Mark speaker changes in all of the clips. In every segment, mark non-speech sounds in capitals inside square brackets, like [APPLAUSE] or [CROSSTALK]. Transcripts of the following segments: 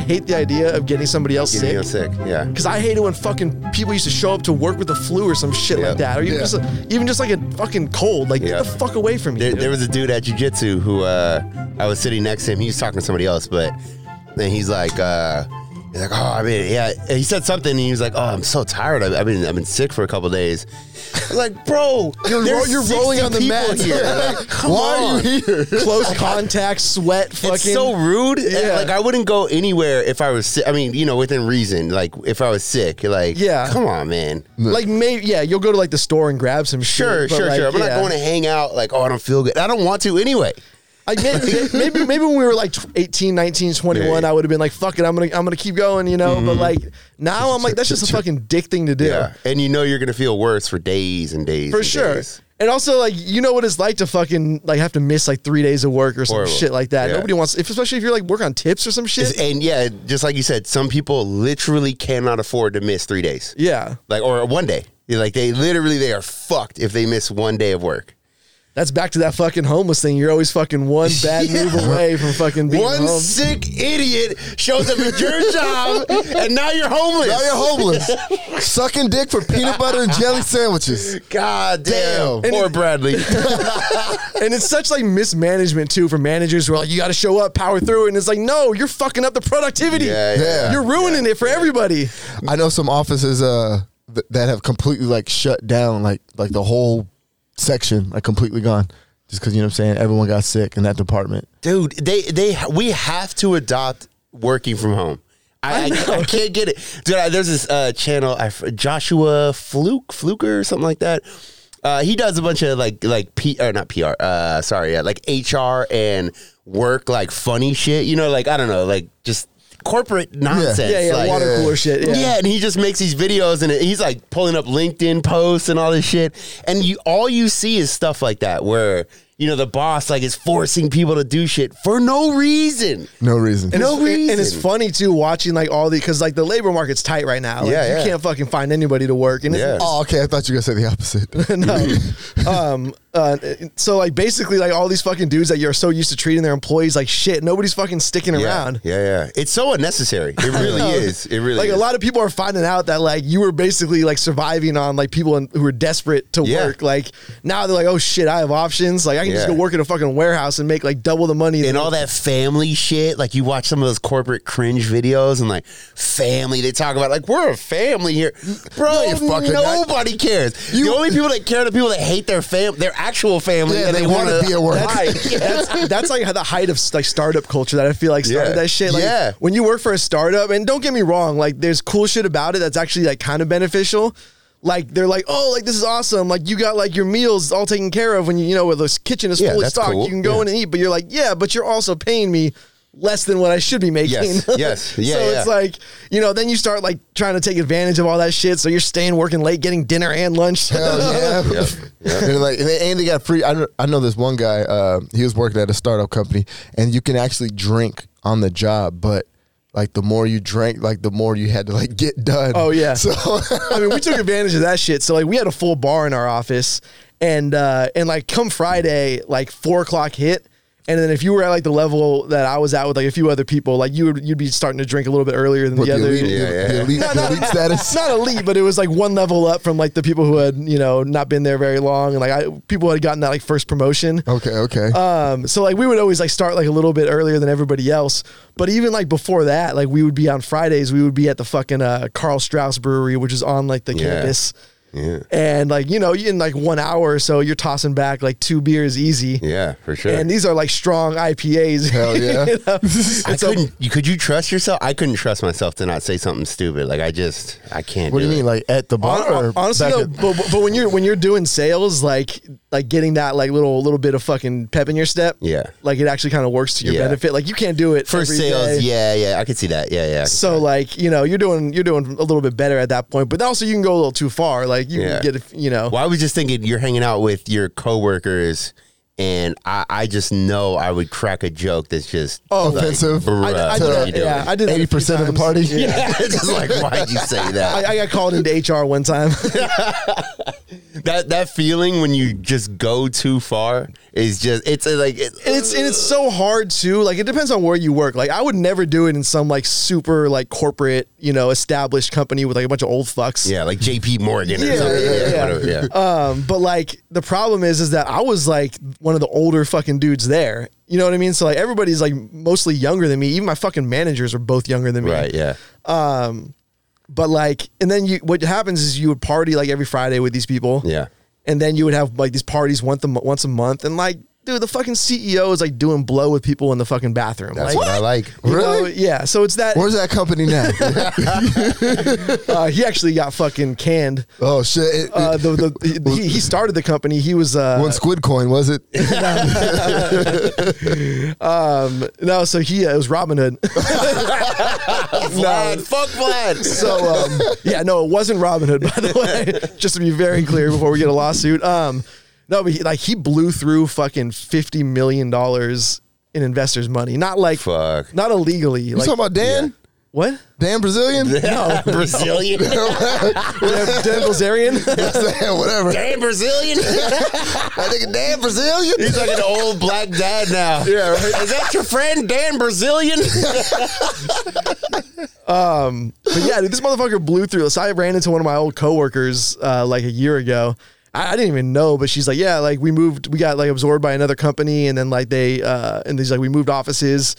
Speaker 1: hate the idea of getting somebody else
Speaker 2: Getting
Speaker 1: sick.
Speaker 2: sick. Yeah.
Speaker 1: Because I hated when fucking people used to show up to work with the flu or some shit
Speaker 2: Yeah.
Speaker 1: like that, or even
Speaker 3: Yeah.
Speaker 1: just even just like a fucking cold. Like
Speaker 2: Yeah.
Speaker 1: get the fuck away from me.
Speaker 2: There,
Speaker 1: dude.
Speaker 2: there was a dude at jujitsu who uh, I was sitting next to him. He was talking to somebody else, but then he's like, uh, he's like, oh, I mean, yeah. And he said something, and he was like, oh, I'm so tired. I've, I've been, I've been sick for a couple of days. I'm like, bro,
Speaker 3: You're, ro-
Speaker 2: there's
Speaker 3: you're
Speaker 2: 60
Speaker 3: rolling on the
Speaker 2: people
Speaker 3: mat
Speaker 2: here. Like, come
Speaker 3: Why
Speaker 2: on.
Speaker 3: are you here? [LAUGHS]
Speaker 1: close contact, sweat, fucking.
Speaker 2: It's so rude. And,
Speaker 1: Yeah.
Speaker 2: Like I wouldn't go anywhere if I was sick. I mean, you know, within reason. Like if I was sick, like
Speaker 1: Yeah.
Speaker 2: come on, man.
Speaker 1: like maybe yeah, you'll go to like the store and grab some
Speaker 2: Sure,
Speaker 1: shit. but,
Speaker 2: sure,
Speaker 1: like,
Speaker 2: sure. I'm
Speaker 1: yeah.
Speaker 2: not going to hang out. Like oh, I don't feel good. I don't want to anyway.
Speaker 1: Like
Speaker 2: [LAUGHS]
Speaker 1: maybe, maybe maybe when we were like tw- 18, 19, 21,
Speaker 2: Yeah. Mm-hmm.
Speaker 1: I would have been like, "Fuck it, I'm gonna I'm gonna keep going," you know. But like now, I'm like, that's just a fucking dick thing to do,
Speaker 2: Yeah, and you know you're gonna feel worse for days and days.
Speaker 1: for
Speaker 2: and
Speaker 1: sure.
Speaker 2: days.
Speaker 1: And also, like you know what it's like to fucking like have to miss like three days of work or some
Speaker 2: Horrible.
Speaker 1: shit like that.
Speaker 2: Yeah.
Speaker 1: Nobody wants, if, especially if you're like work on tips or some shit.
Speaker 2: It's- And yeah, just like you said, some people literally cannot afford to miss three days,
Speaker 1: yeah,
Speaker 2: like or one day. You're Like they literally they are fucked if they miss one day of work.
Speaker 1: that's back to that fucking homeless thing. You're always fucking
Speaker 2: [LAUGHS]
Speaker 1: one bad move away from fucking being
Speaker 2: One
Speaker 1: home.
Speaker 2: sick idiot shows up at your job, and now you're homeless.
Speaker 3: Now you're [LAUGHS] homeless, sucking dick for peanut butter and jelly sandwiches.
Speaker 2: God damn.
Speaker 3: Damn.
Speaker 2: Poor Bradley.
Speaker 1: And it's such like mismanagement too for managers who are like, you got to show up, power through it. And it's like, no, you're fucking up the productivity.
Speaker 2: Yeah, yeah,
Speaker 3: yeah.
Speaker 1: You're ruining it for everybody.
Speaker 3: I know some offices uh th- that have completely like shut down, like like the whole section, like completely gone, just because you know what I'm saying. Everyone got sick in that department.
Speaker 2: Dude, they they we have to adopt working from home. I, I, I can't get it, dude. I, there's this uh, channel, I, f- Joshua Fluke, Fluker, or something like that. Uh, he does a bunch of like like P or not PR. Uh, sorry, yeah, like HR and work like funny shit. You know, like I don't know, like just corporate nonsense.
Speaker 1: Yeah, yeah,
Speaker 2: like,
Speaker 1: water cooler shit.
Speaker 2: yeah.
Speaker 1: Yeah.
Speaker 2: and he just makes these videos and he's like pulling up LinkedIn posts and all this shit. And you all you see is stuff like that where you know the boss like is forcing people to do shit for no reason.
Speaker 3: No [LAUGHS] reason.
Speaker 1: And
Speaker 2: No
Speaker 1: it's, and- And it's
Speaker 2: reason.
Speaker 1: funny too watching like all the because like the labor market's tight right now. Like,
Speaker 2: Yeah, yeah.
Speaker 1: you can't fucking find anybody to work. And it's,
Speaker 2: Yeah.
Speaker 3: Oh, okay. I thought you were gonna say the
Speaker 1: [LAUGHS]
Speaker 3: opposite.
Speaker 1: no. Um, uh, so like basically like all these fucking dudes that you're so used to treating their employees like shit. Nobody's fucking sticking around.
Speaker 2: Yeah, yeah. It's so unnecessary.
Speaker 1: [LAUGHS]
Speaker 2: It really
Speaker 1: No.
Speaker 2: is. It really
Speaker 1: like
Speaker 2: is.
Speaker 1: a lot of people are finding out that like you were basically like surviving on like people in, who were desperate to
Speaker 2: Yeah.
Speaker 1: work. Like now they're like, oh shit, I have options. Like I can just
Speaker 2: Yeah.
Speaker 1: go work in a fucking warehouse and make like double the money.
Speaker 2: and all that family shit, like you watch some of those corporate cringe videos and like family, they talk about like we're a family here, bro.
Speaker 3: you're fucking not.
Speaker 2: nobody cares. the only people that care are the people that hate their fam, their actual family,
Speaker 3: Yeah,
Speaker 2: and
Speaker 3: they
Speaker 2: they,
Speaker 3: wanna
Speaker 2: want to
Speaker 3: be at work.
Speaker 1: Right. [LAUGHS] that's, that's like the height of like startup culture that I feel like started
Speaker 2: Yeah.
Speaker 1: that shit. Like
Speaker 2: Yeah.
Speaker 1: when you work for a startup, and don't get me wrong, like there's cool shit about it that's actually like kind of beneficial. Like they're like, oh, like this is awesome. Like you got like your meals all taken care of when you you know where this kitchen is
Speaker 2: Yeah,
Speaker 1: fully
Speaker 2: that's
Speaker 1: stocked.
Speaker 2: cool.
Speaker 1: You can go
Speaker 2: Yeah.
Speaker 1: in and eat, but you're like, yeah, but you're also paying me less than what I should be making. [LAUGHS]
Speaker 2: Yes, yes. Yeah,
Speaker 1: so
Speaker 2: yeah.
Speaker 1: it's like you know, then you start like trying to take advantage of all that shit. So you're staying working late, getting dinner and lunch. [LAUGHS]
Speaker 3: Hell yeah.
Speaker 2: Yep,
Speaker 3: and like and they, and they got free. I know, I know this one guy. Uh, he was working at a startup company, and you can actually drink on the job, but. Like the more you drank, like the more you had to like get done.
Speaker 1: Oh, yeah.
Speaker 3: [LAUGHS] So
Speaker 1: I mean, we took advantage of that shit. So like, we had a full bar in our office, and uh, and like, come Friday, like four o'clock hit, and then if you were at like the level that I was at with like a few other people, like you would you'd be starting to drink a little bit earlier than
Speaker 3: What,
Speaker 1: the
Speaker 3: the
Speaker 1: other.
Speaker 3: elite,
Speaker 2: Yeah, yeah,
Speaker 3: the
Speaker 2: yeah.
Speaker 3: [LAUGHS] elite,
Speaker 1: No,
Speaker 3: the
Speaker 1: no,
Speaker 3: elite
Speaker 1: no, [LAUGHS]
Speaker 3: status.
Speaker 1: Not elite, but it was like one level up from like the people who had you know not been there very long, and like I people had gotten that like first promotion.
Speaker 3: Okay, okay.
Speaker 1: Um, so like we would always like start like a little bit earlier than everybody else, but even like before that, like we would be on Fridays. We would be at the fucking uh, Carl Strauss Brewery, which is on like the
Speaker 2: Yeah.
Speaker 1: campus,
Speaker 2: yeah,
Speaker 1: and like you know in like one hour or so, you're tossing back like two beers easy,
Speaker 2: yeah, for sure.
Speaker 1: and these are like strong IPAs. [LAUGHS]
Speaker 3: Hell yeah. [LAUGHS]
Speaker 1: you know?
Speaker 2: I
Speaker 1: And so-
Speaker 2: couldn't. you, could you trust yourself? I couldn't trust myself to not say something stupid. Like I just, I can't.
Speaker 3: what do you mean,
Speaker 2: Like,
Speaker 3: like at the bar?
Speaker 1: Hon-
Speaker 3: or
Speaker 1: Honestly,
Speaker 3: back
Speaker 1: though,
Speaker 3: at-
Speaker 1: but, but when you're when you're doing sales, like like getting that like little little bit of fucking pep in your step,
Speaker 2: Yeah.
Speaker 1: like it actually kind of works to your
Speaker 2: Yeah.
Speaker 1: benefit. Like you can't do it
Speaker 2: for
Speaker 1: every
Speaker 2: sales,
Speaker 1: day.
Speaker 2: yeah, yeah, I could see that. Yeah, yeah.
Speaker 1: So like you know you're doing you're doing a little bit better at that point, but also you can go a little too far. Like you
Speaker 2: Yeah.
Speaker 1: can get you know
Speaker 2: Well, I was just thinking you're hanging out with your coworkers, and I, I just know I would crack a joke that's just
Speaker 3: Oh, offensive.
Speaker 2: bruh,
Speaker 1: I, I
Speaker 2: what are you
Speaker 1: did that,
Speaker 2: doing?
Speaker 1: yeah
Speaker 2: [LAUGHS]
Speaker 1: I did that a few
Speaker 3: 80% of the
Speaker 1: times.
Speaker 3: [LAUGHS] party?
Speaker 1: Yeah. [LAUGHS]
Speaker 2: it's just like why'd you say that?
Speaker 1: I, I got called into HR one time.
Speaker 2: that that feeling when you just go too far is just it's uh, like it,
Speaker 1: [LAUGHS] And it's and it's so hard too. Like it depends on where you work. Like I would never do it in some like super like corporate, you know, established company with like a bunch of old fucks.
Speaker 2: yeah, like J.P. Morgan. Or
Speaker 1: Yeah,
Speaker 2: something.
Speaker 1: yeah, yeah.
Speaker 2: whatever,
Speaker 1: [LAUGHS]
Speaker 2: yeah.
Speaker 1: Um, but like the problem is, is that I was like one of the older fucking dudes there. You know what I mean? So like everybody's like mostly younger than me. Even my fucking managers are both younger than me.
Speaker 2: right. Yeah.
Speaker 1: But like, and then you, what happens is you would party like every Friday with these people.
Speaker 2: Yeah.
Speaker 1: And then you would have like these parties once a mo- once a month, and like, dude, the fucking CEO is like doing blow with people in the fucking bathroom. like,
Speaker 2: That's what I like.
Speaker 1: you know,
Speaker 3: Really?
Speaker 1: yeah. So it's that.
Speaker 3: Where's that company [LAUGHS] now?
Speaker 1: Uh, he actually got fucking canned.
Speaker 3: oh shit! It-
Speaker 1: Uh,
Speaker 3: it-
Speaker 1: the, the, he, he started the company. He was uh,
Speaker 3: one squid coin was [LAUGHS] it?
Speaker 1: no, so he uh, it was Robin [LAUGHS] Hood.
Speaker 2: Vlad, fuck Vlad.
Speaker 1: So um, yeah, no, it wasn't Robin Hood, [LAUGHS] by the way. Just to be very clear before we get a lawsuit. Um, no, but he, like he blew through fucking fifty million dollars in investors' money. Not like
Speaker 2: Fuck.
Speaker 1: not illegally.
Speaker 3: You
Speaker 1: Like
Speaker 3: talking about Dan? [LAUGHS]
Speaker 1: what?
Speaker 3: Dan Brazilian?
Speaker 2: No, [LAUGHS] Brazilian.
Speaker 1: Dan Dan [LAUGHS] Bilzerian?
Speaker 2: [LAUGHS]
Speaker 3: Whatever.
Speaker 2: Damn Brazilian.
Speaker 3: That nigga Dan Brazilian?
Speaker 2: He's like an old black dad now.
Speaker 1: Yeah, right.
Speaker 2: Is that your friend Dan Brazilian?
Speaker 1: but yeah, dude, this motherfucker blew through. So I ran into one of my old coworkers uh, like a year ago. I, I didn't even know, but she's like, yeah, like we moved, we got like absorbed by another company, and then like they, uh, and he's like, we moved offices,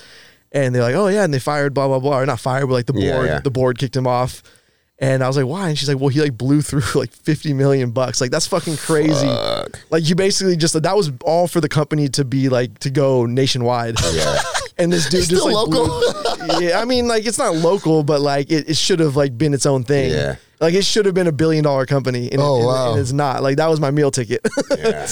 Speaker 1: and they're like, oh yeah, and they fired blah blah blah, or not fired, but like the board,
Speaker 2: Yeah, yeah.
Speaker 1: the board kicked him off. And I was like, why? And she's like, well, he like blew through [LAUGHS] like 50 million bucks. Like, that's fucking crazy. Like, you basically just, that was all for the company to be like, to go nationwide. Yeah. [LAUGHS] and this dude just
Speaker 3: Still
Speaker 1: like,
Speaker 3: local?
Speaker 1: blew- yeah, I mean, like it's not local, but like it, it should have like been its own thing.
Speaker 2: Yeah.
Speaker 1: Like it should have been a billion dollar company. And, it-
Speaker 3: Oh,
Speaker 1: and it-
Speaker 3: wow.
Speaker 1: and it's not. Like that was my meal ticket. [LAUGHS] I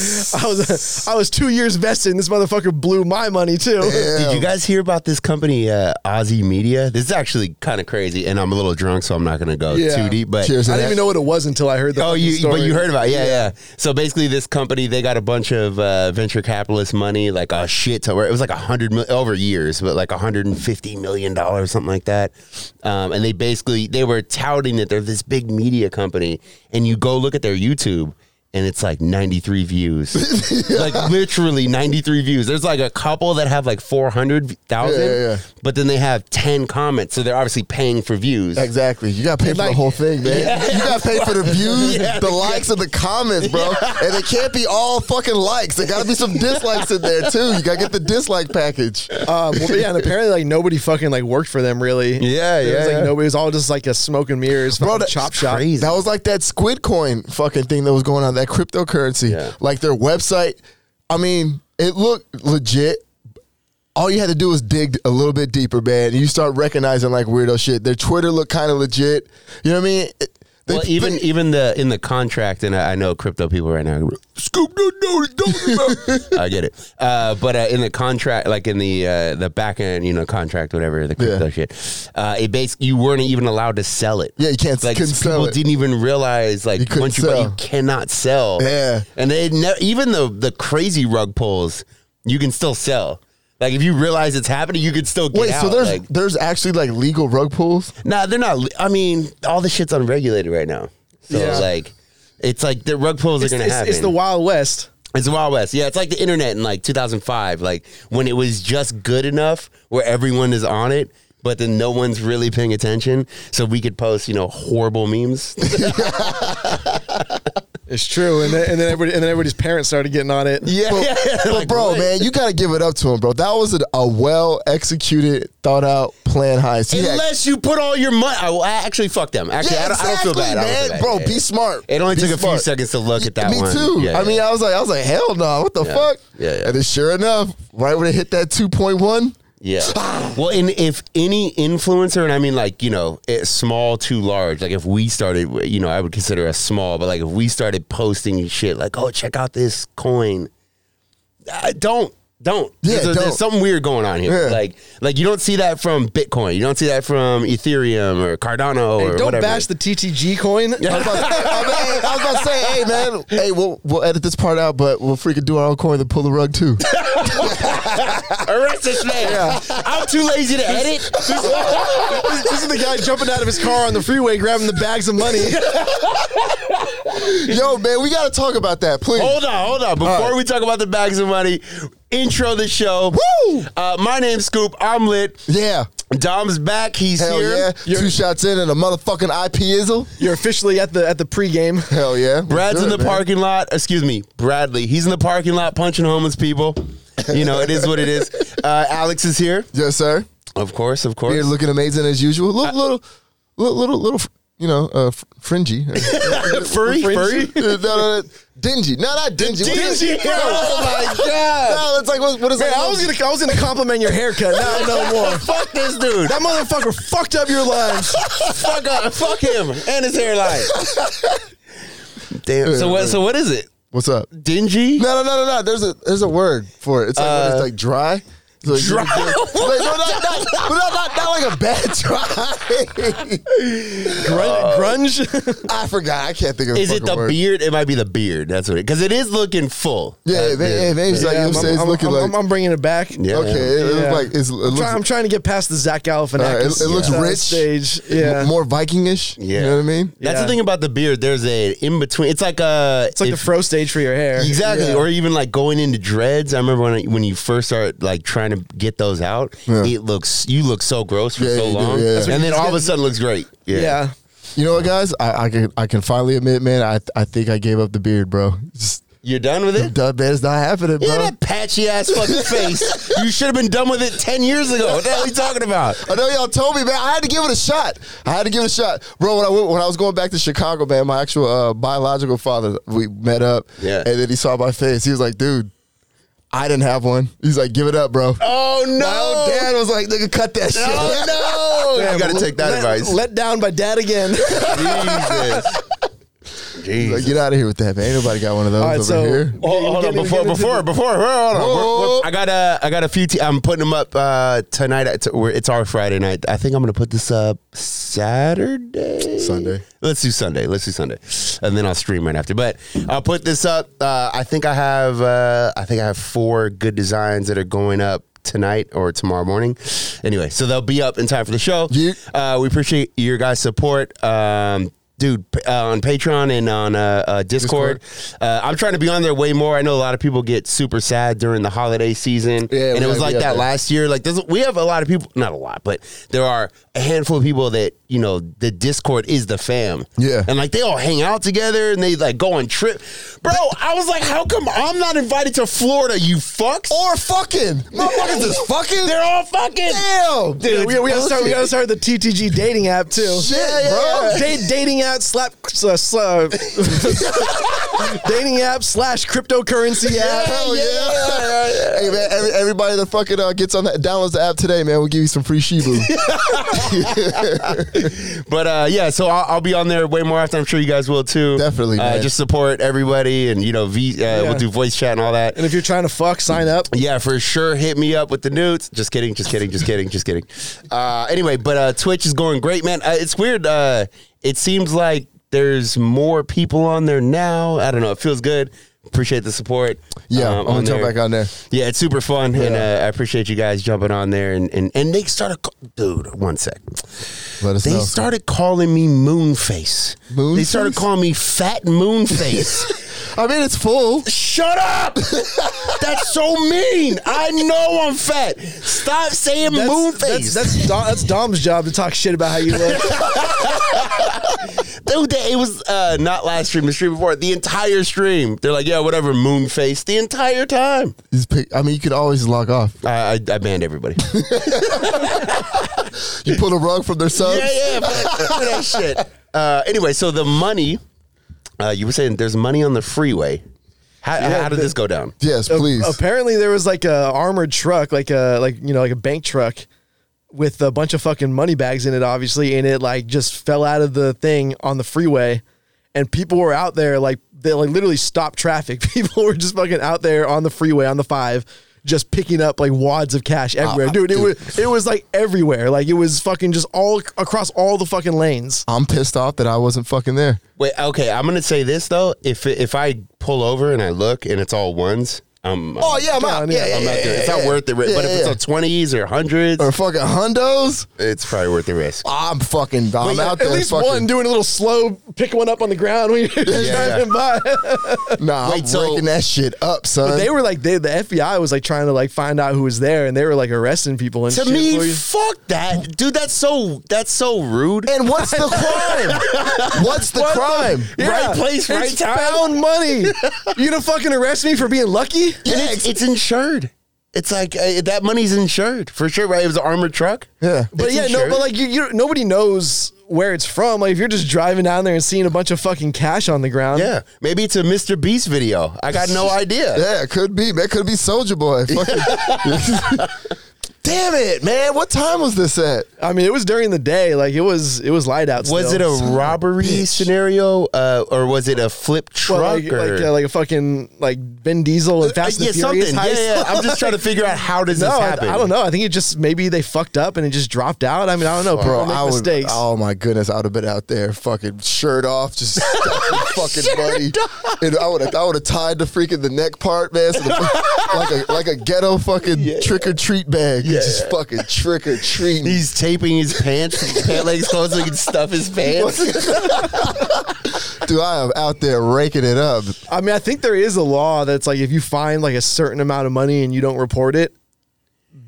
Speaker 1: was I was two years vested, and this motherfucker blew my money too.
Speaker 2: Did you guys hear about this company, uh, Aussie Media? This is actually kind of crazy, and I'm a little drunk, so I'm not going to go
Speaker 1: Yeah.
Speaker 2: too deep. But
Speaker 3: Cheers.
Speaker 1: I didn't even know what it was until I heard the.
Speaker 2: oh,
Speaker 1: fucking
Speaker 2: you
Speaker 1: story.
Speaker 2: but you heard about it. yeah, yeah So basically, this company they got a bunch of uh, venture capitalist money, like a shit ton. It was like a hundred mil- over years, but like 150 million dollars, something like that. Um, and they basically they were touting that they're this big media company, and you go look at their YouTube. And it's like 93 views, like literally 93 views. There's like a couple that have like 400,000,
Speaker 3: Yeah, yeah, yeah.
Speaker 2: but then they have 10 comments. So they're obviously paying for views.
Speaker 3: Exactly. You got paid for the
Speaker 1: Like-
Speaker 3: whole thing, man. You got paid for the [LAUGHS] views,
Speaker 2: Yeah.
Speaker 3: the likes, and the comments, bro. And they can't be all fucking likes. There got to be some dislikes in there too. You got to get the dislike package.
Speaker 1: Um, well, yeah, and apparently like nobody fucking like worked for them really.
Speaker 2: Yeah,
Speaker 1: It was
Speaker 2: yeah,
Speaker 1: like
Speaker 2: yeah.
Speaker 1: nobody it was all just like a smoke and mirrors, bro.
Speaker 3: that's
Speaker 1: chop shop.
Speaker 2: crazy.
Speaker 3: That was like that squid coin fucking thing that was going on, that cryptocurrency.
Speaker 2: Yeah.
Speaker 3: Like their website, I mean, it looked legit. All you had to do was dig a little bit deeper, man. And you start recognizing like weirdo shit. Their Twitter looked kind of legit. You know what I mean? It- they-
Speaker 2: Well, even
Speaker 3: they-
Speaker 2: even the in the contract, and I, I know crypto people right now. Scoop, no, no, [LAUGHS] no, I get it.
Speaker 3: [LAUGHS]
Speaker 2: Uh, but uh, in the contract, like in the uh, the back end, you know, contract, whatever the crypto
Speaker 3: Yeah.
Speaker 2: shit, uh, it basically you weren't even allowed to sell it.
Speaker 3: Yeah, you can't-
Speaker 2: Like
Speaker 3: couldn't sell
Speaker 2: people
Speaker 3: it.
Speaker 2: didn't even realize like
Speaker 3: You couldn't
Speaker 2: once you buy,
Speaker 3: sell.
Speaker 2: you cannot sell.
Speaker 3: Yeah.
Speaker 2: and they ne- even the the crazy rug pulls, you can still sell. Like if you realize it's happening, you could still get
Speaker 3: wait,
Speaker 2: out.
Speaker 3: so there's
Speaker 2: like,
Speaker 3: there's actually like legal rug pulls.
Speaker 2: Nah, they're not. I mean, all the shit's unregulated right now. So
Speaker 1: Yeah.
Speaker 2: like, it's like the rug pulls
Speaker 1: It's,
Speaker 2: are gonna
Speaker 1: it's-
Speaker 2: happen.
Speaker 1: it's the Wild West.
Speaker 2: It's the Wild West. Yeah, it's like the internet in like 2005, like when it was just good enough where everyone is on it. But then no one's really paying attention, so we could post, you know, horrible
Speaker 3: [LAUGHS]
Speaker 2: memes. [LAUGHS]
Speaker 1: It's true, and then, and then everybody and then everybody's parents started getting on it.
Speaker 2: [LAUGHS] yeah,
Speaker 3: But, but
Speaker 2: Like,
Speaker 3: bro,
Speaker 2: what?
Speaker 3: man, you gotta give it up to him, bro. That was a, a well executed, thought out plan heist. He had-
Speaker 2: Unless you put all your money, I, I actually fuck them. Actually, I, don't, I don't feel bad.
Speaker 3: exactly,
Speaker 2: I don't feel bad.
Speaker 3: Bro,
Speaker 2: Yeah,
Speaker 3: be
Speaker 2: yeah.
Speaker 3: smart.
Speaker 2: It only
Speaker 3: Be
Speaker 2: took a few
Speaker 3: smart.
Speaker 2: seconds to look at that
Speaker 3: Me
Speaker 2: one.
Speaker 3: too.
Speaker 2: Yeah,
Speaker 3: I
Speaker 2: yeah.
Speaker 3: mean, I was like, I was like, hell no, what the
Speaker 2: Yeah.
Speaker 3: fuck?
Speaker 2: Yeah, yeah.
Speaker 3: And then sure enough, right when it hit that two point one,
Speaker 2: Yeah. well, and if any influencer, and I mean like you know, it's small to large. Like if we started, you know, I would consider us small, but like if we started posting shit, like oh, check out this coin. I don't. Don't.
Speaker 3: Yeah,
Speaker 2: there's, there's
Speaker 3: don't.
Speaker 2: something weird going on here.
Speaker 3: Yeah.
Speaker 2: Like, like you don't see that from Bitcoin. You don't see that from Ethereum or Cardano
Speaker 1: Hey,
Speaker 2: or
Speaker 1: don't
Speaker 2: whatever.
Speaker 1: bash the TTG coin.
Speaker 3: I was, about, I, mean, I was about to say, hey man, hey, we'll we'll edit this part out, but we'll freaking do our own coin and pull the
Speaker 2: [LAUGHS]
Speaker 3: rug too.
Speaker 2: Arrest this man. I'm too lazy to edit.
Speaker 1: this is the guy jumping out of his car on the freeway, grabbing the bags of money.
Speaker 3: Yo, man, we gotta talk about that, please.
Speaker 2: Hold on, hold on. Before we talk about the bags of money, intro the show.
Speaker 3: Woo!
Speaker 2: Uh, my name's Scoop. I'm lit.
Speaker 3: Yeah.
Speaker 2: Dom's back. He's
Speaker 3: Hell
Speaker 2: here.
Speaker 3: yeah.
Speaker 1: You're-
Speaker 3: Two shots in and a motherfucking IP izzle.
Speaker 1: You're officially at the at the pregame.
Speaker 3: Hell yeah. Let's
Speaker 2: Brad's
Speaker 3: do
Speaker 2: in
Speaker 3: it,
Speaker 2: the
Speaker 3: man.
Speaker 2: parking lot. Excuse me, Bradley. He's in the parking lot punching homeless people. You know, it is what it
Speaker 3: [LAUGHS]
Speaker 2: is. Uh, Alex is here.
Speaker 3: Yes, sir.
Speaker 2: Of course, of [LAUGHS]
Speaker 3: You're
Speaker 2: course.
Speaker 3: looking amazing as usual. Little, little, little, little, little you know, uh, fr- fringy.
Speaker 2: furry, furry.
Speaker 3: no, no, no, dingy. No, not dingy. What is-
Speaker 2: Dingy. Oh
Speaker 3: [LAUGHS]
Speaker 2: my god.
Speaker 3: No, it's like what, what is
Speaker 1: Man,
Speaker 3: that?
Speaker 1: I was gonna I was gonna compliment your haircut. Now no more.
Speaker 2: Fuck this dude.
Speaker 1: That motherfucker [LAUGHS] fucked up your lives.
Speaker 2: [LAUGHS] fuck up. Fuck him and his
Speaker 3: [LAUGHS]
Speaker 2: hairline. Damn. So what? So what is
Speaker 3: [LAUGHS]
Speaker 2: it?
Speaker 3: What's up?
Speaker 2: Dingy.
Speaker 3: No, no, no, no, no. There's a there's a word for it. It's like when it's like dry. It's like,
Speaker 2: Dry?
Speaker 3: [LAUGHS] It's like, no, not, not, but not, not, not like a bad [LAUGHS] dry.
Speaker 1: Grunge. grunge?
Speaker 3: I forgot. I can't think of.
Speaker 2: Is it
Speaker 3: fucking
Speaker 2: the
Speaker 3: word.
Speaker 2: beard? It might be the beard. That's what. it Because it is looking full.
Speaker 3: Yeah, they, yeah, they just like you know what I'm saying, it's
Speaker 1: I'm,
Speaker 3: looking
Speaker 1: I'm-
Speaker 3: like
Speaker 1: I'm- I'm bringing it back.
Speaker 2: Yeah.
Speaker 3: okay. It, it
Speaker 1: Yeah.
Speaker 3: looks like it's, it
Speaker 1: I'm,
Speaker 3: looks.
Speaker 1: try- I'm trying to get past the Zach
Speaker 3: uh,
Speaker 1: Galifianakis.
Speaker 3: it, it looks
Speaker 1: uh,
Speaker 3: rich,
Speaker 1: Stage. Yeah.
Speaker 3: m- more Vikingish.
Speaker 2: Yeah.
Speaker 3: you know what I mean.
Speaker 2: That's the
Speaker 1: Yeah.
Speaker 2: thing about the beard. There's a in between. It's like a.
Speaker 1: it's like the fro stage for your hair.
Speaker 2: Exactly,
Speaker 1: Yeah.
Speaker 2: or even like going into dreads. I remember when I, when you first start like trying to get those out,
Speaker 3: Yeah.
Speaker 2: it looks you look so gross for
Speaker 3: Yeah,
Speaker 2: so
Speaker 3: you do,
Speaker 2: long,
Speaker 3: yeah. That's
Speaker 1: what
Speaker 2: and
Speaker 1: you
Speaker 2: then
Speaker 1: just
Speaker 2: all of
Speaker 1: get-
Speaker 2: a sudden it looks great. Yeah,
Speaker 1: yeah.
Speaker 3: You know what, guys? I, I can I can finally admit, man. I I think I gave up the beard, bro. Just
Speaker 2: you're done with it.
Speaker 3: done, man. It's not happening, bro.
Speaker 2: Look at that patchy ass fucking face. You should have been done with it ten years ago. What the hell are you talking about?
Speaker 3: I know y'all told me, man. I had to give it a shot. I had to give it a shot, bro. When I went, when I was going back to Chicago, man, my actual uh, biological father, we met up,
Speaker 2: Yeah.
Speaker 3: and then he saw my face. He was like, "Dude, I didn't have one." He's like, "Give it up, bro."
Speaker 2: Oh
Speaker 3: My own
Speaker 2: no!
Speaker 3: dad was like, "Nigga, cut that shit."
Speaker 2: Oh no!
Speaker 1: Man,
Speaker 2: you gotta
Speaker 1: let-
Speaker 2: take that
Speaker 1: let-
Speaker 2: advice.
Speaker 1: Let down by dad again.
Speaker 2: Jesus.
Speaker 3: He's
Speaker 2: [LAUGHS] Jesus.
Speaker 3: like, get out of here with that, man. Ain't nobody got one of those
Speaker 1: All right,
Speaker 3: over
Speaker 1: so-
Speaker 3: here.
Speaker 1: Oh,
Speaker 2: Hold, hold on,
Speaker 1: Getting-
Speaker 2: before,
Speaker 1: getting into
Speaker 2: before,
Speaker 1: the-
Speaker 2: before, hold on. We're-
Speaker 3: Whoa.
Speaker 2: we're- I got a, I got a few. T- I'm putting them up uh, tonight. It's, we're- it's our Friday night. I think I'm gonna put this up Saturday,
Speaker 3: Sunday.
Speaker 2: Let's do Sunday. Let's do Sunday, and then I'll stream right after. But I'll put this up. Uh, I think I have, uh, I think I have four good designs that are going up tonight or tomorrow morning. Anyway, so they'll be up in time for the show.
Speaker 3: Yeah.
Speaker 2: Uh, we appreciate your guys' support. Um, Dude, p- uh, on Patreon and on uh, uh, Discord, Uh, I'm trying to be on there way more. I know a lot of people get super sad during the holiday season,
Speaker 3: Yeah, we
Speaker 2: and it was
Speaker 3: gotta be
Speaker 2: like
Speaker 3: up
Speaker 2: that
Speaker 3: there.
Speaker 2: last year. Like, there's, we have a lot of people, not a lot, but there are a handful of people that you know. The Discord is the fam,
Speaker 3: Yeah.
Speaker 2: and like they all hang out together and they like go on trip. Bro, I was like, how come I'm not invited to Florida? You fucks,
Speaker 3: Or fucking, Oh, motherfuckers is fucking.
Speaker 2: they're all fucking.
Speaker 3: Damn,
Speaker 1: Dude, we, we gotta start. We gotta start the TTG dating app too.
Speaker 3: Shit, bro.
Speaker 1: Da- dating app slap sl- sl- uh, [LAUGHS] dating app slash cryptocurrency app.
Speaker 3: Hell yeah. Hey man, every, everybody that fucking uh, gets on that downloads the app today, man, we'll give you some free [LAUGHS] Shibu.
Speaker 2: But uh, yeah, so I'll, I'll be on there way more after. I'm sure you guys will too.
Speaker 3: Definitely,
Speaker 2: uh,
Speaker 3: man.
Speaker 2: just support everybody, and you know, v, uh, we'll do voice chat and all that.
Speaker 1: And if you're trying to fuck, sign up.
Speaker 2: Yeah, for sure. Hit me up with the nudes. Just kidding. Just kidding. Just kidding. Just kidding. Uh, anyway, but uh, Twitch is going great, man. Uh, it's weird. Uh, it seems like there's more people on there now. I don't know. It feels good. Appreciate the support.
Speaker 3: Yeah,
Speaker 2: um,
Speaker 3: I'm gonna jump back on there.
Speaker 2: Yeah, it's super fun, and uh, I appreciate you guys jumping on there. And and, and they started, ca- dude. One sec.
Speaker 3: Let us
Speaker 2: They
Speaker 3: know.
Speaker 2: started calling me Moonface.
Speaker 3: Moonface?
Speaker 2: They started calling me Fat Moonface.
Speaker 1: [LAUGHS]
Speaker 3: I mean, it's full.
Speaker 2: Shut up! that's so mean. I know I'm fat. Stop saying
Speaker 1: That's,
Speaker 2: moon
Speaker 1: That's,
Speaker 2: face.
Speaker 1: that's, Dom, that's Dom's job to talk shit about how you look.
Speaker 2: Dude, that- it was uh, not last stream, the stream before. The entire stream, they're like, yeah, whatever, moon face. The entire time,
Speaker 3: These pic- I mean, you could always log off.
Speaker 2: I, I, I
Speaker 1: [LAUGHS]
Speaker 2: banned everybody. yeah,
Speaker 3: You pull a rug from their subs.
Speaker 2: yeah, for that, for that shit. Uh, anyway, so the money, uh, you were saying there's money on the freeway. How, how did this go down?
Speaker 3: Yes, please.
Speaker 1: Apparently, there was like a armored truck, like a like you know like a bank truck, with a bunch of fucking money bags in it, obviously, and it like just fell out of the thing on the freeway, and people were out there like they like literally stopped traffic. [LAUGHS] People were just fucking out there on the freeway on the five. Just picking up like wads of cash everywhere, dude. It was it was like everywhere, like it was fucking just all across all the fucking lanes.
Speaker 3: I'm pissed off that I wasn't fucking there.
Speaker 2: Wait, okay. I'm gonna say this though. If if I pull over and I look and it's all ones, I'm,
Speaker 3: Oh yeah, I'm out.
Speaker 1: Down,
Speaker 3: Yeah,
Speaker 1: yeah.
Speaker 3: yeah,
Speaker 2: I'm
Speaker 3: yeah,
Speaker 2: not doing
Speaker 3: yeah,
Speaker 2: it. It's not
Speaker 3: yeah.
Speaker 2: worth the risk.
Speaker 3: Yeah,
Speaker 2: but if
Speaker 3: yeah.
Speaker 2: it's a 20s or 100s,
Speaker 3: or fucking hundos,
Speaker 2: it's probably worth the risk.
Speaker 3: I'm fucking. I'm out
Speaker 1: At
Speaker 3: there.
Speaker 1: least
Speaker 3: fucking,
Speaker 1: one doing a little slow, pick one up on the ground when you're
Speaker 2: [LAUGHS] yeah.
Speaker 1: driving by. [LAUGHS]
Speaker 3: Nah,
Speaker 2: Wait,
Speaker 3: I'm
Speaker 2: so-
Speaker 3: breaking that shit up, son.
Speaker 1: But they were like, they, the FBI was like trying to like find out who was there, and they were like arresting people and
Speaker 2: To
Speaker 1: shit for
Speaker 2: me,
Speaker 1: you.
Speaker 2: fuck that, dude. That's so that's so rude.
Speaker 3: and what's [LAUGHS] the crime? what's the
Speaker 1: What the-
Speaker 3: crime?
Speaker 1: Yeah.
Speaker 2: Right place, right
Speaker 1: It's
Speaker 2: time.
Speaker 1: Found
Speaker 2: [LAUGHS]
Speaker 1: money. you gonna fucking arrest me for being lucky?
Speaker 2: And it's, it's insured. It's like uh, that money's insured for sure, right? It was an armored truck.
Speaker 3: Yeah.
Speaker 1: But
Speaker 2: It's
Speaker 1: yeah, no,
Speaker 2: insured.
Speaker 1: but like you, you, nobody knows where it's from. Like if you're just driving down there and seeing a bunch of fucking cash on the ground,
Speaker 2: yeah, maybe it's a Mr. Beast video. I got no idea.
Speaker 3: Yeah, it could be. That could be Soldier [LAUGHS] Boy. Fucking- Damn it, man! What time was this at?
Speaker 1: I mean, it was during the day. Like it was, it was light out.
Speaker 2: Was
Speaker 1: still.
Speaker 2: it a robbery scenario, uh, or was it a flip truck?
Speaker 1: Well, like
Speaker 2: or?
Speaker 1: like, uh, like a fucking like Ben Diesel and Fast
Speaker 2: Uh, yeah,
Speaker 1: and the Furious
Speaker 2: something.
Speaker 1: heist?
Speaker 2: Yeah, yeah. I'm just trying to figure out how
Speaker 1: [LAUGHS]
Speaker 2: does
Speaker 1: No,
Speaker 2: this
Speaker 1: I,
Speaker 2: happen.
Speaker 1: I don't know. I think it just maybe they fucked up and it just dropped out. I mean, I don't know. People
Speaker 3: Bro,
Speaker 1: make
Speaker 3: I would.
Speaker 1: mistakes.
Speaker 3: Oh my goodness, I would have been out there, fucking shirt off, [LAUGHS] just stuffing fucking money. And I would have, I would have tied the freaking the neck part, man, so [LAUGHS] the, like a like a ghetto fucking trick or treat bag, yeah. just fucking trick or [LAUGHS] treat.
Speaker 2: He's taping his pants, his pant legs closed so he can stuff
Speaker 1: [LAUGHS]
Speaker 2: his pants.
Speaker 3: Dude, I am out there raking it up.
Speaker 1: I mean, I think there is a law that's like if you find like a certain amount of money and you don't report it,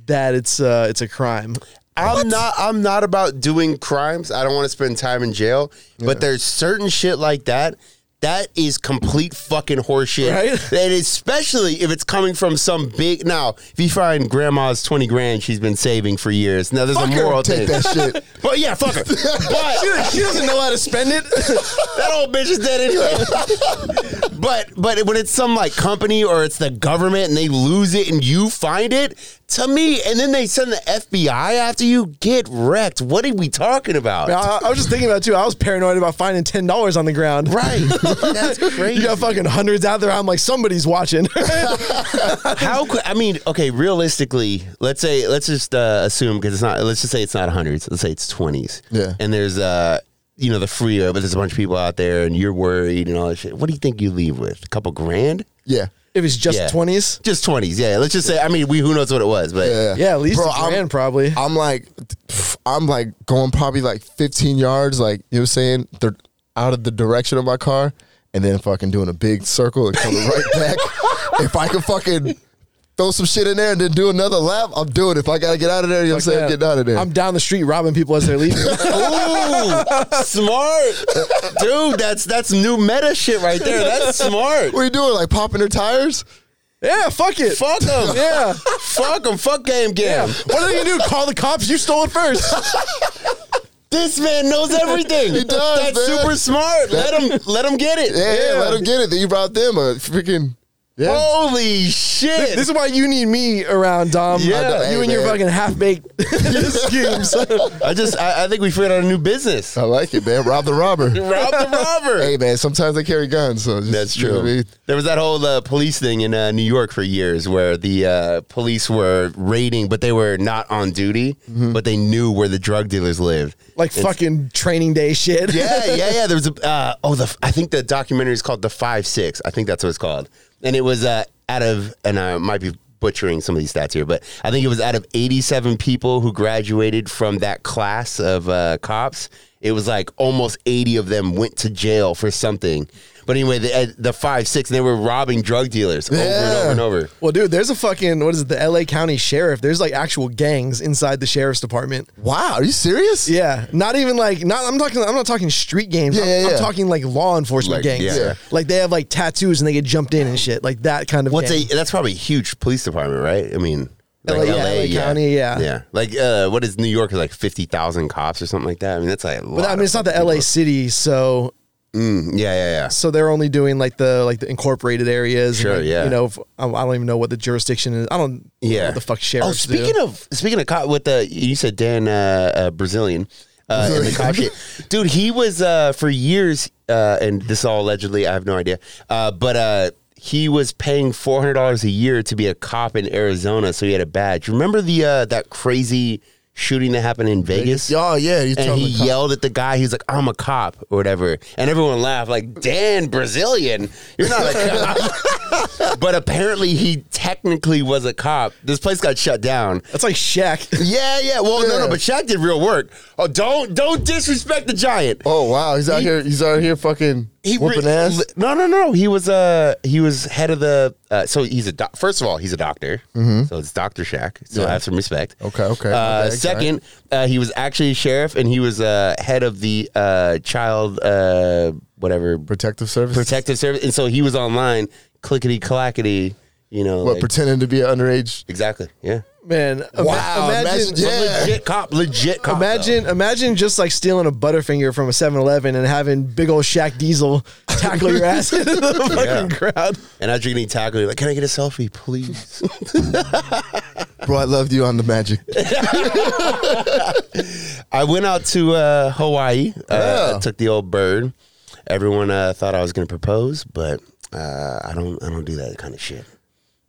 Speaker 1: that it's uh it's a crime.
Speaker 2: I'm not. I'm not about doing crimes. I don't want to spend time in jail. But there's certain shit like that. That is complete fucking horseshit.
Speaker 1: Right?
Speaker 2: And especially if it's coming from some big. Now, if you find grandma's twenty grand she's been saving for years, now there's
Speaker 3: Fuck
Speaker 2: a
Speaker 3: her,
Speaker 2: moral
Speaker 3: take
Speaker 2: thing.
Speaker 3: that shit.
Speaker 2: But
Speaker 1: [LAUGHS]
Speaker 2: yeah, fuck her. But
Speaker 1: She doesn't know how to spend it.
Speaker 2: that old bitch is dead anyway. [LAUGHS] but but when it's some like company or it's the government and they lose it and you find it to me and then they send the FBI after you get wrecked. What are we talking about?
Speaker 1: [LAUGHS] I, I was just thinking about it, too. I was paranoid about finding ten dollars on the ground. [LAUGHS]
Speaker 2: Right, that's
Speaker 1: You
Speaker 2: crazy.
Speaker 1: got fucking hundreds out there. I'm like, somebody's watching. [LAUGHS]
Speaker 2: How could I mean? Okay, realistically, let's say let's just uh, assume because it's not. Let's just say it's not hundreds. Let's say it's twenties.
Speaker 3: Yeah.
Speaker 2: and there's uh you know the freeway, but there's a bunch of people out there, and you're worried and all that shit. What do you think you leave with? A couple grand?
Speaker 3: Yeah.
Speaker 1: if it's
Speaker 2: Yeah.
Speaker 1: just twenties,
Speaker 2: Just twenties, yeah. Let's just say. I mean, we who knows what it was, but
Speaker 3: Yeah,
Speaker 1: yeah, at least
Speaker 3: Bro,
Speaker 1: a
Speaker 3: I'm-
Speaker 1: grand probably.
Speaker 3: I'm like, pff, I'm like going probably like 15 yards, like you know, what I'm saying, th- out of the direction of my car, and then fucking doing a big circle and coming
Speaker 1: [LAUGHS]
Speaker 3: right back. If I can fucking throw some shit in there and then do another lap, I'm doing. it. If I gotta get out of there, you know what I'm saying,
Speaker 1: Yeah.
Speaker 3: I'm getting out of there.
Speaker 1: I'm down the street robbing people as they're leaving.
Speaker 2: Ooh, smart, dude. That's that's new meta shit right there. That's smart.
Speaker 3: what are you doing? Like popping their tires?
Speaker 1: yeah, fuck it.
Speaker 2: Fuck them.
Speaker 1: Yeah.
Speaker 2: Fuck them. Fuck game
Speaker 1: Yeah.
Speaker 2: game.
Speaker 1: What are they gonna do? Call the cops? You stole it first.
Speaker 2: [LAUGHS] This man knows everything.
Speaker 3: He does,
Speaker 2: That's
Speaker 3: man.
Speaker 2: super smart. let him let him get it.
Speaker 3: Yeah, yeah, let them get it. Then you brought them a freaking. Yeah.
Speaker 2: Holy shit.
Speaker 1: This is why you need me around, Dom.
Speaker 2: Yeah. I know.
Speaker 1: you
Speaker 3: Hey,
Speaker 1: and your
Speaker 3: man.
Speaker 1: fucking half baked
Speaker 2: [LAUGHS]
Speaker 1: [LAUGHS] schemes.
Speaker 2: I just I, I think we figured out a new business.
Speaker 3: I like it, man. Rob the
Speaker 1: [LAUGHS]
Speaker 3: robber.
Speaker 2: Rob the robber.
Speaker 3: Oh. hey, man. Sometimes they carry guns, so just,
Speaker 2: That's
Speaker 3: you know
Speaker 2: true.
Speaker 3: what I mean?
Speaker 2: There was that whole uh, police thing in uh, New York for years where the uh, police were raiding, but they were not on duty,
Speaker 3: Mm-hmm.
Speaker 2: but they knew where the drug dealers lived.
Speaker 1: Like fucking training day shit.
Speaker 2: yeah, yeah, yeah. There was a uh, oh the I think the documentary is called the Five Six. I think that's what it's called, and it was uh, out of and I might be butchering some of these stats here, but I think it was out of eighty seven people who graduated from that class of uh, cops. It was like almost eighty of them went to jail for something. But anyway, the, uh, the Five Six they were robbing drug dealers over and over and over.
Speaker 1: [LAUGHS] Well, dude, there's a fucking what is it? The LA County Sheriff. There's like actual gangs inside the sheriff's department.
Speaker 3: Wow, are you serious?
Speaker 1: Yeah, not even like not. I'm talking. I'm not talking street games.
Speaker 3: Yeah,
Speaker 1: I'm,
Speaker 3: yeah,
Speaker 1: I'm
Speaker 3: yeah.
Speaker 1: talking like law enforcement
Speaker 2: Like,
Speaker 1: gangs.
Speaker 2: yeah.
Speaker 1: Like they have like tattoos and they get jumped in and shit. Like that kind of.
Speaker 2: What's
Speaker 1: gang.
Speaker 2: a that's probably a huge police department, right? I mean,
Speaker 1: LA, yeah, LA County, yeah.
Speaker 2: yeah. Like, uh, what is New York? Like fifty thousand cops or something like that. I mean, that's like a lot.
Speaker 1: But I mean,
Speaker 2: of
Speaker 1: it's not the
Speaker 2: fucking
Speaker 1: LA
Speaker 2: people.
Speaker 1: city, so
Speaker 2: Yeah, yeah, yeah.
Speaker 1: so they're only doing like the like the incorporated areas. and,
Speaker 2: Sure,
Speaker 1: like,
Speaker 2: yeah.
Speaker 1: You know, if, I I don't even know what the jurisdiction is. I don't.
Speaker 2: Yeah.
Speaker 1: know what the fuck sheriffs
Speaker 2: Oh, speaking
Speaker 1: do.
Speaker 2: of speaking of cop with the you said Dan uh, uh, Brazilian uh, and the cop shit, dude. He was uh, for years, uh, and this is all allegedly. I have no idea, uh, but. Uh, he was paying four hundred dollars a year to be a cop in Arizona, so he had a badge. Remember the uh, that crazy shooting that happened in Vegas.
Speaker 3: Oh yeah, you
Speaker 2: And
Speaker 3: tell
Speaker 2: he
Speaker 3: me.
Speaker 2: yelled at the guy. He's like, "I'm a cop" or whatever, and everyone laughed. Like, "Dan Brazilian, you're not a cop." [LAUGHS] but apparently, he technically was a cop. This place got shut down.
Speaker 1: That's like Shaq. [LAUGHS]
Speaker 2: Yeah, yeah. Well, no, no.
Speaker 3: Yeah.
Speaker 2: But Shaq did real work. Oh, don't don't disrespect the giant.
Speaker 3: Oh wow, he's out here. He's out here fucking
Speaker 2: He
Speaker 3: whooping
Speaker 2: re-
Speaker 3: ass.
Speaker 2: li- No, no, no. He was uh he was head of the uh, so he's a doc- first of all he's a doctor. So it's Doctor Shack. So I have some respect.
Speaker 3: Mm-hmm. Okay, okay,
Speaker 2: Uh,
Speaker 3: okay,
Speaker 2: second, uh, he was actually a sheriff and he was uh, head of the uh, child uh, whatever
Speaker 3: Protective service.
Speaker 2: protective service, and so he was online clickety clackety. You know,
Speaker 3: What
Speaker 2: like-
Speaker 3: pretending to be an underage?
Speaker 2: exactly. Yeah.
Speaker 1: Man, ima-
Speaker 3: Wow,
Speaker 1: Imagine,
Speaker 3: imagine- yeah.
Speaker 2: Legit cop. Legit cop. though.
Speaker 1: imagine, imagine just like stealing a Butterfinger from a 7-Eleven and having big old Shaq
Speaker 2: [LAUGHS]
Speaker 1: Diesel tackle your ass [LAUGHS] into the fucking crowd.
Speaker 2: And I drink any tackle. Like, can I get a selfie, please?
Speaker 3: Bro, I loved you on the [LAUGHS] magic.
Speaker 2: I went out to uh, Hawaii. Uh,
Speaker 3: Yeah.
Speaker 2: took the old bird. Everyone uh, thought I was going to propose, but uh, I don't. I don't do that kind of shit.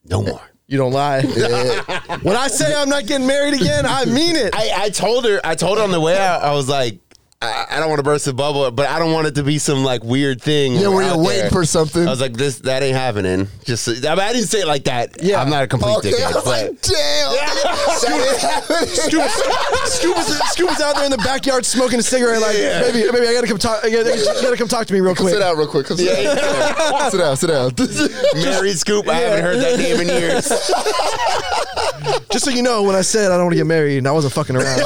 Speaker 2: No more.
Speaker 1: You don't lie. [LAUGHS] When I say I'm not getting married again, I mean it.
Speaker 2: I, I told her. I told her on the way out. I was like, I, I don't want to burst the bubble, but I don't want it to be some like weird thing. when
Speaker 3: Yeah, where
Speaker 2: we're
Speaker 3: you're
Speaker 2: out
Speaker 3: waiting
Speaker 2: there.
Speaker 3: for something.
Speaker 2: I was like, this that ain't happening. Just I, mean, I didn't say it like that.
Speaker 1: Yeah.
Speaker 2: Yeah, I'm not a complete
Speaker 3: Okay, I
Speaker 2: dickhead.
Speaker 3: was
Speaker 2: But [LAUGHS]
Speaker 3: like, damn. That ain't happening.
Speaker 1: Scoop, Scoop, is, Scoop is out there in the backyard smoking a cigarette. Like,
Speaker 3: Yeah.
Speaker 1: baby, baby, I gotta come talk. I gotta, you gotta come talk to me real quick.
Speaker 3: Sit down real quick. Come sit, down. sit down. Sit down.
Speaker 2: married scoop. I haven't heard that name in years. [LAUGHS]
Speaker 1: Just so you know, when I said I don't want to get married, and I wasn't fucking
Speaker 2: [LAUGHS]
Speaker 1: around.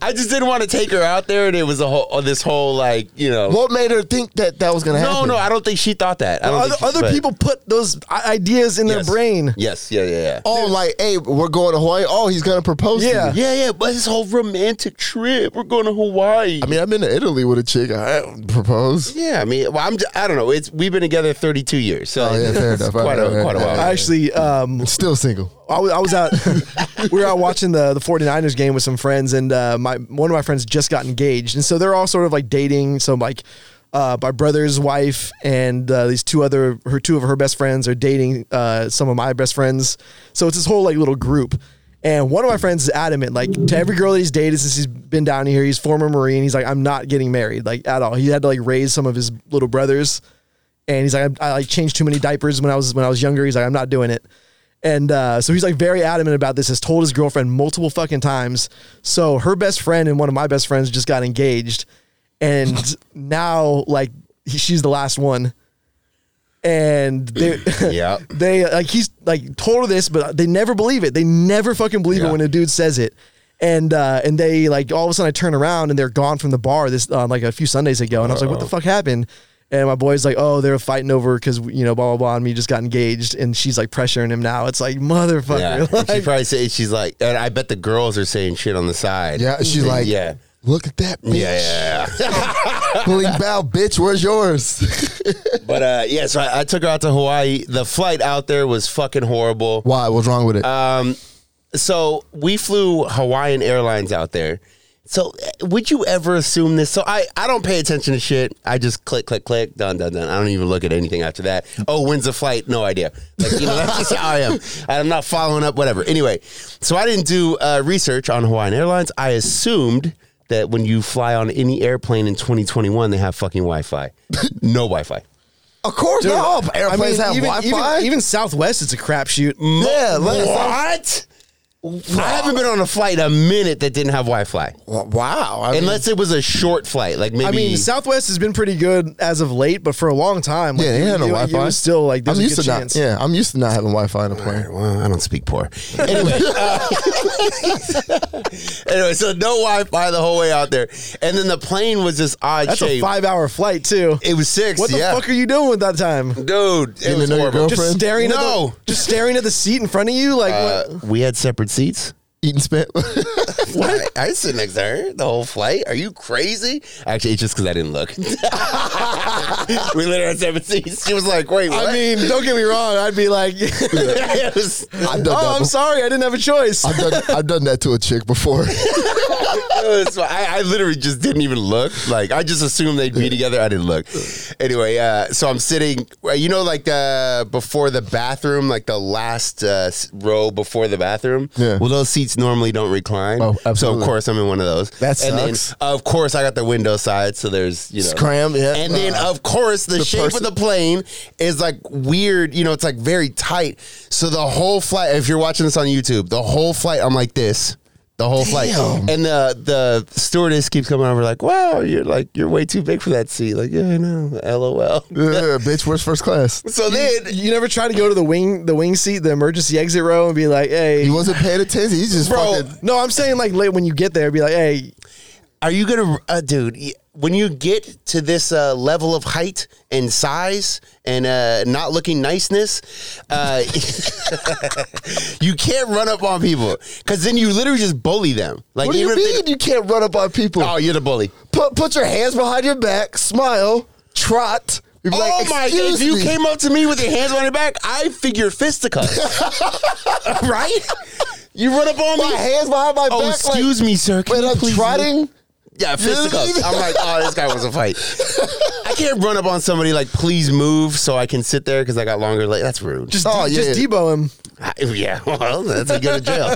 Speaker 2: I just didn't want to take her out there, and it was a whole this whole like you know.
Speaker 3: [LAUGHS] what made her think that that was gonna
Speaker 2: No,
Speaker 3: happen?
Speaker 2: no, I don't think she thought that. I don't
Speaker 1: other
Speaker 2: think she-
Speaker 1: other
Speaker 2: but-
Speaker 1: people put those i- ideas in
Speaker 2: Yes.
Speaker 1: their brain.
Speaker 2: Yes, yeah, yeah, yeah.
Speaker 3: Oh, like, hey, we're going to Hawaii. Oh, he's gonna propose.
Speaker 1: Yeah.
Speaker 3: To me.
Speaker 2: Yeah, yeah, but this whole romantic trip. We're going to Hawaii.
Speaker 3: I mean, I've been to Italy with a chick. I don't propose.
Speaker 2: yeah, I mean, well, I'm, j- I don't know. It's we've been together 32 years, so
Speaker 3: Oh, yeah, fair
Speaker 2: it's [LAUGHS]
Speaker 3: enough.
Speaker 2: Quite a, quite a while.
Speaker 1: I actually, um,
Speaker 3: Still single.
Speaker 1: I was, I was out, [LAUGHS] we were out watching the, the 49ers game with some friends and, uh, my, one of my friends just got engaged. And so they're all sort of like dating. So like, uh, my brother's wife and, uh, these two other, her, two of her best friends are dating, uh, some of my best friends. So it's this whole like little group. And one of my friends is adamant, like to every girl that he's dated since he's been down here, he's former Marine. He's like, I'm not getting married, like at all. He had to like raise some of his little brothers. and he's like, I, I like changed too many diapers when I was when I was younger. He's like, I'm not doing it. And uh, so he's like very adamant about this. Has told his girlfriend multiple fucking times. So her best friend and one of my best friends just got engaged, and [LAUGHS] now like he, she's the last one. And they,
Speaker 2: Yeah.
Speaker 1: they like he's like told her this, but they never believe it. They never fucking believe
Speaker 2: Yeah.
Speaker 1: it when a dude says it. And uh, and they like all of a sudden I turn around and they're gone from the bar this uh, like a few Sundays ago, and I was like, what the fuck happened? And my boy's like, oh, they're fighting over because you know blah blah blah, and me just got engaged, and she's like pressuring him now. It's like
Speaker 2: yeah.
Speaker 1: motherfucker,
Speaker 2: And she
Speaker 1: like,
Speaker 2: probably says she's like, and I bet the girls are saying shit on the side.
Speaker 3: Yeah, she's like,
Speaker 2: yeah.
Speaker 3: Look at that bitch.
Speaker 2: Yeah, yeah, yeah. [LAUGHS]
Speaker 3: Malik Bow, bitch, where's [LAUGHS] yours?
Speaker 2: but uh, yeah, so I, I took her out to Hawaii. The flight out there was fucking horrible.
Speaker 3: Why? What's wrong with it?
Speaker 2: Um, so we flew Hawaiian Airlines out there. So eh, would you ever assume this? So I, I don't pay attention to shit. I just click, click, click, done, done, done. I don't even look at anything after that. Oh, when's the flight? No idea. Like, you know, [LAUGHS] that's just how I am. I'm not following up, whatever. Anyway, so I didn't do uh, research on Hawaiian Airlines. I assumed that when you fly on any airplane in 2021, they have fucking Wi-Fi. [LAUGHS] No Wi-Fi.
Speaker 3: of course not. All airplanes have
Speaker 1: even,
Speaker 3: Wi-Fi.
Speaker 1: even- even Southwest, it's a crapshoot.
Speaker 3: yeah, let us-
Speaker 2: What? I haven't been on a flight in a minute that didn't have Wi-Fi.
Speaker 3: wow. I mean,
Speaker 2: Unless it was a short flight, like maybe.
Speaker 1: I mean, Southwest has been pretty good as of late, but for a long time, like,
Speaker 3: yeah, they
Speaker 1: you-
Speaker 3: had no
Speaker 1: you- you
Speaker 3: Wi-Fi.
Speaker 1: was Still like,
Speaker 3: I'm
Speaker 1: there's a
Speaker 3: used
Speaker 1: good
Speaker 3: to
Speaker 1: chance.
Speaker 3: not. Yeah, I'm used to not having Wi-Fi in a plane.
Speaker 2: well, I don't speak poor.
Speaker 1: [LAUGHS]
Speaker 2: Anyway, [LAUGHS] uh, anyway, so no Wi-Fi the whole way out there, and then the plane was this odd
Speaker 1: That's a
Speaker 2: shape.
Speaker 1: five-hour flight too.
Speaker 2: it was six.
Speaker 1: What the
Speaker 2: yeah,
Speaker 1: fuck are you doing with that time?
Speaker 2: dude? It
Speaker 3: Didn't
Speaker 2: was
Speaker 3: know your
Speaker 2: horrible.
Speaker 3: girlfriend-
Speaker 1: Just staring
Speaker 2: No.
Speaker 1: at the, just staring at the seat in front of you, like
Speaker 2: Uh,
Speaker 1: what?
Speaker 2: we had
Speaker 1: [LAUGHS]
Speaker 2: separate seats.
Speaker 3: [LAUGHS] Eating [LAUGHS] spit.
Speaker 2: What? I, I sit next to her the whole flight. Are you crazy? Actually, it's just because I didn't look. [LAUGHS] we literally had separate seats. She was like, "Wait, what?"
Speaker 1: I mean, don't get me wrong. I'd be like, [LAUGHS] oh,
Speaker 2: [LAUGHS] It was-
Speaker 3: I've done that.
Speaker 1: I'm
Speaker 3: before.
Speaker 1: sorry, I didn't have a choice.
Speaker 3: [LAUGHS] I've done, I've done that to a chick before.
Speaker 2: [LAUGHS] It was- I, I literally just didn't even look. Like I just assumed they'd be together. I didn't look. Anyway, uh, so I'm sitting. You know, like uh, before the bathroom, like the last uh, s- row before the bathroom.
Speaker 3: Yeah.
Speaker 2: Well, those seats normally don't recline.
Speaker 3: Oh,
Speaker 2: So of
Speaker 3: absolutely.
Speaker 2: course I'm in one of those.
Speaker 3: That
Speaker 2: And then,
Speaker 3: sucks.
Speaker 2: of course I got the window side, so there's you know
Speaker 3: Scram, yeah.
Speaker 2: and then, uh, of course, the, shape
Speaker 3: Uh, person-
Speaker 2: of the plane is like weird. You know, it's like very tight. So the whole flight, if you're watching this on YouTube, the whole flight, I'm like this. The whole flight,
Speaker 3: Damn.
Speaker 2: and the the stewardess keeps coming over, like, "Wow, you're like you're way too big for that seat." Like, yeah, I know, [LAUGHS] lol.
Speaker 3: Yeah, bitch, where's first class?
Speaker 2: So then,
Speaker 1: You never try to go to the wing, the wing seat, the emergency exit row, and be like, "Hey,
Speaker 3: He wasn't paying attention. He's just
Speaker 2: Bro,
Speaker 3: fucking.
Speaker 1: no." I'm saying like late when you get there, be like, "Hey,
Speaker 2: are you gonna, uh, dude? y- When you get to this uh, level of height and size and uh, not looking niceness, uh, [LAUGHS] you can't run up on people because then you literally just bully them. Like
Speaker 3: What do you
Speaker 2: even if they-
Speaker 3: mean you can't run up on people?
Speaker 2: oh, you're the bully.
Speaker 3: Put put your hands behind your back, smile, trot. You'd be
Speaker 2: oh my!
Speaker 3: "Excuse
Speaker 2: If you
Speaker 3: me."
Speaker 2: came up to me with your hands on your back, I figure
Speaker 3: [LAUGHS]
Speaker 2: fisticuffs. [LAUGHS] right? You run up on [LAUGHS]
Speaker 3: my
Speaker 2: me.
Speaker 3: hands behind my
Speaker 2: Oh,
Speaker 3: back.
Speaker 2: excuse
Speaker 3: like,
Speaker 2: me, sir. Can
Speaker 3: When
Speaker 2: you
Speaker 3: I'm
Speaker 2: please-
Speaker 3: trotting,
Speaker 2: Yeah, fisticuffs. [LAUGHS] I'm like, oh, this guy wants a fight. I can't run up on somebody like, please move, so I can sit there because I got longer legs. That's rude.
Speaker 1: just
Speaker 3: Oh, yeah.
Speaker 1: just debo him."
Speaker 2: I- [LAUGHS] yeah, well, that's a
Speaker 1: [LAUGHS]
Speaker 2: good jail.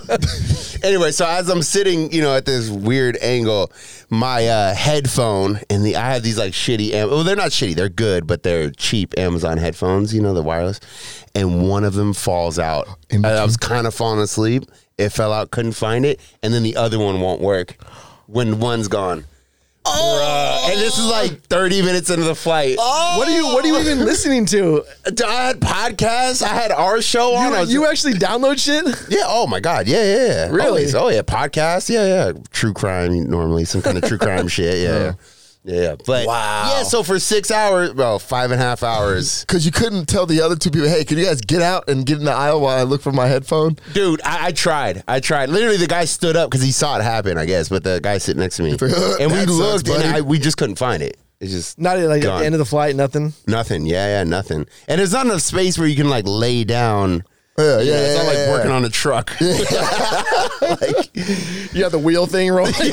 Speaker 2: anyway, so as I'm sitting, you know, at this weird angle, my uh, headphone and the I have these like shitty. Am- well, they're not shitty; they're good, but they're cheap Amazon headphones. You know, the wireless, and one of them falls out. And I was kind of falling asleep. It fell out. Couldn't find it, and then the other one won't work when one's gone. Bruh. And this is like 30 minutes into the flight.
Speaker 1: Oh! What are you? What are you
Speaker 2: Oh.
Speaker 1: even listening to?
Speaker 2: [LAUGHS] I had podcasts. I had our show on. I
Speaker 1: You,
Speaker 2: was-
Speaker 1: you actually download shit?
Speaker 2: yeah. Oh my God. Yeah. Yeah. yeah.
Speaker 1: Really?
Speaker 2: Always. Oh yeah. Podcast. Yeah. Yeah. True crime. Normally some kind of true [LAUGHS] crime shit. Yeah. Yeah. Yeah. But
Speaker 3: Wow.
Speaker 2: Yeah. So for six hours, well, five and a half hours,
Speaker 3: because you couldn't tell the other two people, hey, could you guys get out and get in the aisle while I look for my headphone?
Speaker 2: [LAUGHS] dude. I, I tried. I tried. Literally, the guy stood up because he saw it happen. I guess, but the guy sitting next [LAUGHS] to me, and we
Speaker 3: That sucks,
Speaker 2: looked,
Speaker 3: buddy.
Speaker 2: and I, we just couldn't find it. It's just
Speaker 1: Not at, like at
Speaker 2: Gone.
Speaker 1: the end of the flight, nothing.
Speaker 2: nothing. Yeah. Yeah. Nothing. And there's not enough space where you can like lay down.
Speaker 1: Uh,
Speaker 3: Yeah,
Speaker 2: You
Speaker 3: yeah,
Speaker 2: know, it's not
Speaker 3: yeah,
Speaker 2: like
Speaker 3: yeah,
Speaker 2: working
Speaker 3: yeah.
Speaker 2: on a truck.
Speaker 1: [LAUGHS]
Speaker 2: [LAUGHS]
Speaker 1: You have the wheel thing rolling.
Speaker 2: [LAUGHS] through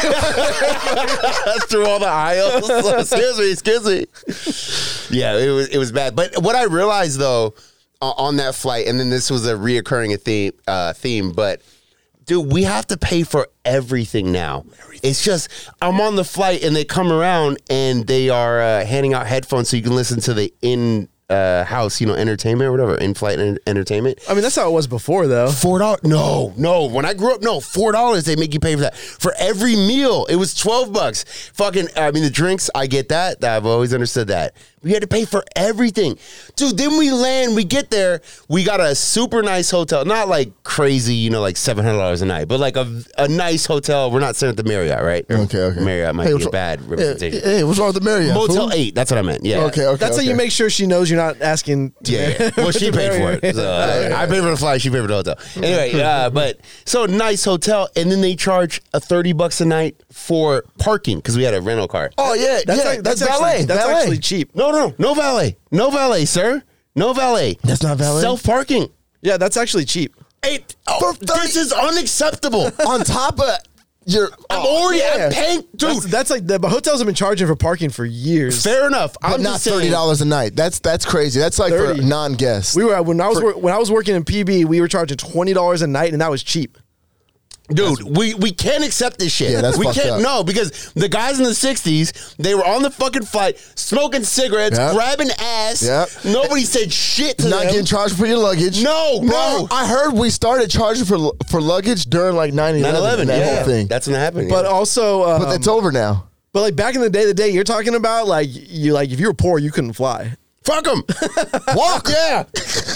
Speaker 2: all the aisles. [LAUGHS] excuse me, excuse me. Yeah, it was it was bad. But what I realized though o- on that flight, and then this was a reoccurring theme. Uh, theme, but dude, we have to pay for everything now. It's just I'm on the flight, and they come around and they are uh, handing out headphones so you can listen to the in. Uh, house, you know, entertainment or whatever, in flight en- entertainment.
Speaker 1: I mean, that's how it was before, though.
Speaker 2: Four dollars? No, no. When I grew up, no. Four dollars. They make you pay for that for every meal. It was twelve bucks. Fucking. I mean, the drinks. I get that. I've always understood that. We had to pay for everything, dude. Then we land. We get there. We got a super nice hotel. Not like crazy, you know, like seven hundred dollars a night, but like a, a nice hotel. We're not staying at the Marriott, right?
Speaker 3: Okay, okay.
Speaker 2: Marriott might
Speaker 3: Hey,
Speaker 2: be
Speaker 3: what's
Speaker 2: a
Speaker 3: wrong-
Speaker 2: bad
Speaker 3: Hey,
Speaker 2: representation.
Speaker 3: hey, what's wrong with the Marriott?
Speaker 2: Motel
Speaker 3: fool?
Speaker 2: eight. [LAUGHS] That's what I meant. Yeah.
Speaker 3: Okay, okay.
Speaker 1: That's how you make sure she knows you're not asking. [LAUGHS] To
Speaker 2: Yeah,
Speaker 3: [LAUGHS]
Speaker 2: yeah. Well, she paid for it. So,
Speaker 3: Oh,
Speaker 2: uh, I paid for the flight. She paid for the hotel. Anyway, uh, but so nice hotel, and then they charge a thirty bucks a night for parking because we had a rental car.
Speaker 3: Oh yeah,
Speaker 1: That's,
Speaker 3: yeah.
Speaker 1: like,
Speaker 3: that's
Speaker 1: that's,
Speaker 3: valet.
Speaker 1: actually, that's
Speaker 3: valet.
Speaker 1: actually cheap.
Speaker 2: No, no, no valet, no valet, sir, no valet.
Speaker 3: That's not valet?
Speaker 2: Self parking.
Speaker 1: Yeah, that's actually cheap.
Speaker 2: It. Oh, this is
Speaker 3: [LAUGHS]
Speaker 2: unacceptable.
Speaker 3: on top of your.
Speaker 2: I'm already.
Speaker 3: Oh, yeah.
Speaker 2: I'm paying, dude.
Speaker 1: That's, that's like the but hotels have been charging for parking for years.
Speaker 2: fair enough.
Speaker 3: But
Speaker 2: I'm
Speaker 3: not
Speaker 2: just saying-
Speaker 3: thirty dollars a night. That's that's crazy. That's like
Speaker 1: 30.
Speaker 3: for non-guests.
Speaker 1: We were when I was wor- when I was working in PB, we were charging twenty dollars a night, and that was cheap.
Speaker 2: Dude, we, we can't accept this shit.
Speaker 3: Yeah, that's
Speaker 2: we
Speaker 3: fucked
Speaker 2: can't.
Speaker 3: up.
Speaker 2: No, because the guys in the '60s, they were on the fucking flight, smoking cigarettes,
Speaker 3: Yep.
Speaker 2: grabbing ass.
Speaker 3: Yep.
Speaker 2: Nobody said shit to
Speaker 3: not
Speaker 2: them.
Speaker 3: getting charged for your luggage.
Speaker 2: No,
Speaker 3: Bro,
Speaker 2: no.
Speaker 3: I heard we started charging for for luggage during like 9-11,
Speaker 2: 9/11,
Speaker 3: that
Speaker 2: yeah.
Speaker 3: whole thing.
Speaker 2: That's when it happened.
Speaker 1: But
Speaker 2: yeah.
Speaker 1: also, um,
Speaker 3: but uh,
Speaker 1: but,
Speaker 3: it's over now.
Speaker 1: like back in the day, the day you're talking about, like you like if you were poor, you couldn't fly. [LAUGHS]
Speaker 2: fuck
Speaker 3: [LAUGHS]
Speaker 2: them. Walk. Yeah.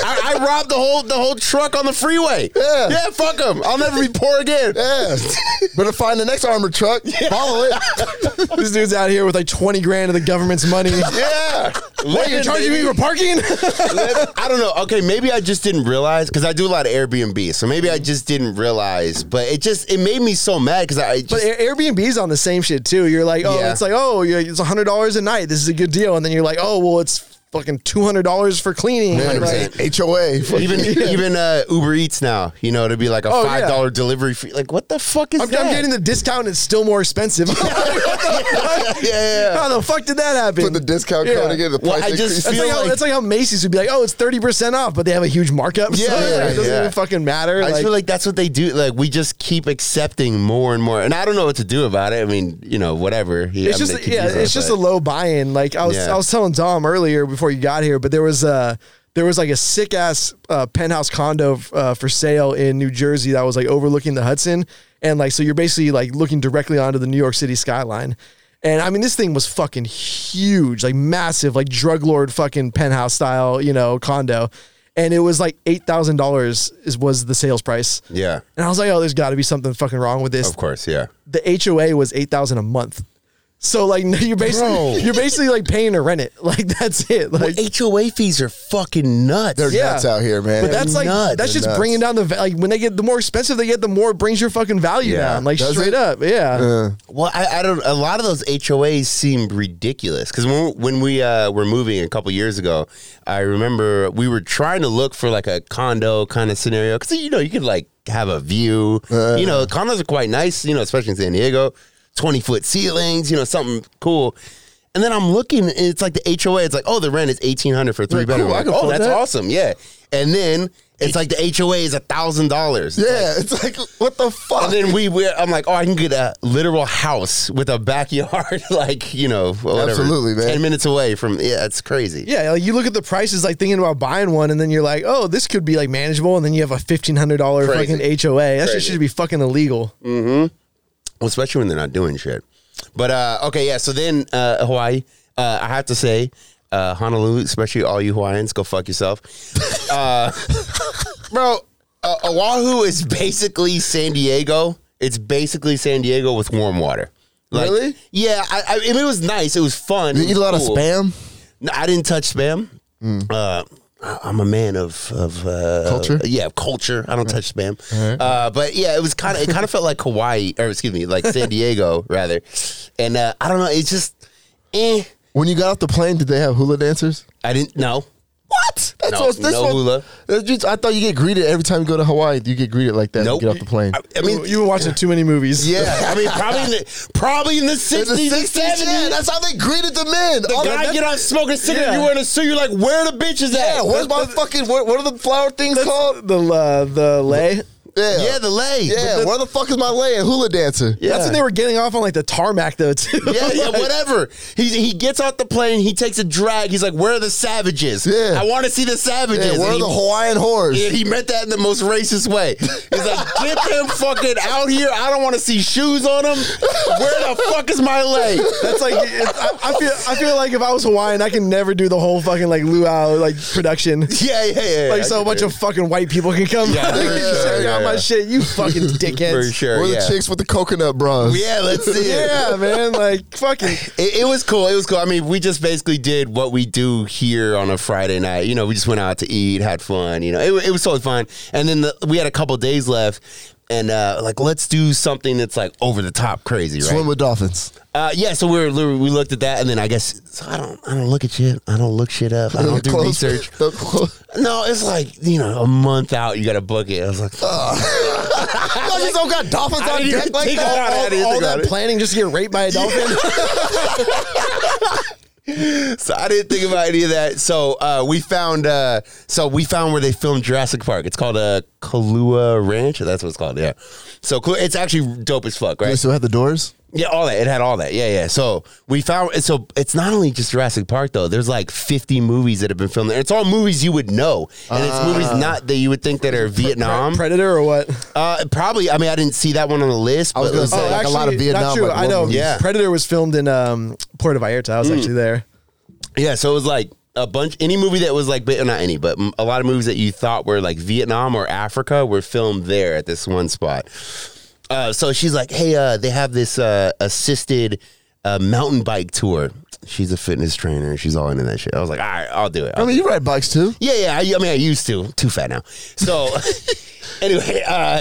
Speaker 2: I, I robbed the whole the whole truck on the freeway.
Speaker 3: Yeah.
Speaker 2: Yeah. Fuck them. I'll never be poor again.
Speaker 3: Yeah. [LAUGHS] Better find the next armored truck.
Speaker 2: [LAUGHS]
Speaker 3: Follow it.
Speaker 1: this dude's out here with like twenty grand of the government's
Speaker 2: [LAUGHS]
Speaker 1: money.
Speaker 2: Yeah.
Speaker 1: Wait, you're charging me for
Speaker 2: [LAUGHS]
Speaker 1: parking?
Speaker 2: I don't know. Okay, maybe I just didn't realize because I do a lot of Airbnb, so maybe I just didn't realize. But it just it made me so mad because I I just,
Speaker 1: but Air- Airbnb's on the same shit too. You're like, oh,
Speaker 2: Yeah.
Speaker 1: it's like, oh, yeah, it's hundred dollars a night. This is a good deal, and then you're like, oh, well, it's fucking two hundred dollars for cleaning. Like,
Speaker 3: Man,
Speaker 2: percent.
Speaker 3: like, HOA.
Speaker 1: [LAUGHS]
Speaker 3: fuck
Speaker 2: Even even uh, Uber Eats now, you know, to be like a
Speaker 1: Oh, yeah.
Speaker 2: five dollar delivery fee. Like, what the fuck is
Speaker 1: I'm,
Speaker 2: that?
Speaker 1: I'm getting the discount. It's still more
Speaker 2: [LAUGHS]
Speaker 1: expensive. [LAUGHS] What the fuck?
Speaker 3: Yeah, yeah, yeah.
Speaker 1: [LAUGHS] How the fuck did that happen?
Speaker 3: Put the discount
Speaker 1: Yeah.
Speaker 3: code again. The
Speaker 2: Well,
Speaker 3: price
Speaker 2: I just
Speaker 3: increase.
Speaker 1: That's
Speaker 2: feel
Speaker 1: like, how,
Speaker 2: like-
Speaker 1: that's like how Macy's would be like, oh, it's thirty percent off, but they have a huge markup. [LAUGHS]
Speaker 3: Yeah,
Speaker 1: so, like,
Speaker 3: yeah,
Speaker 1: it doesn't
Speaker 3: yeah.
Speaker 1: even fucking matter.
Speaker 2: I
Speaker 1: like,
Speaker 2: just feel like that's what they do. Like we just keep accepting more and more, and I don't know what to do about it. I mean, you know, whatever.
Speaker 1: it's just yeah, it's just a low buy-in. Like I was
Speaker 2: Yeah.
Speaker 1: I was telling Dom earlier before you got here, but there was a there was like a sick ass uh, penthouse condo uh, for sale in New Jersey that was like overlooking the Hudson, and like so you're basically like looking directly onto the New York City skyline. And I mean, this thing was fucking huge, like massive, like drug lord fucking penthouse style, you know, condo. And it was like eight thousand dollars is was the sales price.
Speaker 2: yeah,
Speaker 1: And I was like, oh, there's got to be something fucking wrong with this
Speaker 2: of course, yeah.
Speaker 1: the HOA was eight thousand a month. So like [LAUGHS] you're basically
Speaker 3: Bro.
Speaker 1: you're basically like paying to rent it. [LAUGHS] Like that's it. Like
Speaker 2: HOA fees are fucking nuts.
Speaker 3: They're
Speaker 1: Yeah.
Speaker 3: nuts out here, man.
Speaker 1: but that's like
Speaker 2: nuts.
Speaker 1: that's just
Speaker 3: Nuts.
Speaker 1: bringing down the va- like when they get the more expensive they get the more it brings your fucking value
Speaker 2: Yeah.
Speaker 1: down. Like
Speaker 3: Does
Speaker 1: straight
Speaker 3: it?
Speaker 1: up. Yeah.
Speaker 2: Well, I, I don't. A lot of those HOAs seem ridiculous because when, when we uh, were moving a couple years ago, I remember we were trying to look for like a condo kind of scenario because you know you could like have a view.
Speaker 3: Uh-huh.
Speaker 2: you know, condos are quite nice. You know, especially in San Diego, twenty foot ceilings. You know, something cool. And then I'm looking, and it's like the HOA. It's like, oh, the rent is eighteen hundred for three
Speaker 3: Like, cool,
Speaker 2: bedroom.
Speaker 3: I
Speaker 2: Like,
Speaker 3: can
Speaker 2: oh,
Speaker 3: afford
Speaker 2: that's
Speaker 3: that.
Speaker 2: awesome. Yeah. And then it's like the HOA is a thousand dollars.
Speaker 3: yeah, it's like what the fuck?
Speaker 2: And then we, we, I'm like, oh, I can get a literal house with a backyard, [LAUGHS] like you know, whatever,
Speaker 3: Absolutely, man.
Speaker 2: Ten minutes away from, yeah, it's crazy.
Speaker 1: Yeah, like you look at the prices, like thinking about buying one, and then you're like, "Oh, this could be like manageable," and then you have a fifteen hundred dollar
Speaker 2: Crazy.
Speaker 1: fucking HOA. That shit
Speaker 2: Crazy.
Speaker 1: should be fucking illegal.
Speaker 2: Well, especially when they're not doing shit. But uh, okay, yeah. So then uh, Hawaii, uh, I have to say, uh, Honolulu, especially all you Hawaiians, go fuck
Speaker 3: [LAUGHS]
Speaker 2: yourself, uh, bro. Uh, Oahu is basically San Diego. It's basically San Diego with warm water. Like,
Speaker 3: Really?
Speaker 2: Yeah. I, I, it was nice. It was fun.
Speaker 3: You
Speaker 2: it
Speaker 3: eat
Speaker 2: was
Speaker 3: a lot
Speaker 2: cool.
Speaker 3: of spam.
Speaker 2: No, I didn't touch spam. Uh, I- I'm a man of of uh,
Speaker 3: Mm. Culture?
Speaker 2: Yeah, culture. I don't touch spam. Uh, but yeah, it was kind of it kind of felt like Hawaii, or excuse me, like San Diego [LAUGHS] rather. And uh, I don't know. It's just, eh.
Speaker 3: When you got off the plane, did they have hula dancers?
Speaker 2: I didn't know. What?
Speaker 3: That's
Speaker 2: no,
Speaker 3: what's- that's
Speaker 2: no
Speaker 3: what-
Speaker 2: hula.
Speaker 3: that's just- I thought you get greeted every time you go to Hawaii. You get greeted like that. when
Speaker 2: Nope.
Speaker 3: You get off the plane.
Speaker 2: I, I mean,
Speaker 1: you were watching too many movies.
Speaker 2: yeah. I mean, probably in the probably in the
Speaker 3: In the
Speaker 2: sixties and
Speaker 3: 60s, yeah,
Speaker 2: seventies.
Speaker 3: that's how they greeted the men.
Speaker 2: The
Speaker 3: All
Speaker 2: guy
Speaker 3: that-
Speaker 2: get off smoking a cigarette.
Speaker 1: Yeah.
Speaker 2: You wearing a suit. You're like, where the bitches at?
Speaker 3: yeah, where's my fucking what, what are the flower things called?
Speaker 1: The uh, the lay.
Speaker 3: Yeah,
Speaker 2: yeah, the lay.
Speaker 3: yeah. where the fuck is my lay and hula dancer?
Speaker 2: Yeah.
Speaker 1: That's when they were getting off on like the tarmac though too.
Speaker 2: [LAUGHS] Yeah, yeah, whatever. He he gets off the plane. He takes a drag. He's like, "Where are the savages?
Speaker 3: Yeah.
Speaker 2: I want to see the savages."
Speaker 3: Yeah,
Speaker 2: And
Speaker 3: where are
Speaker 2: he,
Speaker 3: the Hawaiian whores?
Speaker 2: and he meant that in the most racist way. He's like, "Get them fucking out here! I don't want to see shoes on them. Where the fuck is my leg?"
Speaker 1: That's like it, I, I feel. I feel like if I was Hawaiian, I can never do the whole fucking like luau like production.
Speaker 2: [LAUGHS] Yeah, yeah, yeah.
Speaker 1: Like so a bunch of fucking white people can come. [LAUGHS]
Speaker 2: Yeah,
Speaker 1: like,
Speaker 2: for
Speaker 1: check
Speaker 2: sure,
Speaker 1: out
Speaker 2: yeah,
Speaker 1: my
Speaker 2: yeah.
Speaker 1: shit, you fucking
Speaker 2: [LAUGHS] for
Speaker 1: dickheads.
Speaker 2: sure.
Speaker 3: where are
Speaker 2: yeah.
Speaker 3: the chicks with the coconut bras?
Speaker 2: yeah, let's see. it.
Speaker 1: [LAUGHS] Yeah, man. Like
Speaker 2: [LAUGHS]
Speaker 1: fucking.
Speaker 2: It, it was cool. It was cool. I mean, we just basically did what we do here on a Friday night. You know, we just went out to eat, had fun. You know, it, wa- it was totally fun. And then the, we had a couple days left, and uh, like let's do something that's like over the top crazy, right?
Speaker 3: Swim with dolphins.
Speaker 2: Uh, yeah. So we were, we looked at that, and then I guess so I don't I don't look at shit. I don't look shit up. I
Speaker 3: [LAUGHS]
Speaker 2: don't do
Speaker 3: Close-
Speaker 2: research.
Speaker 3: the clo-
Speaker 2: [LAUGHS] No, it's like you know a month out, you got to book it. I was like,
Speaker 3: Y'all just don't got dolphins
Speaker 2: I
Speaker 3: on
Speaker 2: didn't
Speaker 3: deck
Speaker 2: even
Speaker 3: like
Speaker 2: think
Speaker 3: that.
Speaker 2: about it. I
Speaker 1: All,
Speaker 2: didn't
Speaker 1: all
Speaker 2: think about
Speaker 1: that
Speaker 2: it.
Speaker 1: planning just to get raped
Speaker 2: [LAUGHS]
Speaker 1: by a dolphin.
Speaker 2: so I didn't think about any of that. So uh, we found uh, so we found where they filmed Jurassic Park. It's called uh, Kalua Ranch. That's what it's called. Yeah. So cool. It's actually dope as fuck,
Speaker 3: They
Speaker 2: right?
Speaker 3: still have the doors.
Speaker 2: Yeah, all that. It had all that. Yeah, yeah. So we found. So it's not only just Jurassic Park though. There's like 50 movies that have been filmed there. It's all movies you would know, and it's
Speaker 3: Ah.
Speaker 2: movies not that you would think that are Vietnam.
Speaker 1: Predator or what?
Speaker 2: Uh, probably. I mean, I didn't see that one on the list.
Speaker 3: was
Speaker 2: but it
Speaker 3: gonna say,
Speaker 2: like-
Speaker 3: like, a lot of Vietnam,
Speaker 1: Not true.
Speaker 3: like,
Speaker 1: I know.
Speaker 3: movies.
Speaker 2: Yeah. Mm.
Speaker 1: Predator was filmed in um, Puerto Vallarta. I was actually there.
Speaker 2: Yeah, so it was like a bunch. Any movie that was like, ba- not any, but m- a lot of movies that you thought were like Vietnam or Africa were filmed there at this one spot. Uh, so she's like, "Hey, uh, they have this uh, assisted uh, mountain bike tour." She's a fitness trainer. She's all into that shit. I was like, "All right, I'll do it." I'll
Speaker 3: I mean, you ride bikes too.
Speaker 2: yeah, yeah. I, I mean, I used to. Too fat now.
Speaker 3: [LAUGHS]
Speaker 2: So, anyway, uh,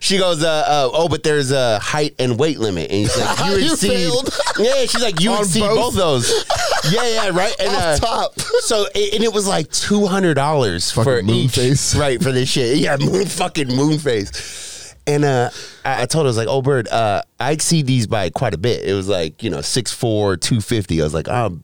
Speaker 2: she goes, uh, uh, "Oh, but there's a height and weight limit." And she's like, "You,
Speaker 3: [LAUGHS] You
Speaker 2: exceed."
Speaker 3: failed.
Speaker 2: Yeah, she's like, "You
Speaker 3: On
Speaker 2: exceed
Speaker 3: both? [LAUGHS]
Speaker 2: both those." yeah, yeah, right. And
Speaker 3: Off
Speaker 2: uh,
Speaker 3: top.
Speaker 2: so a- and it was like two hundred dollars for
Speaker 3: Fucking moon
Speaker 2: each,
Speaker 3: face.
Speaker 2: [LAUGHS] right? For this shit, yeah, [LAUGHS] moon fucking moon face. And uh, I, I told her I was like, "Oh, bird, uh, I exceed these by quite a bit." It was like you know six four two fifty. I was like, um,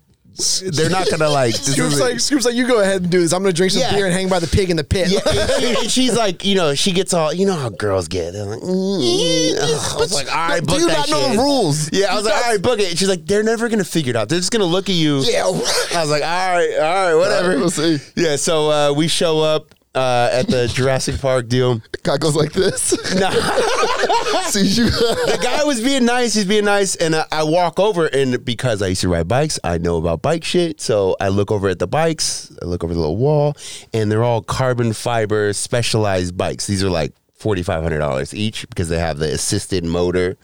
Speaker 2: they're not gonna
Speaker 3: [LAUGHS]
Speaker 2: like. this
Speaker 1: Scoop's
Speaker 2: isn't-
Speaker 1: like, Scoop's like, you go ahead and do this. I'm gonna drink some
Speaker 2: Yeah.
Speaker 1: beer and hang by the pig in the pit.
Speaker 2: yeah, and, she- and [LAUGHS] she's like, you know, she gets all, you know how girls get. They're like, mm, mm. I was like, all right,
Speaker 3: do
Speaker 2: book
Speaker 3: you
Speaker 2: that
Speaker 3: not know the
Speaker 2: shit.
Speaker 3: rules?
Speaker 2: Yeah, I was like, all right, book it. She's like, they're never gonna figure it out. They're just gonna look at you.
Speaker 3: Yeah,
Speaker 2: I was like, all right, all right, whatever.
Speaker 3: All right, we'll see.
Speaker 2: Yeah, so uh, we show up uh, at the Jurassic Park deal. [LAUGHS]
Speaker 3: guy goes like this.
Speaker 2: Nah.
Speaker 3: [LAUGHS] Sees you.
Speaker 2: the guy was being nice. He's being nice, and I, I walk over, and because I used to ride bikes, I know about bike shit. So I look over at the bikes. I look over the little wall, and they're all carbon fiber specialized bikes. These are like forty five hundred dollars each because they have the assisted motor,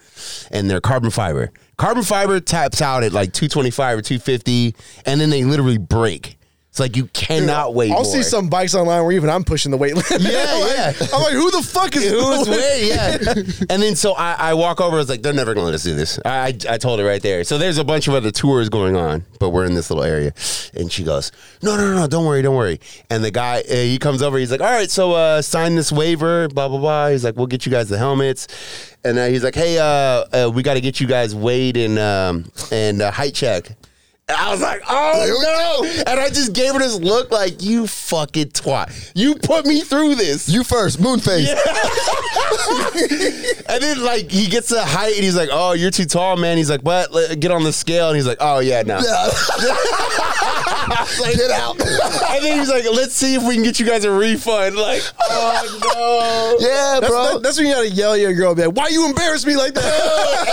Speaker 2: and they're carbon fiber. Carbon fiber taps out at like two twenty five or two fifty, and then they literally break. It's like you cannot
Speaker 1: [LAUGHS]
Speaker 2: wait.
Speaker 1: I'll
Speaker 2: more.
Speaker 1: see some bikes online where even I'm pushing the weight limit.
Speaker 2: Yeah, yeah.
Speaker 1: I'm [LAUGHS] like, who the fuck is [LAUGHS]
Speaker 2: [LAUGHS] Who's where? Yeah. and then so I, I walk over. I was like, they're never gonna let us do this. I, I I told her right there. So there's a bunch of other tours going on, but we're in this little area. And she goes, no, no, no, no, don't worry, don't worry. And the guy uh, he comes over. He's like, all right, so uh, sign this waiver, blah blah blah. He's like, we'll get you guys the helmets. And uh, he's like, hey, uh, uh, we got to get you guys weight and um, and uh, height check. And I was like, oh no! And I just gave her this look, like you fucking twat. You put me through this.
Speaker 3: You first, Moonface.
Speaker 2: And then like he gets a height and he's like, "Oh, you're too tall, man." He's like, "But let- get on the scale." And he's like, "Oh yeah, no."
Speaker 3: [LAUGHS] Get out. [LAUGHS]
Speaker 2: and then he's like, "Let's see if we can get you guys a refund." Like, [LAUGHS] oh no.
Speaker 3: yeah,
Speaker 1: That's,
Speaker 3: bro.
Speaker 1: that- [LAUGHS] that's when you gotta yell at your girl, be like, why you embarrass me like that?
Speaker 2: And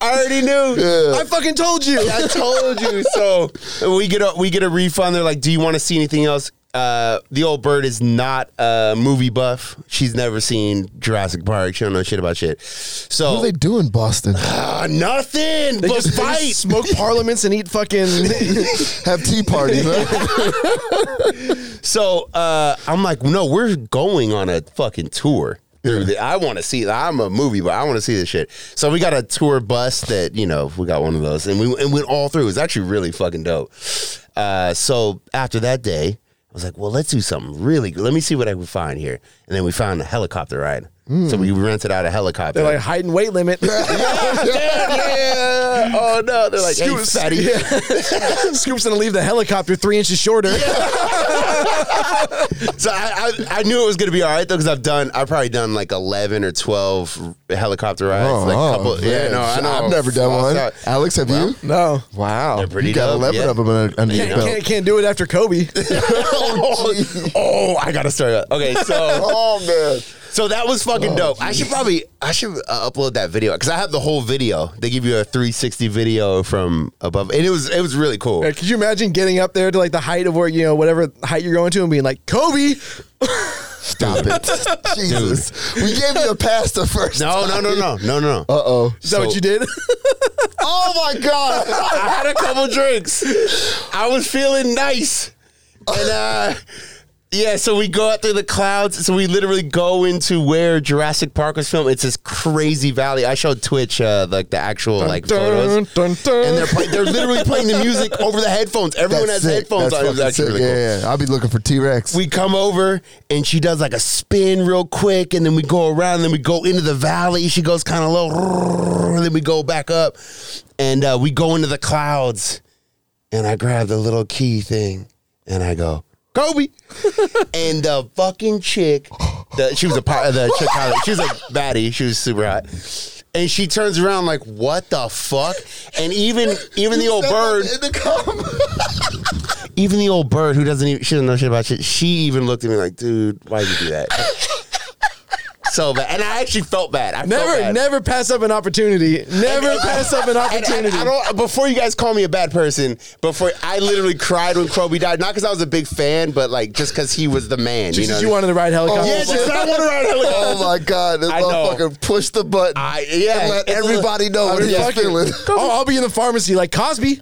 Speaker 2: [LAUGHS] I already knew. I already knew.
Speaker 3: Yeah.
Speaker 1: I fucking told you.
Speaker 2: [LAUGHS] I told you. So we get a we get a refund. They're like, "Do you want to see anything else?" Uh, the old bird is not a movie buff. She's never seen Jurassic Park. She don't know shit about shit. So
Speaker 3: What do they do in Boston?
Speaker 2: Ah, nothing
Speaker 1: They
Speaker 2: but
Speaker 1: just, they just
Speaker 2: fight.
Speaker 1: smoke parliaments and eat fucking.
Speaker 2: [LAUGHS]
Speaker 3: Have tea [LAUGHS] parties, huh?
Speaker 2: So uh, I'm like, no, we're going on a fucking tour. through the- I want to see. I'm a movie, but I want to see this shit. So we got a tour bus that you know we got one of those, and we and went all through. It was actually really fucking dope. Uh, so after that day, I was like, well, let's do something really. good. Let me see what I can find here, and then we found a helicopter ride. So we rented out a helicopter.
Speaker 1: They're
Speaker 2: [LAUGHS]
Speaker 1: like height and weight limit. [LAUGHS]
Speaker 2: yeah. Oh no! They're like, hey,
Speaker 1: Scoop's-
Speaker 2: fatty.
Speaker 1: yeah. [LAUGHS] Scoop's gonna leave the helicopter three inches shorter.
Speaker 2: So I, I I knew it was gonna be all right though because I've done I've probably done like eleven or twelve helicopter rides
Speaker 3: Oh,
Speaker 2: like a couple
Speaker 3: oh,
Speaker 2: yeah
Speaker 3: man.
Speaker 2: no I know
Speaker 3: I've never done
Speaker 2: Fuck
Speaker 3: one.
Speaker 2: that.
Speaker 3: Alex, have you?
Speaker 1: [LAUGHS] No.
Speaker 3: Wow,
Speaker 2: They're pretty
Speaker 3: you got
Speaker 2: dope, [LAUGHS]
Speaker 3: eleven
Speaker 2: yeah.
Speaker 3: of them under, under your
Speaker 1: Can't,
Speaker 3: belt.
Speaker 1: can't, can't do it after
Speaker 2: [LAUGHS]
Speaker 1: Kobe.
Speaker 2: oh, oh, I gotta start up okay so
Speaker 3: [LAUGHS] Oh man,
Speaker 2: so that was fucking dope I should probably I should uh, upload that video because I have the whole video they give you a 360 video from above and it was it was really cool
Speaker 1: Yeah, Could you imagine getting up there to like the height of where you know whatever height you're going to and being like Kobe?
Speaker 3: stop
Speaker 2: [LAUGHS]
Speaker 3: it, Jesus! We gave you a pass the first.
Speaker 2: no no no no no no
Speaker 3: Uh oh.
Speaker 1: Is that
Speaker 2: So-
Speaker 1: what you did?
Speaker 3: Oh
Speaker 2: [LAUGHS]
Speaker 3: my God!
Speaker 2: I had a couple drinks. I was feeling nice. And uh yeah, so we go out through the clouds. So we literally go into where Jurassic Park was filmed. It's this crazy valley. I showed Twitch uh, like the actual like
Speaker 1: Dun,
Speaker 2: photos,
Speaker 1: dun, dun.
Speaker 2: and they're play- they're literally playing the music over the headphones. Everyone
Speaker 3: That's
Speaker 2: has
Speaker 3: sick.
Speaker 2: headphones
Speaker 3: That's
Speaker 2: on. It was
Speaker 3: fucking
Speaker 2: actually
Speaker 3: sick.
Speaker 2: really cool.
Speaker 3: yeah, yeah. I'll be looking for T Rex.
Speaker 2: We come over and she does like a spin real quick, and then we go around, and then we go into the valley. She goes kind of low, and then we go back up, and uh, we go into the clouds. And I grab the little key thing, and I go Kobe, and the fucking chick, the, she was a pi- the chick pilot. She was like baddie. She was super hot. And she turns around like, "What the fuck?" And even even the old bird,
Speaker 3: in the
Speaker 2: [LAUGHS]
Speaker 3: com.
Speaker 2: even the old bird who doesn't even she doesn't know shit about shit, she even looked at me like, dude, why'd you
Speaker 3: [LAUGHS]
Speaker 2: do that? so bad. And I actually felt bad. I felt
Speaker 1: never,
Speaker 2: bad.
Speaker 1: never pass up an opportunity. Never pass up an
Speaker 2: [LAUGHS] And I-
Speaker 1: opportunity.
Speaker 2: I, don't, before you guys call me a bad person, before I literally cried when Kobe died, not because I was a big fan, but like just because he was the man.
Speaker 1: Just
Speaker 2: you know,
Speaker 1: as you wanted to ride helicopter.
Speaker 2: yeah, just I want to ride helicopter.
Speaker 3: Oh my God! This
Speaker 2: I know.
Speaker 3: motherfucker pushed the button.
Speaker 2: I- yeah.
Speaker 3: and let everybody know what
Speaker 1: Fuck
Speaker 3: he's
Speaker 1: it.
Speaker 2: [LAUGHS]
Speaker 3: feeling. [LAUGHS]
Speaker 1: Oh, I'll be in the pharmacy like Cosby.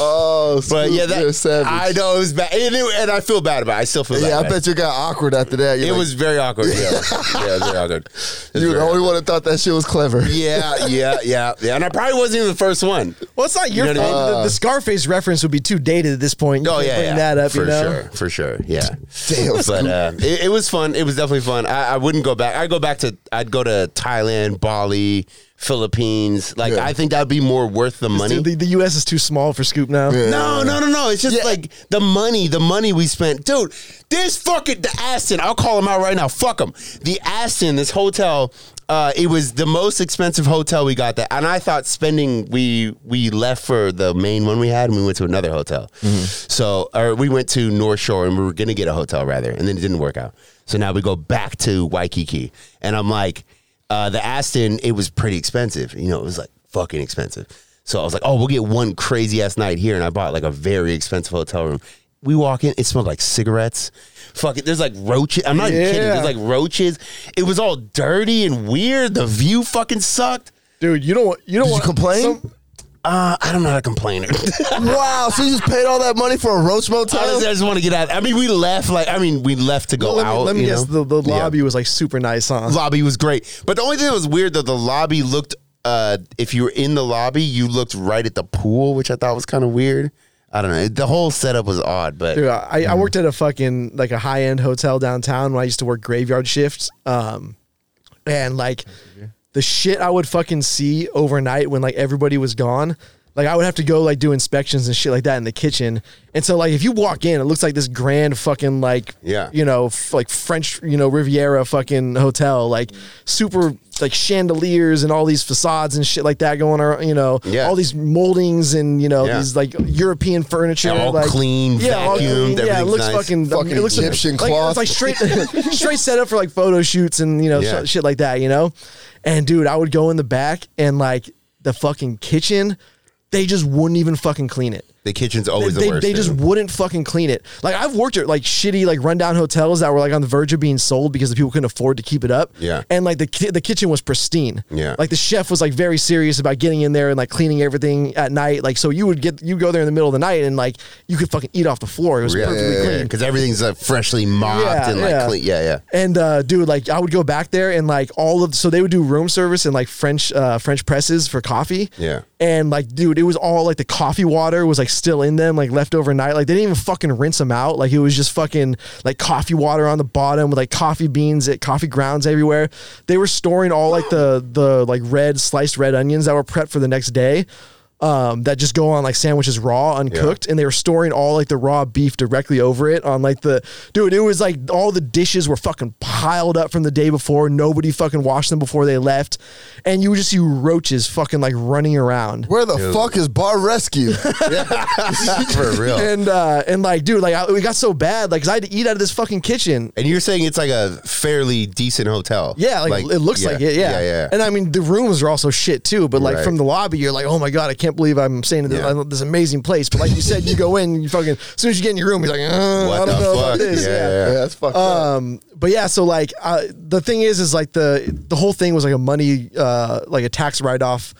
Speaker 3: Oh,
Speaker 2: But yeah,
Speaker 3: you're
Speaker 2: that
Speaker 3: savage. Oh,
Speaker 2: I know it was bad, and, it- and I feel bad about. it. I still feel.
Speaker 3: yeah,
Speaker 2: bad
Speaker 3: I
Speaker 2: about it.
Speaker 3: bet your got awkward after that. You're
Speaker 2: It
Speaker 3: like,
Speaker 2: was very awkward. Yeah,
Speaker 3: [LAUGHS]
Speaker 2: yeah, it was very awkward. It was
Speaker 3: you were
Speaker 2: very
Speaker 3: the only one that thought that shit was clever.
Speaker 2: Yeah, yeah, yeah, yeah. And I probably wasn't even the first one.
Speaker 1: Well, it's not your
Speaker 2: You know what I
Speaker 1: fault. the, the Scarface reference would be too dated at this point. You
Speaker 2: Oh
Speaker 1: can't
Speaker 2: yeah,
Speaker 1: bring
Speaker 2: yeah.
Speaker 1: that up.
Speaker 2: for
Speaker 1: you know?
Speaker 2: sure, for sure. Yeah.
Speaker 3: Damn,
Speaker 2: [LAUGHS] But uh, it, it was fun. It was definitely fun. I, I wouldn't go back. I'd go back to. I'd go to Thailand, Bali, Philippines. Like
Speaker 3: Yeah.
Speaker 2: I think that'd be more worth the money.
Speaker 1: Dude, the, the U.S. is too small for Scoop now.
Speaker 3: Yeah.
Speaker 2: No, no, no, no. It's just
Speaker 3: Yeah.
Speaker 2: like the money, the money we spent. Dude, this fucking, the Aston, I'll call him out right now. Fuck him. The Aston, this hotel, uh, it was the most expensive hotel we got that. And I thought spending, we we left for the main one we had and we went to another hotel.
Speaker 3: Mm-hmm.
Speaker 2: So, or we went to North Shore and we were going to get a hotel rather. And then it didn't work out. So now we go back to Waikiki. And I'm like, uh, the Aston, it was pretty expensive. You know, it was like fucking expensive. So I was like, oh, we'll get one crazy ass night here. And I bought like a very expensive hotel room. We walk in, it smelled like cigarettes. Fuck it. There's like roaches. I'm not even kidding.
Speaker 1: Yeah.
Speaker 2: There's like roaches. It was all dirty and weird. The view fucking sucked.
Speaker 1: Dude, you don't want. You don't
Speaker 3: Did you
Speaker 1: want
Speaker 3: complain?
Speaker 1: some-
Speaker 2: Uh, I don't know how to complain. [LAUGHS] Honestly,
Speaker 3: Wow, so you just paid all that money for a roach motel?
Speaker 2: I just want to get out. I mean, we left like I mean, we left to
Speaker 1: Well,
Speaker 2: go
Speaker 1: let me,
Speaker 2: out.
Speaker 1: let me
Speaker 2: you
Speaker 1: guess.
Speaker 2: know?
Speaker 1: The, the
Speaker 2: Yeah.
Speaker 1: lobby was like super nice, huh?
Speaker 2: lobby was great. But the only thing that was weird though, the lobby looked uh if you were in the lobby, you looked right at the pool, which I thought was kind of weird. I don't know. The whole setup was odd, but Mm.
Speaker 1: Dude, I, I worked at a fucking like a high end hotel downtown when I used to work graveyard shifts. Um, and like the shit I would fucking see overnight when like everybody was gone. Like I would have to go like do inspections and shit like that in the kitchen. And so like if you walk in, it looks like this grand fucking like
Speaker 2: Yeah.
Speaker 1: you know f- like French you know Riviera fucking hotel like super like chandeliers and all these facades and shit like that going around. You know
Speaker 2: Yeah.
Speaker 1: all these moldings and you know
Speaker 2: Yeah.
Speaker 1: these like European furniture
Speaker 2: Yeah, all
Speaker 1: like
Speaker 2: clean, vacuumed,
Speaker 1: yeah, it
Speaker 2: everything's
Speaker 1: looks
Speaker 2: nice.
Speaker 1: fucking
Speaker 3: Fucking
Speaker 1: it looks like-
Speaker 3: Egyptian
Speaker 1: like, It's
Speaker 2: [LAUGHS]
Speaker 3: cloth.
Speaker 1: like straight [LAUGHS] straight set up for like photo shoots and you know
Speaker 2: Yeah.
Speaker 1: sh- shit like that, you know. And dude, I would go in the back and like the fucking kitchen, they just wouldn't even fucking clean it.
Speaker 2: the kitchen's always
Speaker 1: they,
Speaker 2: the worst.
Speaker 1: they just
Speaker 2: dude.
Speaker 1: wouldn't fucking clean it. Like I've worked at like shitty like rundown hotels that were like on the verge of being sold because the people couldn't afford to keep it up.
Speaker 2: Yeah.
Speaker 1: and like the ki- the kitchen was pristine.
Speaker 2: Yeah.
Speaker 1: like the chef was like very serious about getting in there and like cleaning everything at night. Like so you would get you go there in the middle of the night and like you could fucking eat off the floor. It was
Speaker 2: yeah,
Speaker 1: perfectly clean.
Speaker 2: because everything's like freshly mopped
Speaker 1: Yeah,
Speaker 2: and like
Speaker 1: yeah.
Speaker 2: clean. Yeah, yeah.
Speaker 1: And uh, dude, like I would go back there and like all of so they would do room service and like French uh, French presses for coffee.
Speaker 2: Yeah.
Speaker 1: And like, dude, it was all like the coffee water was like still in them, like left overnight. Like they didn't even fucking rinse them out. Like it was just fucking like coffee water on the bottom with like coffee beans at coffee grounds everywhere. They were storing all like the the like red sliced red onions that were prepped for the next day. Um, that just go on like sandwiches raw, uncooked, and they were storing all like the raw beef directly over it on like the dude. It was like all the dishes were fucking piled up from the day before. Nobody fucking washed them before they left, and you would just see roaches fucking like running around.
Speaker 3: Where the fuck is Bar Rescue?
Speaker 2: For real.
Speaker 1: and uh and like dude like I, it got so bad like 'cause i had to eat out of this fucking kitchen
Speaker 2: And you're saying it's like a fairly decent hotel.
Speaker 1: yeah like, it looks like it yeah.
Speaker 2: Yeah, yeah.
Speaker 1: and i mean the rooms are also shit too but like
Speaker 2: Right.
Speaker 1: from the lobby you're like oh my god i can't believe i'm staying in this, uh,
Speaker 2: Yeah.
Speaker 1: this amazing place but like you said you go in you fucking as soon as you get in your room you're like uh,
Speaker 2: What
Speaker 1: i don't
Speaker 2: the
Speaker 1: know
Speaker 2: fuck?
Speaker 1: about this
Speaker 2: Yeah,
Speaker 1: yeah.
Speaker 2: yeah.
Speaker 3: yeah, that's fucked up.
Speaker 1: Um, but yeah, so like uh, the thing is, is like the the whole thing was like a money, uh, like a tax write off,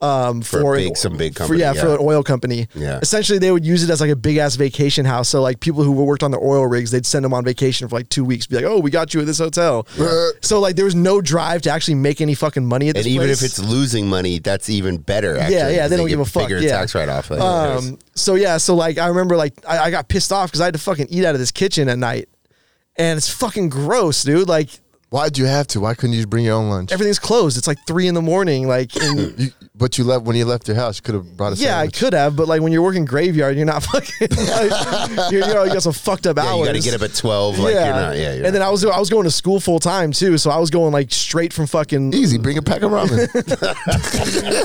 Speaker 1: um, for,
Speaker 2: big- some big
Speaker 1: for-
Speaker 2: company,
Speaker 1: yeah, for
Speaker 2: yeah.
Speaker 1: an oil company.
Speaker 2: Yeah.
Speaker 1: essentially they would use it as like a big ass vacation house. So like people who worked on the oil rigs, they'd send them on vacation for like two weeks. Be like, oh, we got you at this hotel.
Speaker 3: Yeah.
Speaker 1: So like there was no drive to actually make any fucking money at this.
Speaker 2: And even
Speaker 1: place.
Speaker 2: if it's losing money, that's even better. Actually,
Speaker 1: yeah,
Speaker 2: 'cause
Speaker 1: they don't
Speaker 2: get
Speaker 1: give a fuck.
Speaker 2: Bigger
Speaker 1: yeah,
Speaker 2: tax write off.
Speaker 1: Um, so yeah, so like I remember like I, I got pissed off because I had to fucking eat out of this kitchen at night, and it's fucking gross, dude. Like
Speaker 3: Why'd you have to? Why couldn't you just bring your own lunch?
Speaker 1: everything's closed. It's like three in the morning. Like, and
Speaker 3: You, but you left when you left your house. You could have brought a
Speaker 1: yeah, I
Speaker 3: sandwich.
Speaker 1: could have, but like when you're working graveyard, you're not [LAUGHS] fucking. Like, you're, you know, you got some fucked up
Speaker 2: yeah,
Speaker 1: hours.
Speaker 2: you got to get up at twelve. Like you're not. Yeah, you're
Speaker 1: and then
Speaker 2: not.
Speaker 1: I was I was going to school full time too, so I was going like straight from fucking
Speaker 2: [LAUGHS]
Speaker 3: Easy, bring a pack of ramen.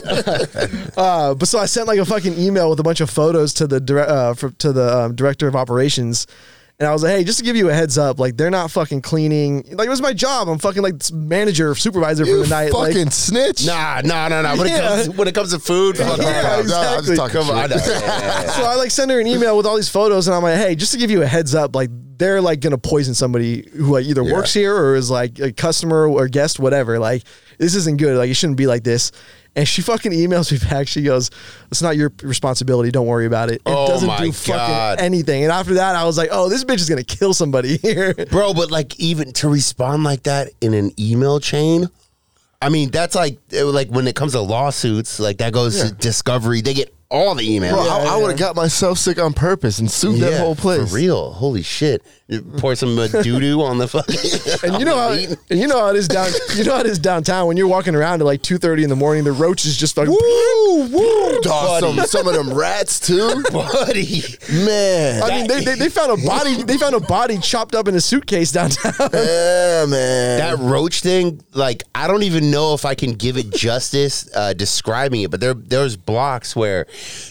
Speaker 1: Uh, but so I sent like a fucking email with a bunch of photos to the dire- uh, for, to the um, director of operations, and I was like, hey, just to give you a heads up, like they're not fucking cleaning. Like it was my job. I'm fucking like manager, supervisor for
Speaker 3: you
Speaker 1: the night.
Speaker 3: fucking
Speaker 1: like,
Speaker 3: snitch.
Speaker 2: Nah, nah, nah, nah. When
Speaker 1: Yeah.
Speaker 2: it comes when it comes to food, fuck
Speaker 1: Yeah,
Speaker 2: off.
Speaker 3: No, I'm
Speaker 1: exactly.
Speaker 3: just talking
Speaker 2: Come on, I
Speaker 3: shit.
Speaker 2: know. Yeah, yeah, yeah.
Speaker 1: so I like send her an email with all these photos, and I'm like, hey, just to give you a heads up, like they're like gonna poison somebody who like, either works here or is like a customer or guest, whatever. Like this isn't good. Like it shouldn't be like this. And she fucking emails me [LAUGHS] back. She goes, "It's not your responsibility. Don't worry about it. It
Speaker 2: Oh
Speaker 1: doesn't
Speaker 2: my
Speaker 1: do fucking
Speaker 2: God.
Speaker 1: anything." And after that, I was like, "Oh, this bitch is gonna kill somebody [LAUGHS] here."
Speaker 2: bro. But like, even to respond like that in an email chain, I mean, that's like, it- like when it comes to lawsuits, like that goes to discovery. They get all the emails.
Speaker 3: Bro, I, I would have got myself sick on purpose and sued that whole place.
Speaker 2: for real. Holy shit! You pour some uh, doo doo on the [LAUGHS] fucking.
Speaker 1: And you know how and you know how it is down you know how it is downtown when you're walking around at like two thirty in the morning, the roach is just like
Speaker 2: woo woo,
Speaker 3: Dog,
Speaker 2: buddy,
Speaker 3: some, some of them rats too.
Speaker 2: [LAUGHS] buddy.
Speaker 3: Man.
Speaker 1: I mean, they, they, they found a body. They found a body chopped up in a suitcase downtown. [LAUGHS]
Speaker 3: yeah, man.
Speaker 2: That
Speaker 1: Um,
Speaker 2: roach thing, like I don't even know if I can give it justice uh, describing it, but there there's blocks where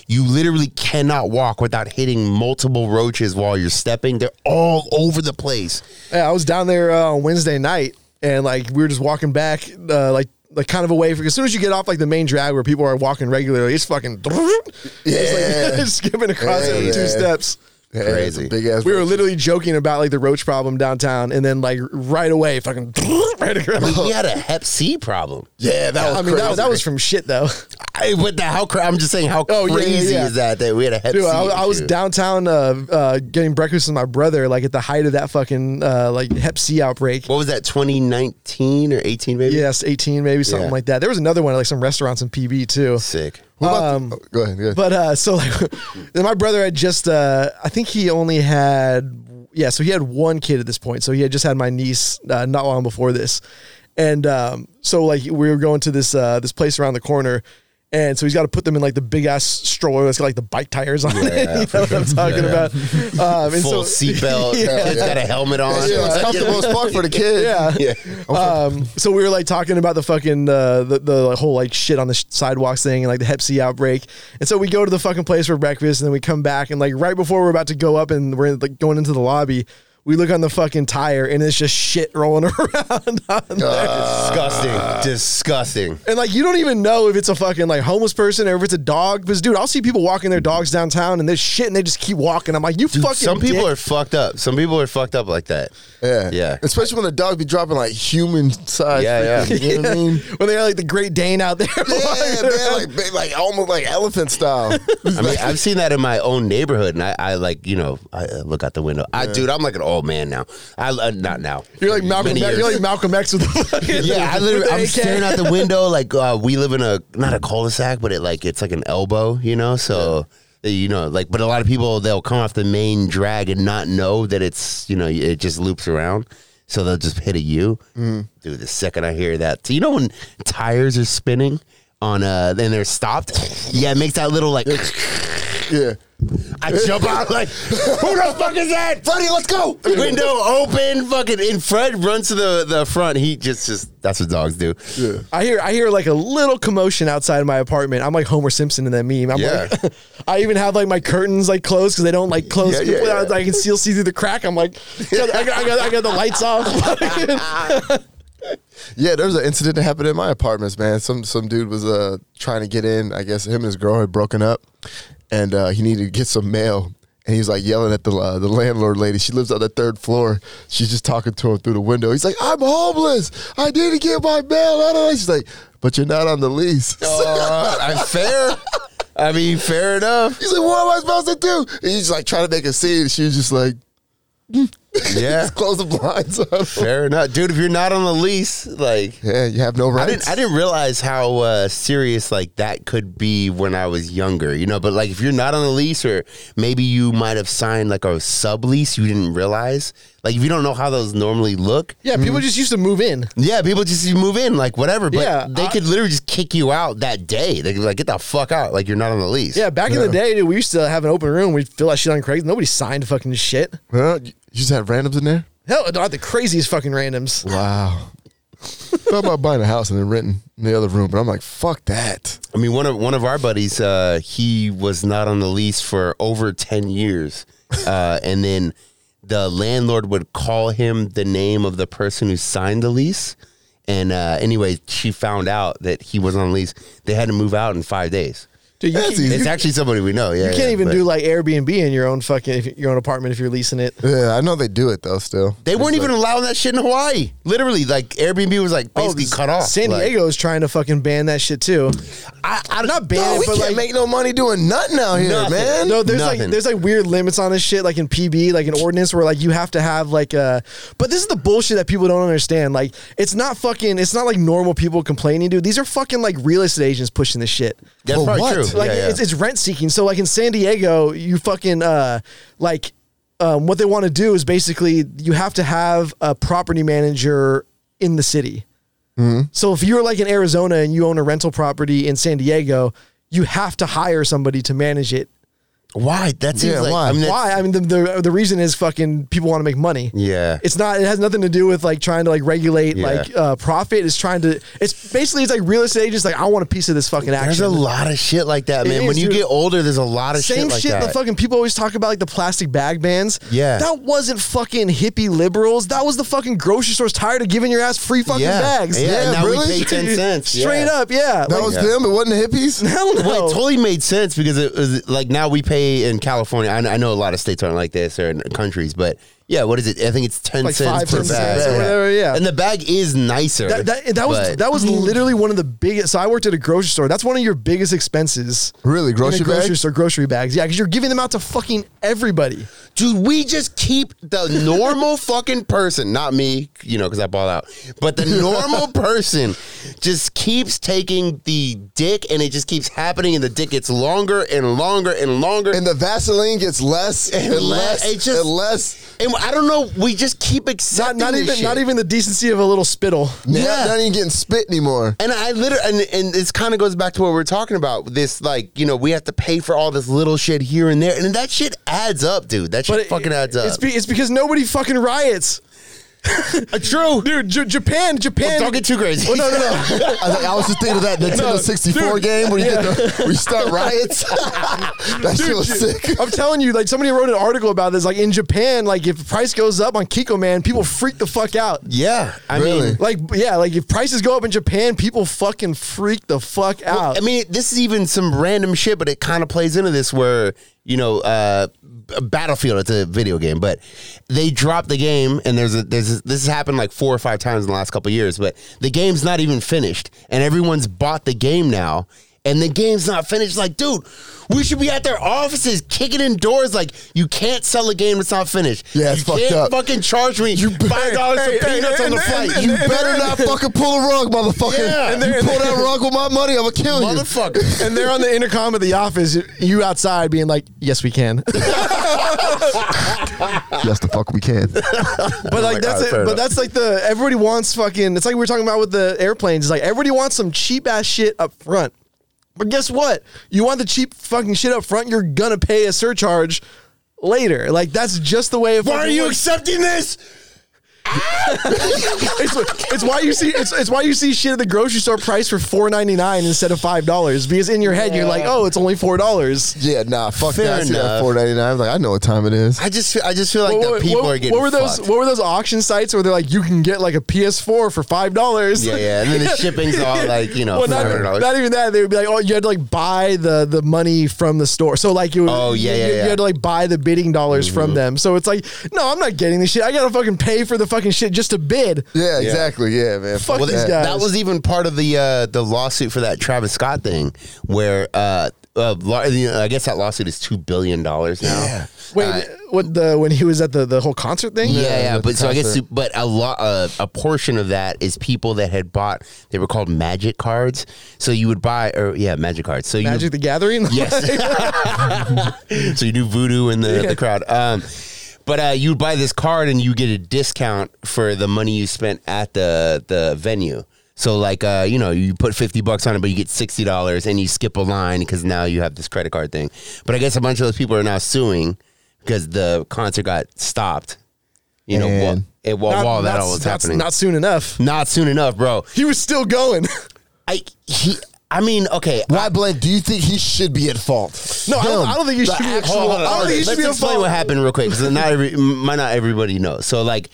Speaker 2: you literally cannot walk without hitting multiple roaches while you're stepping. They're all over
Speaker 1: [LAUGHS]
Speaker 2: the place.
Speaker 1: Yeah, I was down there uh, on Wednesday night, and like we were just walking back, uh, like like kind of away. Because as soon as you get off like the main drag where people are walking regularly, it's fucking [LAUGHS] it's
Speaker 3: Yeah.
Speaker 1: like, skipping across
Speaker 3: Yeah,
Speaker 1: every two
Speaker 3: yeah.
Speaker 1: steps.
Speaker 2: Crazy.
Speaker 3: Big ass.
Speaker 1: We were literally joking about like the roach problem downtown, and then like right away, fucking [LAUGHS] right across. [LAUGHS]
Speaker 2: We had a Hep C problem.
Speaker 3: yeah, that was
Speaker 1: I mean,
Speaker 3: crazy.
Speaker 1: that, that was from shit [LAUGHS] though.
Speaker 2: I, but the, how cra- I'm just saying, how
Speaker 1: Oh, yeah, yeah,
Speaker 2: crazy
Speaker 1: yeah.
Speaker 2: is that that we had a Hep
Speaker 1: Dude,
Speaker 2: C?
Speaker 1: I, I was
Speaker 2: issue?
Speaker 1: downtown uh, uh, getting breakfast with my brother, like at the height of that fucking uh, like Hep C outbreak.
Speaker 2: What was that? 2019 or 18? Maybe.
Speaker 1: Yes, 18 maybe something
Speaker 2: Yeah.
Speaker 1: like that. There was another one like some restaurants in PB too. Um,
Speaker 2: Sick.
Speaker 3: What
Speaker 1: Uh,
Speaker 3: about the- oh, go ahead. Go ahead.
Speaker 1: But uh so like [LAUGHS] then my brother had just uh I think he only had yeah, so he had one kid at this point. So he had just had my niece uh, not long before this. And um so like we were going to this uh this place around the corner and so he's got to put them in like the big ass stroller that's got like the bike tires on it. [LAUGHS] You know what I'm talking about? Um, and
Speaker 2: Full
Speaker 1: so, [LAUGHS]
Speaker 2: seatbelt.
Speaker 1: Yeah.
Speaker 2: Kid's got a helmet on.
Speaker 3: yeah, it's comfortable as fuck for the kid.
Speaker 1: yeah,
Speaker 2: Yeah.
Speaker 1: um, so we were like talking about the fucking uh, the the whole like shit on the sh- sidewalks thing and like the Hep C outbreak, and so we go to the fucking place for breakfast, and then we come back, and like right before we're about to go up and we're like going into the lobby, we look on the fucking tire, and it's just shit rolling [LAUGHS] around. on there.
Speaker 2: Ah. disgusting. Disgusting.
Speaker 1: And like you don't even know if it's a fucking like homeless person or if it's a dog, because dude, I'll see people walking their dogs downtown and there's shit, and they just keep walking. I'm like, you fucking.
Speaker 2: Some people
Speaker 1: dick.
Speaker 2: are fucked up. Some people are fucked up like that.
Speaker 3: Yeah.
Speaker 2: Yeah.
Speaker 3: Especially when the dog be dropping like human size.
Speaker 2: Yeah, yeah.
Speaker 3: You know what I
Speaker 2: [LAUGHS]
Speaker 3: mean?
Speaker 1: when they got like the Great Dane out there.
Speaker 3: Yeah,
Speaker 1: [LAUGHS]
Speaker 3: man, [LAUGHS] like, big- like almost like
Speaker 2: [LAUGHS]
Speaker 3: elephant style.
Speaker 2: I mean, I've seen that in my own neighborhood, and I, I like, you know, I uh, look out the window. I, dude, I'm like an old man now. I uh, not now.
Speaker 1: You're like Malcolm.
Speaker 2: Many
Speaker 1: X-
Speaker 2: years.
Speaker 1: You're like Malcolm X with the
Speaker 2: [LAUGHS]
Speaker 1: [LAUGHS] fucking
Speaker 2: yeah, I
Speaker 1: with
Speaker 2: literally,
Speaker 1: the
Speaker 2: I'm
Speaker 1: AK.
Speaker 2: staring out
Speaker 1: [LAUGHS]
Speaker 2: the window. Like, uh, we live in a not a cul-de-sac, but it like it's like an elbow, you know. So, you know, like, but a lot of people they'll come off the main drag and not know that it's you know it just loops around. So they'll just hit a U.
Speaker 1: Mm-hmm.
Speaker 2: Dude, the second I hear that, you know when tires are spinning on uh, then they're stopped. Yeah, it makes that little like.
Speaker 3: yeah.
Speaker 2: I jump [LAUGHS] out like, who the fuck is that? Freddie, let's go. Window open, fucking. And Fred runs to the, the front. He just just that's what dogs do.
Speaker 3: Yeah.
Speaker 1: I hear I hear like a little commotion outside my apartment. I'm like Homer Simpson in that meme. I'm
Speaker 2: Yeah.
Speaker 1: like, [LAUGHS] I even have like my curtains like closed because they don't like close.
Speaker 3: Yeah, yeah,
Speaker 1: I-
Speaker 3: yeah.
Speaker 1: I can still see through the crack. I'm like, I got, I got, I got the lights off.
Speaker 3: Yeah, there was an incident that happened in my apartments, man. Some some dude was uh trying to get in. I guess him and his girl had broken up, and uh, he needed to get some mail. And he was like yelling at the uh, the landlord lady. She lives on the third floor. She's just talking to him through the window. He's like, "I'm homeless. I didn't get my mail." I don't know. She's like, "But you're not on the lease." [LAUGHS]
Speaker 2: Uh, I'm fair. I mean, fair enough.
Speaker 3: He's like, "What am I supposed to do?" And he's like trying to make a scene. She was just like, [LAUGHS]
Speaker 2: Yeah,
Speaker 3: "Close the blinds." on him.
Speaker 2: fair enough, dude. If you're not on the lease, like.
Speaker 3: yeah, you have no
Speaker 2: I
Speaker 3: rights.
Speaker 2: didn't, I didn't realize how uh, serious like that could be when I was younger, you know. But like, if you're not on the lease, or maybe you might have signed like a sublease, you didn't realize. Like, if you don't know how those normally look,
Speaker 1: [LAUGHS] yeah, people just used to move in.
Speaker 2: Yeah, people just move in, like whatever. But
Speaker 1: Yeah,
Speaker 2: they
Speaker 1: I-
Speaker 2: could literally just kick you out that day. They could be like, get the fuck out. Like you're not on the lease.
Speaker 1: Yeah, back in the day, dude, we used to have an open room. We'd fill that shit on Craigslist. Nobody signed fucking shit.
Speaker 3: Huh? You just had randoms in there.
Speaker 1: Hell, not the craziest fucking randoms.
Speaker 3: [LAUGHS] Wow. Thought about buying a house and then renting in the other room, but I'm like, fuck that.
Speaker 2: I mean, one of one of our buddies, uh, he was not on the lease for over ten years, uh, [LAUGHS] and then the landlord would call him the name of the person who signed the lease. And uh, anyway, she found out that he was on the lease. They had to move out in five days.
Speaker 1: Dude, you
Speaker 3: That's
Speaker 1: can't,
Speaker 3: easy.
Speaker 2: It's actually somebody we know. Yeah,
Speaker 1: you can't even do like Airbnb in your own fucking if, your own apartment if you're leasing it.
Speaker 3: Yeah, I know they do it though. Still,
Speaker 2: They weren't even allowing that shit in Hawaii. Literally, like Airbnb was like basically cut off.
Speaker 1: Oh, San
Speaker 2: Like,
Speaker 1: Diego is trying to fucking ban that shit too.
Speaker 2: I, I
Speaker 1: Not ban
Speaker 3: Oh,
Speaker 1: it,
Speaker 3: we
Speaker 1: but
Speaker 3: can't
Speaker 1: like
Speaker 3: make no money doing nothing out here,
Speaker 2: Nothing.
Speaker 3: man.
Speaker 1: No, there's like
Speaker 2: Nothing.
Speaker 1: there's like weird limits on this shit, like in PB, like an ordinance where like you have to have like a. But this is the bullshit that people don't understand. Like it's not fucking. It's not like normal people complaining, dude. These are fucking like real estate agents pushing this shit.
Speaker 2: That's
Speaker 3: Well,
Speaker 2: probably
Speaker 3: what?
Speaker 2: true.
Speaker 1: Like
Speaker 2: yeah, yeah.
Speaker 1: It's, it's rent seeking. So like in San Diego, you fucking uh like um, what they want to do is basically you have to have a property manager in the city.
Speaker 2: Mm-hmm.
Speaker 1: So if you're like in Arizona and you own a rental property in San Diego, you have to hire somebody to manage it
Speaker 2: why? That seems
Speaker 3: Yeah,
Speaker 2: like
Speaker 3: why?
Speaker 2: I mean, that's-
Speaker 1: why? I mean, the, the the reason is fucking people want to make money.
Speaker 2: Yeah.
Speaker 1: it's not. It has nothing to do with like trying to like regulate
Speaker 2: Yeah.
Speaker 1: like uh, profit. It's trying to. It's basically it's like real estate agents. Like I want a piece of this fucking action.
Speaker 2: There's a lot of shit like that,
Speaker 1: It
Speaker 2: man.
Speaker 1: is,
Speaker 2: when you
Speaker 1: dude.
Speaker 2: get older, there's a lot of
Speaker 1: Same
Speaker 2: shit like
Speaker 1: shit.
Speaker 2: that.
Speaker 1: the fucking people always talk about like the plastic bag bans.
Speaker 2: Yeah.
Speaker 1: that wasn't fucking hippie liberals. That was the fucking grocery stores tired of giving your ass free fucking
Speaker 2: Yeah.
Speaker 1: bags.
Speaker 2: Yeah, and now we pay
Speaker 1: [LAUGHS]
Speaker 2: 10 cents.
Speaker 1: Straight
Speaker 2: Yeah.
Speaker 1: up, yeah.
Speaker 3: that
Speaker 1: Like,
Speaker 3: was them. It wasn't the hippies.
Speaker 1: hell no.
Speaker 2: Well, it totally made sense because it was like now we pay in California. I, I know a lot of states aren't like this or in countries, but yeah, what is it? I think it's ten
Speaker 1: Like
Speaker 2: cents
Speaker 1: five, 10
Speaker 2: per bag,
Speaker 1: cents or whatever, yeah.
Speaker 2: and the bag is nicer.
Speaker 1: that, that, that was
Speaker 2: but-
Speaker 1: that was literally one of the biggest. So I worked at a grocery store. That's one of your biggest expenses.
Speaker 3: Really? Grocery
Speaker 1: in a grocery
Speaker 3: bag?
Speaker 1: store, grocery bags. Yeah, because you're giving them out to fucking everybody.
Speaker 2: Dude, we just keep the
Speaker 1: [LAUGHS]
Speaker 2: normal fucking person, not me, you know, because I ball out, but the
Speaker 1: [LAUGHS]
Speaker 2: normal person just keeps taking the dick and it just keeps happening and the dick gets longer and longer and longer.
Speaker 3: And the Vaseline gets less and,
Speaker 2: le-
Speaker 3: less
Speaker 2: it just-
Speaker 3: and less.
Speaker 2: And I don't know, we just keep
Speaker 1: Not,
Speaker 2: accepting
Speaker 1: not
Speaker 2: this
Speaker 1: even
Speaker 2: shit.
Speaker 1: not even the decency of a little spittle.
Speaker 3: Yeah.
Speaker 2: Yeah.
Speaker 3: Not, not even getting spit anymore.
Speaker 2: And I literally, and, and this kind of goes back to what we are talking about. This, like, you know, we have to pay for all this little shit here and there, and that shit adds up, dude. That shit
Speaker 1: But it-
Speaker 2: fucking adds up.
Speaker 1: It's, be, it's because nobody fucking riots. true, dude. J- Japan, Japan.
Speaker 2: Uh, Well, don't get too crazy.
Speaker 1: Well, no, no, no.
Speaker 3: I, was like, I was just thinking of that Nintendo 64 game where you, get the, where you
Speaker 1: [LAUGHS]
Speaker 3: start riots. [LAUGHS] that shit was sick.
Speaker 1: I'm telling you, like somebody wrote an article about this. Like in Japan, like if the price goes up on Kiko Man, people freak the fuck out.
Speaker 2: [LAUGHS] yeah, I
Speaker 3: Really?
Speaker 2: mean,
Speaker 1: Like yeah, like if prices go up in Japan, people fucking freak the fuck out.
Speaker 2: I mean, this is even some random shit, but it kind of plays into this where you know, uh, Battlefield. It's a video game, but they drop the game, and there's a there's a, this has happened like four or five times in the last couple of years, but the game's not even finished, and everyone's bought the game now. And the game's not finished. Like, dude, we should be at their offices kicking in doors. Like, you can't sell a game that's not finished.
Speaker 3: Yeah, it's
Speaker 2: you
Speaker 3: fucked
Speaker 2: can't
Speaker 3: up.
Speaker 2: fucking charge me five dollars
Speaker 1: Hey,
Speaker 2: for
Speaker 1: hey,
Speaker 2: peanuts on the
Speaker 1: and- and-
Speaker 2: flight.
Speaker 1: and-
Speaker 3: You
Speaker 2: you
Speaker 1: and-
Speaker 3: better not fucking pull a rug, motherfucker.
Speaker 2: Yeah. And
Speaker 3: you pull that rug with my money, I'm going to kill you.
Speaker 2: motherfucker.
Speaker 1: and they're on the intercom of the office, you outside being like, yes, we can.
Speaker 3: Yes, the fuck we
Speaker 1: [LAUGHS]
Speaker 3: can.
Speaker 1: But like
Speaker 2: my
Speaker 1: that's
Speaker 2: God,
Speaker 1: it.
Speaker 2: fair
Speaker 1: But
Speaker 2: enough.
Speaker 1: that's like the everybody wants fucking. It's like we were talking about with the airplanes. It's like everybody wants some cheap ass shit up front. But guess what? You want the cheap fucking shit up front. You're gonna pay a surcharge later. Like that's just the way. It
Speaker 2: Why are
Speaker 1: fucking
Speaker 2: you
Speaker 1: works.
Speaker 2: accepting this?
Speaker 1: It's, it's why you see. It's, it's why you see shit at the grocery store price for four ninety nine instead of five dollars. Because in your head you're like, oh, it's only four dollars.
Speaker 3: Yeah, nah, fuck
Speaker 2: Fair
Speaker 3: that. I see that
Speaker 2: enough.
Speaker 3: four ninety nine. I was like, I know what time it is.
Speaker 2: I just feel, I just feel like
Speaker 1: What-
Speaker 2: the
Speaker 1: what-
Speaker 2: people
Speaker 1: what-
Speaker 2: are getting
Speaker 1: what were those?
Speaker 2: fucked.
Speaker 1: What were those auction sites where they're like, you can get like a PS4 for five dollars?
Speaker 2: Yeah, yeah, and
Speaker 1: [LAUGHS]
Speaker 2: then the shipping's all like you know
Speaker 1: Well,
Speaker 2: five
Speaker 1: not,
Speaker 2: hundred
Speaker 1: even-
Speaker 2: dollars.
Speaker 1: not even that. They would be like, oh, you had to like buy the the money from the store. So like you,
Speaker 2: Oh, yeah,
Speaker 1: you,
Speaker 2: yeah,
Speaker 1: you
Speaker 2: yeah. Mm-hmm.
Speaker 1: had to like buy the bidding dollars from them. So it's like, no, I'm not getting this shit. I gotta fucking pay for the fucking shit just to bid.
Speaker 3: yeah, exactly. Yeah, man.
Speaker 1: Fuck
Speaker 2: Well,
Speaker 1: these
Speaker 2: that,
Speaker 1: guys.
Speaker 2: that was even part of the uh, the lawsuit for that Travis Scott thing, where uh, uh, law- you know, I guess that lawsuit is two billion dollars now. Uh, Yeah,
Speaker 1: Wait, what the when he was at the the whole concert thing?
Speaker 2: yeah, yeah.
Speaker 3: the
Speaker 2: but so I guess,
Speaker 3: concert.
Speaker 2: but a lot, uh, a portion of that is people that had bought. They were called Magic cards. So you would buy, or yeah, Magic cards. So you
Speaker 1: Magic the Gathering.
Speaker 2: Yes. [LAUGHS] so you do voodoo in the,
Speaker 1: Yeah.
Speaker 2: the crowd. Um, but uh, you buy this card and you get a discount for the money you spent at the the venue. So like uh, you know you put fifty bucks on it, but you get sixty dollars, and you skip a line because now you have this credit card thing. But I guess a bunch of those people are now suing because the concert got stopped. You know,
Speaker 3: Man.
Speaker 2: wha- and while,
Speaker 1: [LAUGHS] Not-
Speaker 2: while that
Speaker 1: not-
Speaker 2: all was
Speaker 1: not-
Speaker 2: happening,
Speaker 1: Not soon enough.
Speaker 2: not soon enough, bro.
Speaker 1: He was still going. [LAUGHS]
Speaker 2: I he, I mean, okay,
Speaker 3: Why, Blaine? Do you think he should be at fault?
Speaker 1: No, I don't, I don't think he
Speaker 3: The
Speaker 1: should be.
Speaker 3: actual-
Speaker 1: I don't think he should
Speaker 2: Let's
Speaker 1: be a
Speaker 2: explain
Speaker 1: fault.
Speaker 2: what happened real quick because not every, might not everybody knows. So like,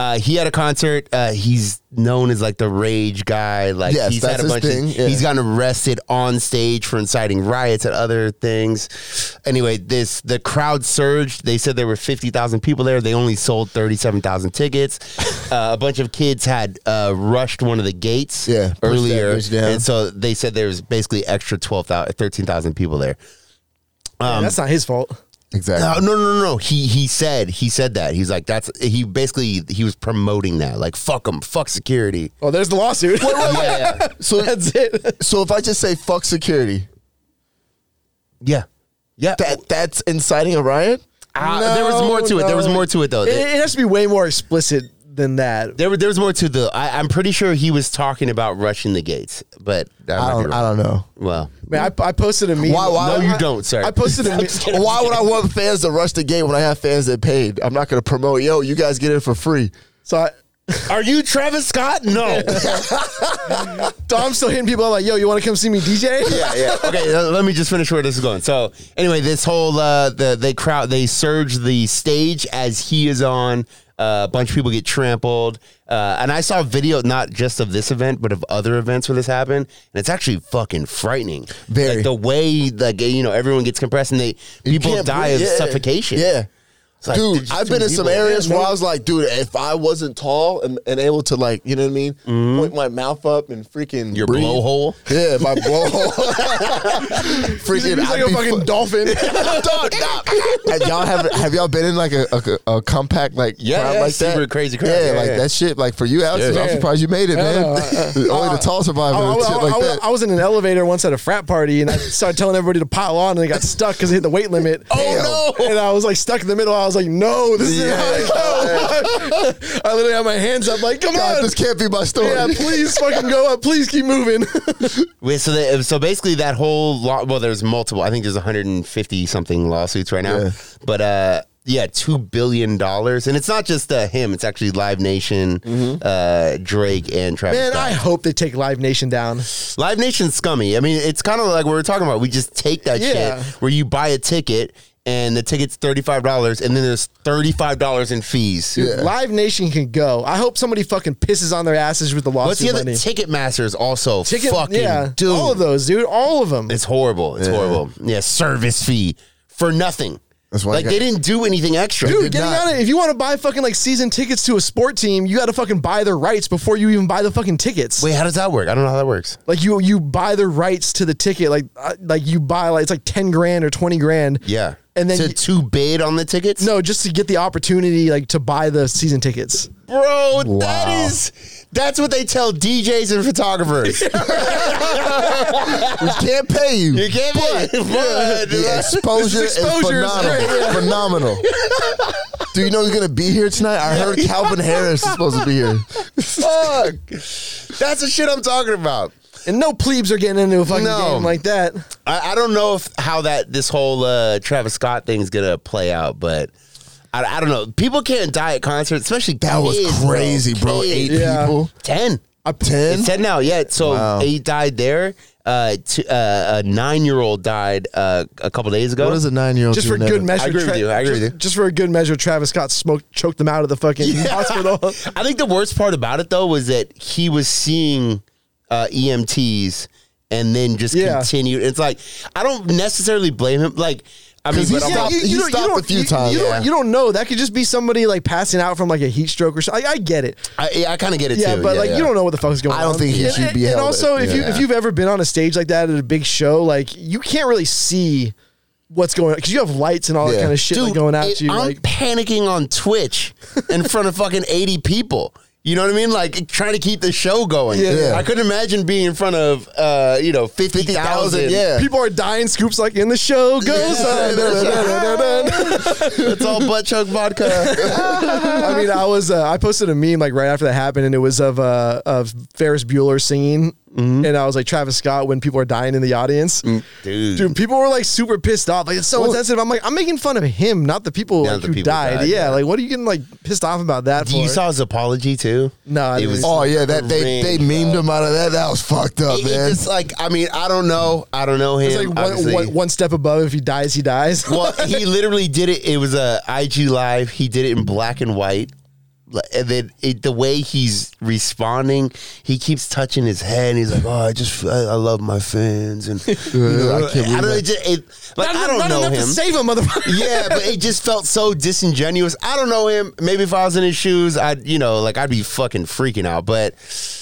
Speaker 2: Uh, he had a concert. Uh, he's known as like the rage guy. Like
Speaker 3: Yes,
Speaker 2: he's had
Speaker 3: that's
Speaker 2: a
Speaker 3: his
Speaker 2: bunch.
Speaker 3: thing,
Speaker 2: Of,
Speaker 3: yeah.
Speaker 2: He's gotten arrested on stage for inciting riots and other things. Anyway, this the crowd surged. They said there were fifty thousand people there. They only sold thirty seven thousand tickets. uh, a bunch of kids had uh, rushed one of the gates
Speaker 3: Yeah, pushed that
Speaker 2: earlier,
Speaker 3: bitch down.
Speaker 2: and so they said there was basically extra 12,000, 13,000 people there.
Speaker 1: Man, that's not his fault.
Speaker 3: Exactly.
Speaker 2: No, no, no, no. He he said he said that. He's like that's he basically he was promoting that. Like fuck them, fuck [LAUGHS] security.
Speaker 1: Oh, there's the lawsuit. [LAUGHS]
Speaker 2: yeah, yeah.
Speaker 1: so that's it.
Speaker 3: So if I just say fuck security,
Speaker 2: yeah. Yeah.
Speaker 3: that that's inciting a riot.
Speaker 2: Ah, there was more to it. There was more to it though.
Speaker 1: It, it has to be way more explicit than that.
Speaker 2: there, was- there was more to the. I, I'm pretty sure he was talking about rushing the gates, but I'm
Speaker 3: I
Speaker 2: not
Speaker 3: don't.
Speaker 2: gonna-
Speaker 3: I don't know.
Speaker 2: Well,
Speaker 1: Man, I, I posted a meme.
Speaker 3: Why- why-
Speaker 2: No, you Oh, don't, sir.
Speaker 1: I posted
Speaker 2: [LAUGHS]
Speaker 1: a meme.
Speaker 3: Why would I want fans to rush the game when I have fans that paid? I'm not going to promote. Yo, you guys get it for free.
Speaker 1: So I,
Speaker 2: are you Travis Scott? [LAUGHS] No.
Speaker 1: Dom's still hitting people up like, yo, you want to come see me DJ?
Speaker 2: yeah,
Speaker 3: [LAUGHS]
Speaker 2: yeah. Okay, let let me just finish where this is going. So, anyway, this whole uh, the they crowd they surge the stage as he is on. Uh, a bunch of people get trampled, uh, and I saw video not just of this event, but of other events where this happened, and it's actually fucking frightening.
Speaker 3: Very.
Speaker 2: like the way like you know everyone gets compressed and they people
Speaker 3: can't
Speaker 2: die
Speaker 3: breathe.
Speaker 2: of
Speaker 3: Yeah.
Speaker 2: suffocation.
Speaker 3: Yeah.
Speaker 2: It's like, there's
Speaker 3: dude,
Speaker 2: just
Speaker 3: I've
Speaker 2: too
Speaker 3: been in
Speaker 2: many
Speaker 3: some
Speaker 2: people.
Speaker 3: areas
Speaker 2: Yeah,
Speaker 3: where I was like, dude, if I wasn't tall and, and able to like, you know what I mean,
Speaker 2: Mm-hmm.
Speaker 3: point my mouth up and freaking
Speaker 2: Your
Speaker 3: breathe.
Speaker 2: blowhole?
Speaker 3: yeah,
Speaker 1: [LAUGHS]
Speaker 3: my blowhole, freaking,
Speaker 1: He's like
Speaker 3: I'd
Speaker 1: a
Speaker 3: be
Speaker 1: fucking
Speaker 3: fu-
Speaker 1: dolphin.
Speaker 3: [LAUGHS]
Speaker 1: [LAUGHS]
Speaker 3: Dog, dog. Have y'all have have y'all been in like a, a, a compact like
Speaker 2: Yeah,
Speaker 3: crowd
Speaker 2: yeah,
Speaker 3: like
Speaker 2: super
Speaker 3: that?
Speaker 2: crazy crowd.
Speaker 3: Yeah,
Speaker 2: Yeah,
Speaker 3: like
Speaker 2: yeah.
Speaker 3: that shit. Like for you, Alex,
Speaker 2: Yeah.
Speaker 3: I'm
Speaker 1: Yeah.
Speaker 3: surprise you made it, man.
Speaker 1: Hell no,
Speaker 3: [LAUGHS]
Speaker 1: Uh,
Speaker 3: Only the tall survivor
Speaker 1: I,
Speaker 3: and
Speaker 1: I-
Speaker 3: shit
Speaker 1: I-
Speaker 3: like
Speaker 1: I was-
Speaker 3: that.
Speaker 1: I was in an elevator once at a frat party, and I started telling everybody to pile on, and they got stuck because they hit the weight limit.
Speaker 2: Oh, no.
Speaker 1: And I was like stuck in the middle. I was like, "No, this is
Speaker 3: Yeah.
Speaker 1: how it goes." [LAUGHS] I literally had my hands up, like, "Come
Speaker 3: God,
Speaker 1: on,
Speaker 3: this can't be my story.
Speaker 1: yeah, please fucking go up, please keep
Speaker 2: [LAUGHS]
Speaker 1: moving."
Speaker 2: Wait, so they, so basically that whole law. Well, there's multiple. I think there's 150 something lawsuits right now.
Speaker 3: Yeah.
Speaker 2: But uh, yeah, two billion dollars, and it's not just uh, him. It's actually Live Nation, uh, Drake, and Travis.
Speaker 1: Mm-hmm. Man,
Speaker 2: Scott.
Speaker 1: I hope they take Live Nation down.
Speaker 2: Live Nation's scummy. I mean, it's kind of like we were talking about. We just take that
Speaker 1: Yeah.
Speaker 2: shit where you buy a ticket and the ticket's thirty five dollars, and then there's thirty five dollars in fees.
Speaker 1: Live Nation can go. I hope somebody fucking pisses on their asses with the lawsuit
Speaker 2: What's the other
Speaker 1: money. Oh,
Speaker 2: Ticketmaster is also fucking dude.
Speaker 1: all of those, dude, all of them.
Speaker 2: It's horrible. It's horrible. Yeah, service fee for nothing.
Speaker 3: That's why I
Speaker 2: like
Speaker 3: got-
Speaker 2: they didn't do anything extra.
Speaker 1: Dude,
Speaker 3: did
Speaker 1: getting
Speaker 3: not.
Speaker 1: on it. If you want to buy fucking like season tickets to a sport team, you got to fucking buy their rights before you even buy the fucking tickets.
Speaker 2: Wait, how does that work? I don't know how that works.
Speaker 1: Like you, you buy the rights to the ticket. Like, uh, like you buy like it's like ten grand or twenty grand.
Speaker 2: Yeah.
Speaker 1: And then
Speaker 2: to,
Speaker 1: you-
Speaker 2: to bid on the tickets?
Speaker 1: No, just to get the opportunity like to buy the season tickets.
Speaker 2: Bro,
Speaker 3: Wow.
Speaker 2: that is that's what they tell DJs and
Speaker 3: [LAUGHS]
Speaker 2: photographers.
Speaker 3: we can't pay you.
Speaker 2: you get it? But-
Speaker 3: The exposure,
Speaker 1: This is exposure,
Speaker 3: is
Speaker 1: it's
Speaker 3: phenomenal.
Speaker 1: great,
Speaker 3: phenomenal. Do you know who's gonna be here tonight? I heard Calvin Harris is supposed to be here.
Speaker 2: Fuck. That's the shit I'm talking about.
Speaker 1: And no plebes are getting into a fucking
Speaker 2: No.
Speaker 1: game like that.
Speaker 2: I, I don't know if how that this whole uh, Travis Scott thing is gonna play out, but I, I don't know. People can't die at concerts, especially
Speaker 3: That was
Speaker 2: kids,
Speaker 3: crazy, bro.
Speaker 2: Kids.
Speaker 3: Eight
Speaker 1: Yeah.
Speaker 3: people.
Speaker 2: ten.
Speaker 3: Up ten.
Speaker 2: It's dead now. Yeah. So he died there. Uh, t- uh, a nine-year-old died uh, a couple days ago.
Speaker 3: What
Speaker 2: [LAUGHS]
Speaker 3: is a nine-year-old?
Speaker 1: Just
Speaker 3: do
Speaker 1: for
Speaker 3: now?
Speaker 1: good measure,
Speaker 2: I agree with you, I agree
Speaker 1: just,
Speaker 2: with you.
Speaker 1: just for a good measure, Travis Scott smoked, choked them out of the fucking [LAUGHS] hospital.
Speaker 2: I think the worst part about it though was that he was seeing uh, EMTs and then just
Speaker 1: Yeah.
Speaker 2: continued. It's like I don't necessarily blame him. Like I mean,
Speaker 3: 'Cause
Speaker 2: but
Speaker 3: he's
Speaker 2: I'm
Speaker 3: not-
Speaker 2: not-
Speaker 3: stopped- he
Speaker 1: don't-
Speaker 3: stopped
Speaker 1: don't-
Speaker 3: a few
Speaker 1: you-
Speaker 3: times.
Speaker 1: You don't,
Speaker 3: Yeah.
Speaker 1: you don't know. That could just be somebody like passing out from like a heat stroke or something. I, I get it.
Speaker 2: I, I kind of get it
Speaker 1: Yeah,
Speaker 2: too.
Speaker 1: but like you don't know what the fuck's going on.
Speaker 3: I don't think he
Speaker 1: And-
Speaker 3: should be
Speaker 1: And, and
Speaker 3: held
Speaker 1: also,
Speaker 3: at-
Speaker 1: if you
Speaker 3: yeah.
Speaker 1: if you've ever been on a stage like that at a big show, like you can't really see what's going on because you have lights and all that
Speaker 3: Yeah.
Speaker 1: kind of shit
Speaker 2: Dude,
Speaker 1: like, going
Speaker 2: it-
Speaker 1: at you.
Speaker 2: I'm [LAUGHS]
Speaker 1: Like,
Speaker 2: panicking on Twitch in front
Speaker 1: [LAUGHS]
Speaker 2: of fucking 80 people. You know what I mean? Like trying to keep the show going.
Speaker 1: Yeah. Yeah.
Speaker 2: I couldn't imagine being in front of uh, you know 50,000.
Speaker 3: 50,000, yeah.
Speaker 1: people are dying. Scoops like in the show goes on.
Speaker 2: [LAUGHS] It's all butt chug
Speaker 1: [LAUGHS]
Speaker 2: vodka. [LAUGHS]
Speaker 1: I mean, I was uh, I posted a meme like right after that happened, and it was of uh, of Ferris Bueller singing,
Speaker 2: Mm-hmm.
Speaker 1: and I was like Travis Scott when people are dying in the audience.
Speaker 2: Mm, Dude.
Speaker 1: Dude, people were like super pissed off. Like it's so insensitive. I'm like, I'm making fun of him, not the people
Speaker 2: Not
Speaker 1: like,
Speaker 2: the
Speaker 1: who
Speaker 2: people
Speaker 1: died.
Speaker 2: died,
Speaker 1: Yeah,
Speaker 2: yeah.
Speaker 1: like what are you getting like pissed off about that for?
Speaker 2: You saw his apology too?
Speaker 1: No, I
Speaker 2: it
Speaker 1: didn't.
Speaker 2: was
Speaker 3: Oh yeah, that they they memed him out of that. That was fucked up,
Speaker 2: It- it
Speaker 3: man.
Speaker 2: just like I mean, I don't know. I don't know him.
Speaker 1: it's like one,
Speaker 2: obviously.
Speaker 1: one, one step above. If he dies, he dies.
Speaker 2: well, he literally did it. It was a IG live. He did it in black and white. Like, And then it, the way he's responding, he keeps touching his head. And he's like, "Oh, I just, I, I love my fans." And you know,
Speaker 3: I
Speaker 2: I,
Speaker 3: can't believe
Speaker 2: don't,
Speaker 3: that.
Speaker 2: it just, it, like,
Speaker 1: [LAUGHS] Not
Speaker 2: I
Speaker 1: enough-
Speaker 2: don't
Speaker 1: not
Speaker 2: know
Speaker 1: enough to
Speaker 2: him.
Speaker 1: save him, motherfucker.
Speaker 2: [LAUGHS] yeah, but it just felt so disingenuous. I don't know him. Maybe if I was in his shoes, I'd, you know, like I'd be fucking freaking out. But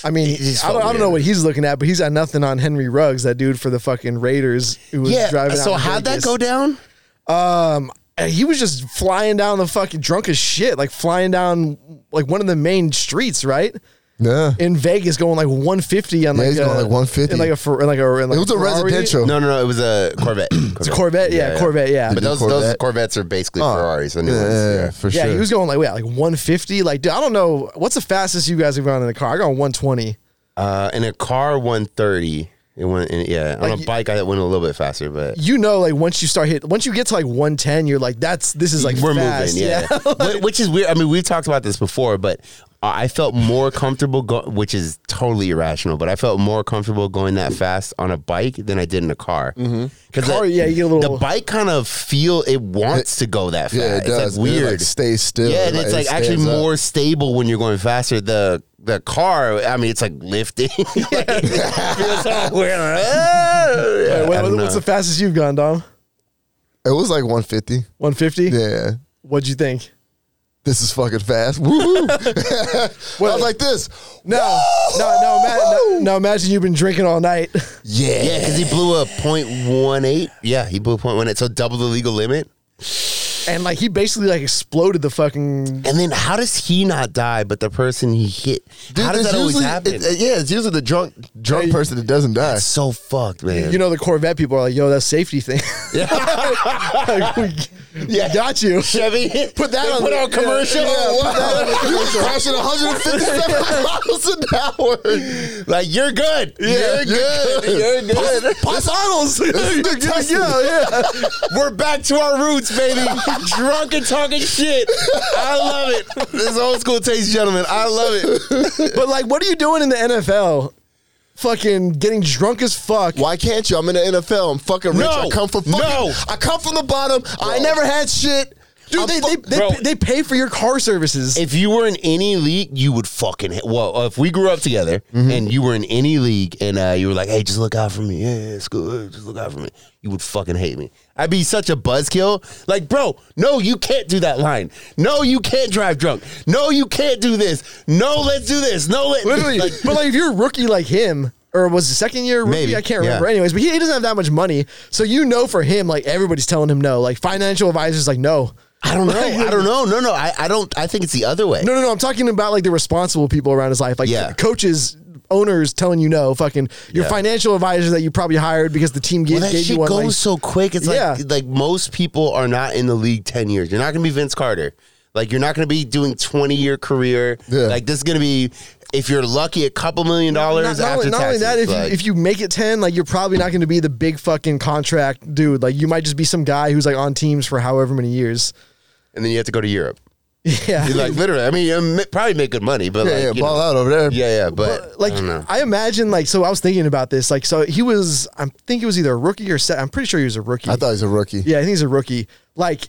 Speaker 1: I mean,
Speaker 2: It just
Speaker 1: I don't,
Speaker 2: felt
Speaker 1: I don't know
Speaker 2: weird.
Speaker 1: what he's looking at, but he's got nothing on Henry Ruggs, that dude for the fucking Raiders who was
Speaker 2: yeah.
Speaker 1: driving. out
Speaker 2: So
Speaker 1: in
Speaker 2: how'd that
Speaker 1: Vegas.
Speaker 2: go down?
Speaker 1: Um, he was just flying down the fucking drunk as shit, like flying down like one of the main streets, right?
Speaker 2: [LAUGHS]
Speaker 3: Yeah.
Speaker 1: In Vegas, going like 150 on
Speaker 3: Yeah,
Speaker 1: like
Speaker 3: he's
Speaker 1: a,
Speaker 3: going, like, 150.
Speaker 1: in like a Fer- in like a in like
Speaker 3: It was a
Speaker 1: Ferrari.
Speaker 3: residential.
Speaker 2: No, no, no. It was a
Speaker 1: [CLEARS THROAT]
Speaker 2: Corvette. It's
Speaker 1: a Corvette, yeah, Corvette, yeah.
Speaker 2: But
Speaker 3: Did you
Speaker 2: those those
Speaker 3: Corvette? Oh.
Speaker 2: Corvettes are basically Ferraris. The new
Speaker 3: yeah,
Speaker 2: ones,
Speaker 3: yeah,
Speaker 2: yeah.
Speaker 3: for
Speaker 1: Yeah,
Speaker 3: sure.
Speaker 1: he was going like yeah, like 150. Like, dude, I don't know what's the fastest you guys have gone in the car. I got 120.
Speaker 2: Uh, in a car, one thirty. It went. In, yeah, on a bike, I went a little bit faster, but
Speaker 1: You know, like once you start hit, once you get to like 110, you're like, that's this is like
Speaker 2: we're
Speaker 1: fast. [LAUGHS]
Speaker 2: moving. Yeah, Wh- which is weird. I mean, we've talked about this before, but I felt more comfortable, go- which is totally irrational. But I felt more comfortable going that fast on a bike than I did in a car. Because
Speaker 3: Mm-hmm.
Speaker 1: Car, yeah, you get a little-
Speaker 2: The bike kind of feel it wants to go that fast.
Speaker 3: yeah, it does.
Speaker 2: It's like weird.
Speaker 3: It like stays still.
Speaker 2: Yeah, and it's like
Speaker 3: it
Speaker 2: actually
Speaker 3: stands up.
Speaker 2: more stable when you're going faster. The the car, I mean, it's like lifting. [LAUGHS] like, it feels all
Speaker 1: Wait,
Speaker 2: weird. [LAUGHS] I
Speaker 1: what-
Speaker 2: don't
Speaker 1: what's
Speaker 2: know.
Speaker 1: the fastest you've gone, Dom?
Speaker 3: It was like 150.
Speaker 1: 150.
Speaker 3: Yeah.
Speaker 1: What'd you think?
Speaker 3: This is fucking
Speaker 2: [LAUGHS]
Speaker 3: fast. Woo! [LAUGHS] I was like this.
Speaker 1: No, no, no, ima- no, no. Imagine you've been drinking all night. [LAUGHS]
Speaker 3: Yeah.
Speaker 2: Yeah, because he blew a .18. Yeah, he blew a .18, so double the legal limit.
Speaker 1: and like he basically like exploded the fucking
Speaker 2: And then how does he not die, but the person he hit?
Speaker 3: Dude,
Speaker 2: how does
Speaker 3: it's
Speaker 2: that always
Speaker 3: usually-
Speaker 2: happen?
Speaker 3: it- it- yeah, it's usually the drunk drunk person that doesn't die.
Speaker 2: It's so fucked, man.
Speaker 1: you know the corvette people are like yo that's safety thing [LAUGHS] Like, we,
Speaker 2: [LAUGHS]
Speaker 1: yeah got you
Speaker 2: [LAUGHS] Chevy, put that on, put on commercial.
Speaker 3: Yeah, what the hell? [LAUGHS] You crashing 157 miles an hour.
Speaker 2: [LAUGHS] Like you're good.
Speaker 3: Yeah,
Speaker 2: you're good. [LAUGHS]
Speaker 3: you're
Speaker 2: You're good.
Speaker 3: Finals. yeah, yeah.
Speaker 2: We're back to our roots, baby. Drunk and talking shit. I love it. This is old school taste, gentlemen. I love [LAUGHS] it.
Speaker 1: but like what are you doing in the NFL fucking getting drunk as fuck
Speaker 3: Why can't you? I'm in the NFL. I'm fucking rich.
Speaker 2: No.
Speaker 3: I come from fucking.
Speaker 2: No.
Speaker 3: I come from the bottom. I never had shit.
Speaker 1: dude
Speaker 3: I'm
Speaker 1: they,
Speaker 3: fu-
Speaker 1: they, they,
Speaker 2: Bro.
Speaker 1: pay- they pay for your car services
Speaker 2: If you were in any league, you would fucking hit. Well, if we grew up together
Speaker 1: Mm-hmm.
Speaker 2: and you were in any league and uh, you were like, hey, just look out for me. Yeah, yeah, it's good. Just look out for me. You would fucking hate me. I'd be such a buzzkill. Like, bro, no, you can't do that line. No, you can't drive drunk. No, you can't do this. No, let's do this. No, let
Speaker 1: literally
Speaker 2: Like,
Speaker 1: but like if you're a rookie like him or was it second year rookie?
Speaker 2: Maybe,
Speaker 1: I can't
Speaker 2: yeah.
Speaker 1: remember. Anyways, but he, he doesn't have that much money, so you know for him, like everybody's telling him no. Like financial advisors, like no,
Speaker 2: I don't know. I don't know. No, no. I, I don't. I think it's the other way.
Speaker 1: No, no, no. I'm talking about like the responsible people around his life, like
Speaker 2: Yeah.
Speaker 1: coaches, owners telling you no, fucking your
Speaker 2: Yeah.
Speaker 1: financial advisor that you probably hired because the team gave,
Speaker 2: Well, that
Speaker 1: gave
Speaker 2: shit
Speaker 1: you one.
Speaker 2: goes
Speaker 1: like-
Speaker 2: so quick. It's
Speaker 1: Yeah.
Speaker 2: like like most people are not in the league ten years. You're not gonna be Vince Carter. Like you're not gonna be doing twenty year career.
Speaker 3: Yeah.
Speaker 2: Like this is gonna be if you're lucky a couple million dollars
Speaker 1: not, not
Speaker 2: after
Speaker 1: only, not only
Speaker 2: taxes.
Speaker 1: that, if
Speaker 2: Like,
Speaker 1: you if you make it ten, like you're probably not going to be the big fucking contract dude. Like you might just be some guy who's like on teams for however many years. [LAUGHS]
Speaker 2: and then you have to go to Europe.
Speaker 1: Yeah,
Speaker 2: You're like literally. I mean, you ma- probably make good money, but
Speaker 3: Yeah,
Speaker 2: like
Speaker 3: yeah,
Speaker 2: you
Speaker 3: ball
Speaker 2: know.
Speaker 3: out over there.
Speaker 2: yeah, yeah. But,
Speaker 1: [LAUGHS] like
Speaker 2: I don't know.
Speaker 1: I, imagine like so I was thinking about this like so he was I think he was either a rookie or set I'm pretty sure he was a rookie.
Speaker 3: I thought he was a rookie.
Speaker 1: Yeah, I think he's a rookie. Like,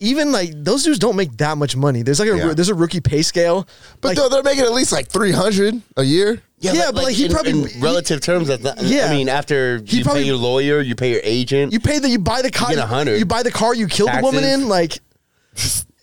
Speaker 1: even like those dudes don't make that much money. There's like a
Speaker 2: Yeah.
Speaker 1: there's a rookie pay scale,
Speaker 3: But
Speaker 1: like,
Speaker 3: though they're making at least like 300 a year.
Speaker 1: yeah, but, like, he
Speaker 2: in-
Speaker 1: probably-
Speaker 2: in
Speaker 1: he-
Speaker 2: relative terms. That's not,
Speaker 1: Yeah.
Speaker 2: I mean, after
Speaker 1: He
Speaker 2: you
Speaker 1: probably-
Speaker 2: pay your lawyer, you pay your agent.
Speaker 1: you pay the you buy the car
Speaker 2: You get a hundred.
Speaker 1: you buy the car you killed the woman
Speaker 2: Taxes.
Speaker 1: in
Speaker 2: [LAUGHS]
Speaker 1: like.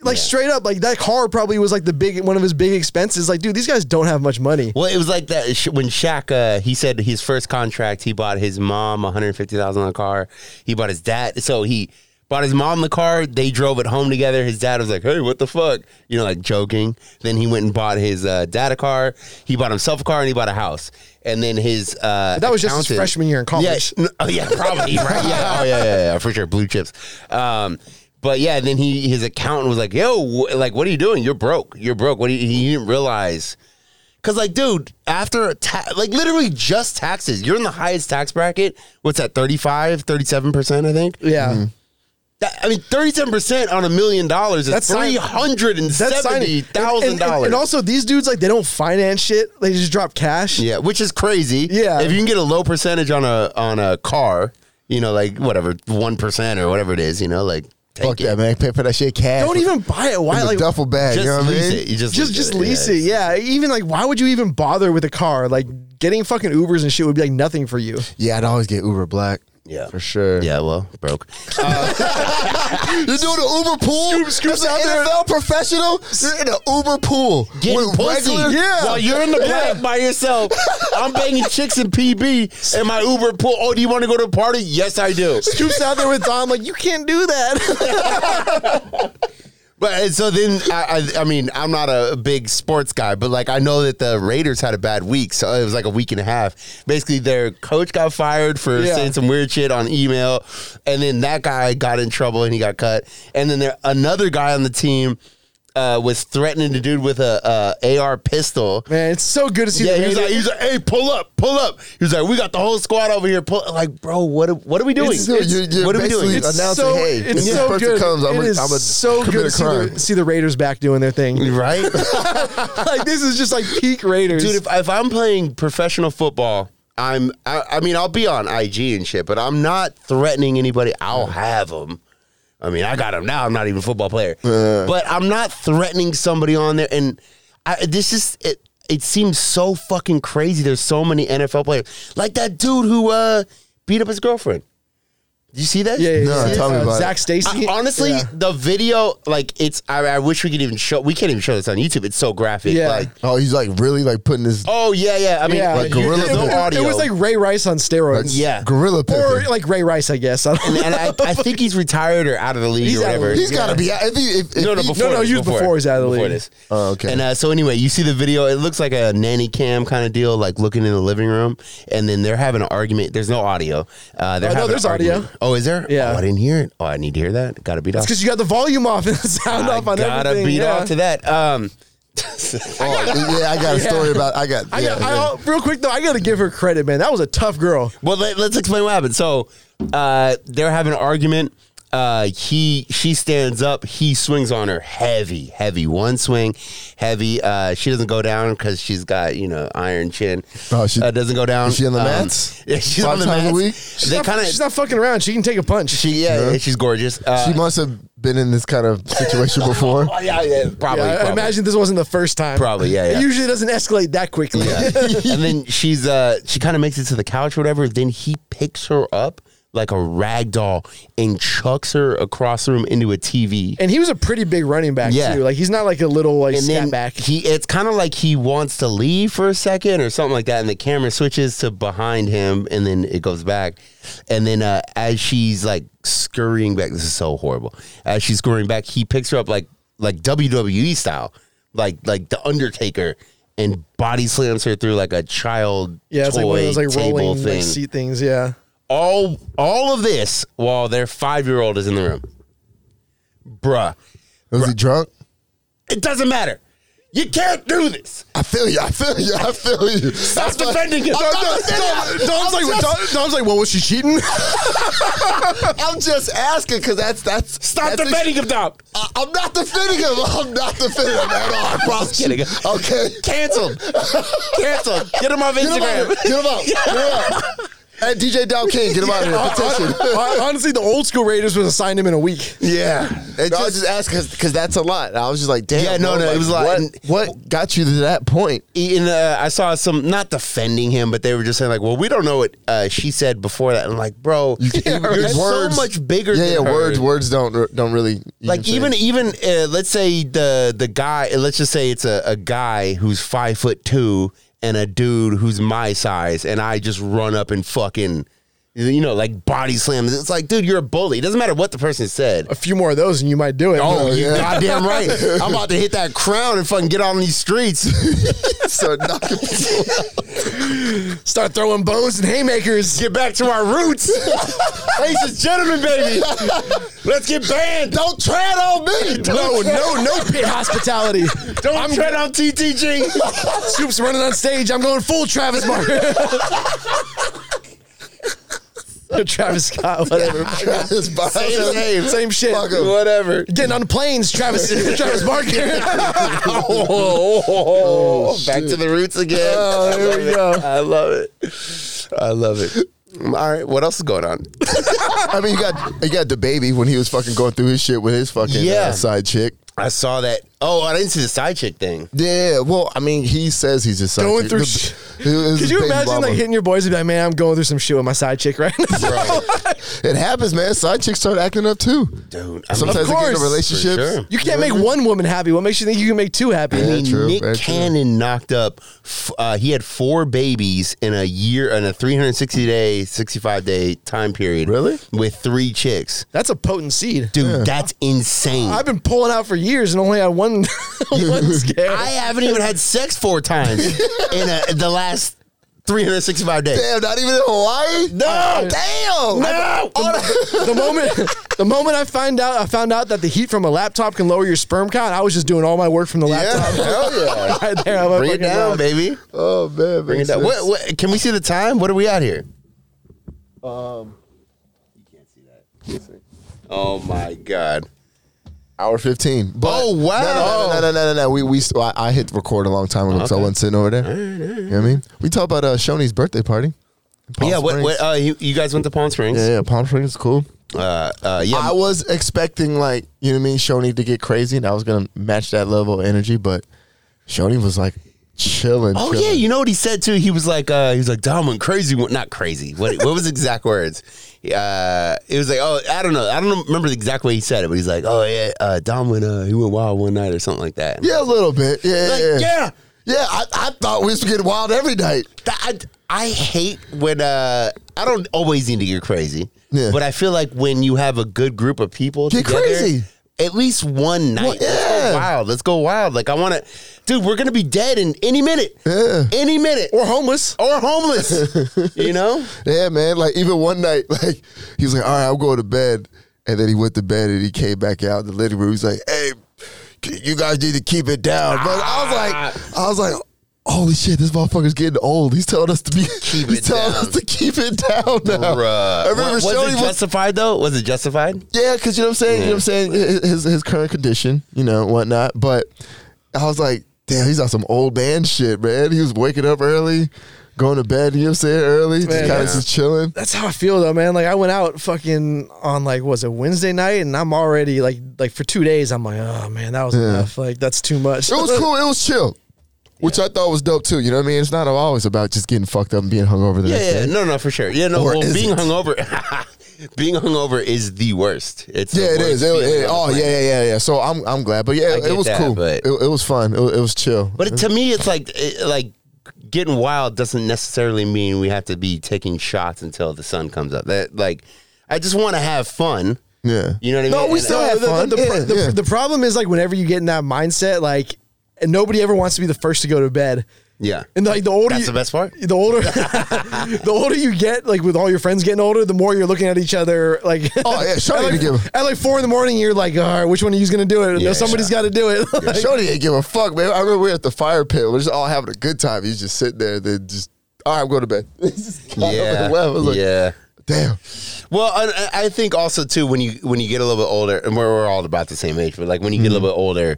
Speaker 1: Like straight up, like that car probably was like the big one of his big expenses. Like, dude, these guys don't have much money.
Speaker 2: Well, it was like that sh- when Shaq uh, he said his first contract he bought his mom one hundred fifty thousand on a car. He bought his dad, so he bought his mom the car. They drove it home together. His dad was like, "Hey, what the fuck?" You know, like joking. Then he went and bought his uh, dad a car. He bought himself a car and he bought a house. And then his uh,
Speaker 1: that was just his
Speaker 2: accountant-
Speaker 1: freshman year in college.
Speaker 2: Yeah, n- oh yeah, probably right. Yeah, oh yeah, yeah, yeah, for sure. Blue chips. Um, but yeah, then he his accountant was like, "Yo, wh- like, what are you doing? You're broke. You're broke. What? do you, he didn't realize." Cause like, dude, after ta- like literally just taxes, you're in the highest tax bracket. What's that? 35, 37 percent, I think.
Speaker 1: Yeah,
Speaker 2: That- I mean, thirty-seven percent on a million dollars is
Speaker 1: That's sign-
Speaker 2: three hundred and
Speaker 1: that's
Speaker 2: seventy
Speaker 1: signing-
Speaker 2: thousand
Speaker 1: and- and- And,
Speaker 2: dollars.
Speaker 1: also, these dudes like they don't finance shit; they just drop cash.
Speaker 2: Yeah, which is crazy.
Speaker 1: Yeah.
Speaker 2: if you can get a low percentage on a on a car, you know, like whatever one percent or whatever it is, you know, like
Speaker 3: Fuck
Speaker 2: Take
Speaker 3: that,
Speaker 2: it.
Speaker 3: man. Pay for that shit cash.
Speaker 1: Don't even buy it. Why?
Speaker 3: in
Speaker 1: Like
Speaker 3: a duffel bag.
Speaker 2: Just
Speaker 3: you know what I
Speaker 2: lease
Speaker 3: mean?
Speaker 2: it. You just
Speaker 1: just
Speaker 2: lease
Speaker 1: just
Speaker 2: it.
Speaker 1: lease it. Yeah. Even like, why would you even bother with a car? Like getting fucking Ubers and shit would be like nothing for you.
Speaker 3: Yeah, I'd always get Uber Black.
Speaker 2: Yeah.
Speaker 3: for sure.
Speaker 2: Yeah, well, broke.
Speaker 3: You're doing an Uber pool.
Speaker 1: scoops
Speaker 3: That's
Speaker 1: out
Speaker 3: an
Speaker 1: there.
Speaker 3: NFL professional. You're in an Uber pool
Speaker 2: Getting pussy
Speaker 3: regular-
Speaker 2: while you're in the club by yourself. I'm banging chicks in PB and my Uber pool. Oh, do you want to go to a party? Yes, I do.
Speaker 1: Scoops out there with Dom. Like you can't do that.
Speaker 2: But and so then, I, I, I mean, I'm not a big sports guy, but like I know that the Raiders had a bad week, so it was like a week and a half. Basically, their coach got fired for
Speaker 1: Yeah.
Speaker 2: saying some weird shit on email, and then that guy got in trouble and he got cut. And then there, another guy on the team uh, was threatening the dude with a, a AR pistol.
Speaker 1: Man, it's so good to see.
Speaker 2: Yeah,
Speaker 1: the
Speaker 2: he was
Speaker 1: Raiders-
Speaker 2: like, he was like, hey, pull up, pull up. He was like, we got the whole squad over here. Pull, like, bro, what, are- what are we doing?
Speaker 3: It's- you're- you're
Speaker 2: what are we doing?
Speaker 3: basically- announcing, "Hey, when
Speaker 1: it's
Speaker 3: this
Speaker 1: so
Speaker 3: person
Speaker 1: good.
Speaker 3: comes, I'm
Speaker 1: It
Speaker 3: gonna-
Speaker 1: is
Speaker 3: I'm gonna
Speaker 1: so
Speaker 3: commit
Speaker 1: good
Speaker 3: a
Speaker 1: to see the,
Speaker 3: crime.
Speaker 1: see the Raiders back doing their
Speaker 2: [LAUGHS]
Speaker 1: thing.
Speaker 2: Right?
Speaker 3: [LAUGHS]
Speaker 1: like this is just like peak Raiders.
Speaker 2: Dude, if, if I'm playing professional football, I'm, I, I mean, I'll be on IG and shit, but I'm not threatening anybody. I'll have them. I mean, I got them now. I'm not even a football player.
Speaker 3: Uh.
Speaker 2: But I'm not threatening somebody on there. And I, this is, it, it seems so fucking crazy. There's so many NFL players. Like that dude who uh, beat up his girlfriend. Did you see that?
Speaker 1: yeah, yeah,
Speaker 3: No,
Speaker 1: yeah.
Speaker 3: tell me about it.
Speaker 1: Zach Stacy.
Speaker 2: I- honestly,
Speaker 1: Yeah.
Speaker 2: the video, like, it's. I, I wish we could even show. We can't even show this on YouTube. It's so graphic.
Speaker 1: Yeah.
Speaker 2: Like,
Speaker 3: Oh, he's like really like putting his
Speaker 2: oh yeah, yeah. I mean,
Speaker 1: yeah,
Speaker 2: like,
Speaker 1: you-
Speaker 2: gorilla
Speaker 1: it,
Speaker 2: no
Speaker 1: it-
Speaker 2: audio.
Speaker 1: It was like Ray Rice on steroids.
Speaker 2: yeah.
Speaker 3: gorilla
Speaker 1: or
Speaker 3: pimping.
Speaker 1: like Ray Rice, I guess. I don't know.
Speaker 2: and I, I think he's retired or out of the league
Speaker 1: He's
Speaker 2: or
Speaker 1: out of the
Speaker 2: whatever.
Speaker 1: league.
Speaker 3: He's got to be. out- If he, if, if
Speaker 2: No, no,
Speaker 3: he-
Speaker 2: before
Speaker 1: no,
Speaker 2: this,
Speaker 1: he was before he's out of the
Speaker 2: before
Speaker 1: league.
Speaker 2: this.
Speaker 3: Oh, okay.
Speaker 2: And uh, so anyway, you see the video. It looks like a nanny cam kind of deal, like looking in the living room, and then they're having an argument. There's no audio. Uh, they're
Speaker 1: Oh, no,
Speaker 2: having an
Speaker 1: there's audio.
Speaker 2: argument. Oh, is there?
Speaker 1: Yeah.
Speaker 2: Oh, I didn't hear it. Oh, I need to hear that. Got to beat off.
Speaker 1: because you got the volume off and the sound
Speaker 2: I
Speaker 1: off on
Speaker 2: gotta
Speaker 1: everything.
Speaker 2: beat
Speaker 1: yeah.
Speaker 2: off to that. Um, [LAUGHS]
Speaker 3: oh, yeah, I
Speaker 1: [LAUGHS]
Speaker 3: got a story about. I got.
Speaker 1: I
Speaker 3: yeah,
Speaker 1: got, I, real quick though, I gotta give her credit, man. That was a tough girl.
Speaker 2: Well, let, us explain what happened. So uh, they're having an argument. Uh, he she stands up. He swings on her heavy, heavy. One swing, heavy. Uh, she doesn't go down because she's got you know iron chin.
Speaker 3: Oh, she-
Speaker 2: uh, doesn't go down.
Speaker 3: is she on the mats?
Speaker 2: [LAUGHS] Yeah, she's
Speaker 3: Five
Speaker 2: on the
Speaker 3: times a
Speaker 2: mats.
Speaker 3: week?
Speaker 1: She's,
Speaker 2: They
Speaker 1: not,
Speaker 2: kind
Speaker 1: she's
Speaker 2: of
Speaker 1: not fucking around. She can take a punch.
Speaker 2: she yeah, yeah, she's gorgeous. Uh,
Speaker 3: she must have been in this kind of situation
Speaker 1: [LAUGHS]
Speaker 3: before.
Speaker 2: oh, yeah, yeah, probably.
Speaker 1: Yeah, I- I
Speaker 2: probably.
Speaker 1: imagine this wasn't the first time.
Speaker 2: Probably, yeah, yeah.
Speaker 1: It usually doesn't escalate that quickly.
Speaker 2: and then she's uh she kind of makes it to the couch or whatever. Then he picks her up like a rag doll and chucks her across the room into a TV.
Speaker 1: [LAUGHS] and he was a pretty big running back
Speaker 2: Yeah.
Speaker 1: too. Like he's not like a little like
Speaker 2: and then
Speaker 1: snap back.
Speaker 2: he it's kind of like he wants to leave for a second or something like that and the camera switches to behind him and then it goes back and then uh, as she's like scurrying back this is so horrible as she's scurrying back he picks her up like like WWE style like like the undertaker and body slams her through like a child
Speaker 1: Yeah, it's
Speaker 2: toy
Speaker 1: like one of those like
Speaker 2: table
Speaker 1: rolling
Speaker 2: thing
Speaker 1: like, seat things. Yeah.
Speaker 2: all all of this while their 5 year old is in the room bruh
Speaker 3: Was he drunk?
Speaker 2: it doesn't matter you can't do this
Speaker 3: I feel you. I feel you. I feel you.
Speaker 2: Stop defending him.
Speaker 3: I'm not defending him. I'm just-
Speaker 1: Dom's like, well, was she cheating? [LAUGHS]
Speaker 3: I'm just asking because that's that's
Speaker 2: Stop
Speaker 3: that's
Speaker 2: defending him, Dom.
Speaker 3: I, I'm not defending him. I'm not defending him at all. I promise you.
Speaker 2: Kidding.
Speaker 3: Okay.
Speaker 2: Canceled. Canceled. Get him off
Speaker 3: Get him out.
Speaker 1: [LAUGHS]
Speaker 2: Instagram.
Speaker 3: Get him out. Get him out. [LAUGHS] Hey, DJ Dow King, get him out
Speaker 1: [LAUGHS]
Speaker 3: of here. Petition.
Speaker 1: Honestly, the old school Raiders would have signed him in a week.
Speaker 3: Yeah. I was just asking because that's a lot. And I was just like, damn.
Speaker 2: Yeah, no, no,
Speaker 3: bro,
Speaker 2: it
Speaker 3: like,
Speaker 2: was a lot.
Speaker 3: what-
Speaker 2: And-
Speaker 3: What got you to that point?
Speaker 2: And uh, I saw some not defending him, but they were just saying like, "Well, we don't know what uh, she said before that." I'm like, "Bro, you,
Speaker 3: Yeah,
Speaker 2: are
Speaker 3: right.
Speaker 2: so
Speaker 3: Words-
Speaker 2: much bigger."
Speaker 3: yeah,
Speaker 2: than
Speaker 3: yeah.
Speaker 2: her.
Speaker 3: Words, words don't don't really
Speaker 2: Like
Speaker 3: [LAUGHS]
Speaker 2: even even uh, let's say the the guy. Let's just say it's a, a guy who's five foot two and a dude who's my size, and I just run up and fucking. You know, like body slams. It's like, dude, you're a bully. It doesn't matter what the person said.
Speaker 1: A few more of those, and you might do it.
Speaker 2: Oh, you
Speaker 3: yeah.
Speaker 2: goddamn right. I'm about to hit that crown and fucking get on these streets.
Speaker 3: [LAUGHS]
Speaker 2: [LAUGHS]
Speaker 3: so knocking people.
Speaker 1: Start throwing bones and haymakers.
Speaker 2: Get back to our roots. Ladies and gentlemen, baby. Let's get banned. Don't tread on me.
Speaker 1: No, no, no pit [LAUGHS] hospitality.
Speaker 2: Don't tread on TTG.
Speaker 1: Scoops running on stage. I'm going full Travis Martin. [LAUGHS] Travis Scott, whatever.
Speaker 3: Travis
Speaker 2: [LAUGHS]
Speaker 3: Barnes.
Speaker 1: Same, same shit.
Speaker 3: Fuck 'em.
Speaker 2: Whatever.
Speaker 1: Getting on planes,
Speaker 3: [LAUGHS]
Speaker 1: Travis. Travis Barker.
Speaker 2: [LAUGHS] back to the roots again.
Speaker 1: Oh,
Speaker 2: I
Speaker 1: there
Speaker 2: love
Speaker 1: we
Speaker 2: it.
Speaker 1: go.
Speaker 2: I love it. I love it. All right, what else is going on?
Speaker 3: I mean, you got you got the baby when he was fucking going through his shit with his fucking
Speaker 2: Yeah.
Speaker 3: uh, side chick.
Speaker 2: I saw that. Oh, I didn't see the side chick thing.
Speaker 3: Yeah, well, I mean, he says he's just
Speaker 1: Going through sh- Could you imagine like hitting your boys and be like, man, I'm going through some shit with my side chick right now?
Speaker 3: It happens, man. Side chicks start acting up too.
Speaker 2: Dude, I mean,
Speaker 1: Of
Speaker 3: Sometimes they get
Speaker 1: course.
Speaker 3: into relationships.
Speaker 2: For sure.
Speaker 1: [LAUGHS] You can't make one woman happy. What makes you think you can make two happy?
Speaker 2: I
Speaker 3: Yeah,
Speaker 2: mean,
Speaker 3: true,
Speaker 2: Nick
Speaker 3: yeah, true.
Speaker 2: Cannon knocked up. f- Uh, he had four babies in a year, in a 360 day, 65 day time period.
Speaker 3: Really?
Speaker 2: With three chicks,
Speaker 1: That's a potent seed.
Speaker 2: dude. That's insane.
Speaker 1: I've been pulling out for years and only had one [LAUGHS]
Speaker 3: [LAUGHS]
Speaker 1: one scare.
Speaker 2: I haven't even had sex four times in, a, in the last 365 days. Oh,
Speaker 3: Damn, not even in Hawaii. No,
Speaker 1: the
Speaker 2: No!
Speaker 3: damn.
Speaker 1: moment the moment I find out I found out that the heat from a laptop can lower your sperm count, I was just doing all my work from the
Speaker 3: Yeah,
Speaker 1: laptop.
Speaker 3: hell [LAUGHS] yeah.
Speaker 1: right there. I'm a
Speaker 2: Bring it
Speaker 1: fucking
Speaker 2: down,
Speaker 1: dog.
Speaker 2: baby.
Speaker 3: Oh man,
Speaker 2: Bring it down. What, what, can we see the time? What are we at here? Um, you can't see that. Oh my god.
Speaker 3: Hour fifteen. But
Speaker 2: Oh, wow.
Speaker 3: No, no, no, no, no, no. no. We we I, I hit record a long time ago. So I wasn't sitting over there. You know what I mean? We talk about uh, Shoney's birthday party. in Palm
Speaker 2: yeah. What?
Speaker 3: Springs.
Speaker 2: what uh, you, you guys went to Palm Springs.
Speaker 3: yeah, yeah. Palm Springs is cool.
Speaker 2: Uh, uh, yeah.
Speaker 3: I was expecting like you know what I mean, Shoney to get crazy, and I was gonna match that level of energy, but Shoney was like chilling.
Speaker 2: Oh yeah,
Speaker 3: chilling.
Speaker 2: you know what he said too. He was like, uh, he was like, "Dom went crazy." went- Not crazy. What? What was the exact words? Uh, it was like, oh, I don't know. I don't remember the exact way he said it, but he's like, "Oh yeah, uh, Dom went, uh, he went wild one night or something like that."
Speaker 3: yeah, a little bit. Yeah,
Speaker 2: Like,
Speaker 3: yeah,
Speaker 2: yeah.
Speaker 3: Yeah, I, I thought we used to get wild every night.
Speaker 2: That- I, I hate when uh, I don't always need to get crazy,
Speaker 3: Yeah.
Speaker 2: but I feel like when you have a good group of people,
Speaker 3: Get
Speaker 2: together,
Speaker 3: crazy.
Speaker 2: At least one night, let's
Speaker 3: yeah.
Speaker 2: go wild. Let's go wild. Like I want to, dude. We're gonna be dead in any minute.
Speaker 3: Yeah.
Speaker 2: Any minute.
Speaker 1: Or homeless.
Speaker 2: or
Speaker 3: [LAUGHS]
Speaker 2: homeless. you know?
Speaker 3: Yeah, man. Like even one night, [LAUGHS] like he was like, "All right, I'll go to bed," and then he went to bed and he came back out in the living room. He's like, "Hey, you guys need to keep it down." But I was
Speaker 2: Ah.
Speaker 3: like, I was like. Holy shit! This motherfucker's getting old. He's telling us to be.
Speaker 2: Keep
Speaker 3: he's
Speaker 2: it
Speaker 3: telling
Speaker 2: down.
Speaker 3: us to keep it down now. I remember
Speaker 2: uh, was
Speaker 3: Shoney
Speaker 2: it
Speaker 3: was
Speaker 2: justified though? Was it justified?
Speaker 3: Yeah, because you know what I'm saying. You know what I'm saying. His his current condition, you know, whatnot. But I was like, damn, he's on some old man shit, man. He was waking up early, going to bed. You know what I'm saying? Early, just
Speaker 1: Man,
Speaker 3: kind of
Speaker 1: yeah.
Speaker 3: just chilling.
Speaker 1: That's how I feel though, man. Like I went out fucking on like what was it Wednesday night, and I'm already like like for two days. I'm like, oh man, that was enough. Like that's too much.
Speaker 3: It was cool. It was chill, which I thought was dope too. You know what I mean? It's not always about just getting fucked up and being hungover. The
Speaker 2: Yeah,
Speaker 3: next
Speaker 2: yeah,
Speaker 3: day.
Speaker 2: no, no, for sure. Yeah, no,
Speaker 3: Or
Speaker 2: well,
Speaker 3: is
Speaker 2: being
Speaker 3: it?
Speaker 2: hungover, [LAUGHS] being hungover is the worst. It's the
Speaker 3: Yeah, it
Speaker 2: worst
Speaker 3: is. It,
Speaker 2: feeling
Speaker 3: it-
Speaker 2: on the
Speaker 3: oh,
Speaker 2: planet.
Speaker 3: yeah, yeah, yeah, yeah. So I'm, I'm glad, but yeah,
Speaker 2: I
Speaker 3: it
Speaker 2: get
Speaker 3: was
Speaker 2: that,
Speaker 3: cool.
Speaker 2: but-
Speaker 3: It, it was fun. It, it was chill.
Speaker 2: But it- to me, it's like it, like getting wild doesn't necessarily mean we have to be taking shots until the sun comes up. That like, I just want to have fun.
Speaker 3: yeah,
Speaker 2: You know what I
Speaker 1: [LAUGHS]
Speaker 2: mean?
Speaker 1: No, we
Speaker 2: And-
Speaker 1: still
Speaker 3: No,
Speaker 1: have
Speaker 3: the-
Speaker 1: fun.
Speaker 3: the-
Speaker 1: The,
Speaker 3: the-
Speaker 1: pro-
Speaker 3: yeah,
Speaker 1: the-
Speaker 3: yeah.
Speaker 1: the problem is like whenever you get in that mindset, like and nobody ever wants to be the first to go to bed.
Speaker 2: Yeah.
Speaker 1: And like the older
Speaker 2: That's
Speaker 1: you-
Speaker 2: the best
Speaker 1: [LAUGHS]
Speaker 2: part.
Speaker 1: The
Speaker 3: [LAUGHS]
Speaker 1: older, the older you get, like with all your friends getting older, the more you're looking at each other. Like,
Speaker 3: Oh, yeah,
Speaker 1: [LAUGHS]
Speaker 3: Shawty
Speaker 1: at like,
Speaker 3: didn't give
Speaker 1: at like four in the morning, you're like, all right, which one of you's gonna do it?
Speaker 2: Yeah,
Speaker 1: No, somebody's
Speaker 2: yeah.
Speaker 1: got to do it. [LAUGHS] Like,
Speaker 3: Shorty ain't give a fuck, man. I remember we were at the fire pit. We're just all having a good time. He's just sitting there, then just, all right, I'm going to bed. [LAUGHS] Just got up
Speaker 2: Yeah,
Speaker 3: and left. I was like,
Speaker 2: yeah.
Speaker 3: Damn.
Speaker 2: Well, I, I I think also too when you when you get a little bit older, and we're, we're all about the same age, but like when you get a little
Speaker 1: Mm-hmm.
Speaker 2: bit older,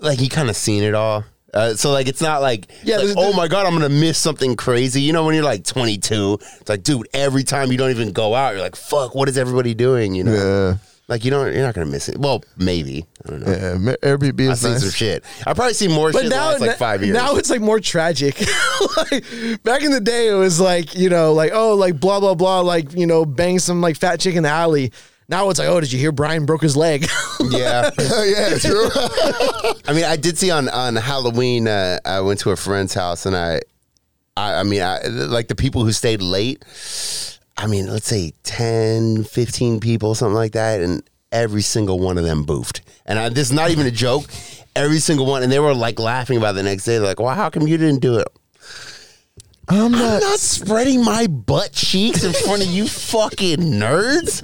Speaker 2: like you kind of seen it all. Uh, so like it's not like,
Speaker 1: Yeah,
Speaker 2: like,
Speaker 1: there's-
Speaker 2: oh my god I'm gonna miss something crazy you know when you're like 22 it's like dude every time you don't even go out you're like fuck what is everybody doing you know
Speaker 3: Yeah.
Speaker 2: like you don't you're not gonna miss it well maybe I don't know
Speaker 3: Yeah, ma- Airbnb
Speaker 2: I've
Speaker 3: is
Speaker 2: seen
Speaker 3: nice.
Speaker 2: some shit I probably seen more shit
Speaker 1: But
Speaker 2: in the
Speaker 1: now,
Speaker 2: last, like five years
Speaker 1: now it's like more tragic. [LAUGHS] like back in the day, it was like you know, like oh, like blah blah blah, like you know, bang some like fat chick in the alley. Now it's like, oh, did you hear Brian broke his leg? [LAUGHS]
Speaker 2: yeah
Speaker 3: [LAUGHS] yeah, true.
Speaker 2: [LAUGHS] I mean, I did see on on Halloween. Uh, I went to a friend's house, and I, I, I mean, I, like the people who stayed late. I mean, let's say 10, 15 people, something like that, and every single one of them boofed. And I, this is not even a joke. Every single one, and they were like laughing about it the next day. They're like, "Well, how come you didn't do it?"
Speaker 3: I'm
Speaker 2: I'm
Speaker 3: not.
Speaker 2: not spreading my butt cheeks in front of you fucking nerds.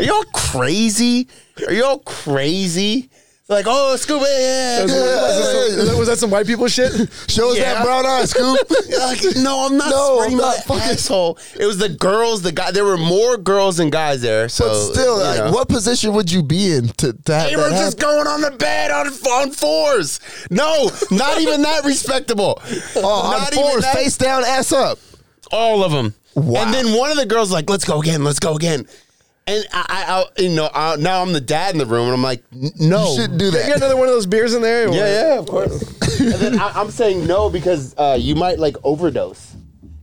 Speaker 2: Are y'all crazy? Are y'all crazy? Like, oh, Scuba, yeah, yeah, yeah.
Speaker 1: was, that, was that some white people shit? [LAUGHS]
Speaker 3: Show us
Speaker 2: Yeah.
Speaker 3: that brown eye, Scoop.
Speaker 2: Like, no, I'm not
Speaker 3: No,
Speaker 2: spreading
Speaker 3: I'm not
Speaker 2: my
Speaker 3: fucking-
Speaker 2: asshole. It was the girls, the guy. There were more girls than guys there. So
Speaker 3: But still,
Speaker 2: you
Speaker 3: like,
Speaker 2: know.
Speaker 3: what position would you be in to, to have
Speaker 2: They were
Speaker 3: that
Speaker 2: just
Speaker 3: happen?
Speaker 2: going on the bed on, on fours. No, [LAUGHS] not even that respectable.
Speaker 3: Oh, on
Speaker 2: Not even
Speaker 3: fours,
Speaker 2: that-
Speaker 3: face down, ass up.
Speaker 2: all of them.
Speaker 3: Wow.
Speaker 2: And then one of the girls like, "Let's go again. Let's go again." And I, I, I you know, I, now I'm the dad in the room, and I'm like, "N- "No,
Speaker 3: You should do
Speaker 1: You got
Speaker 3: that.
Speaker 1: another one of those beers in there? Or-
Speaker 2: yeah, yeah, of course. and then I, I'm saying no because uh, you might like overdose.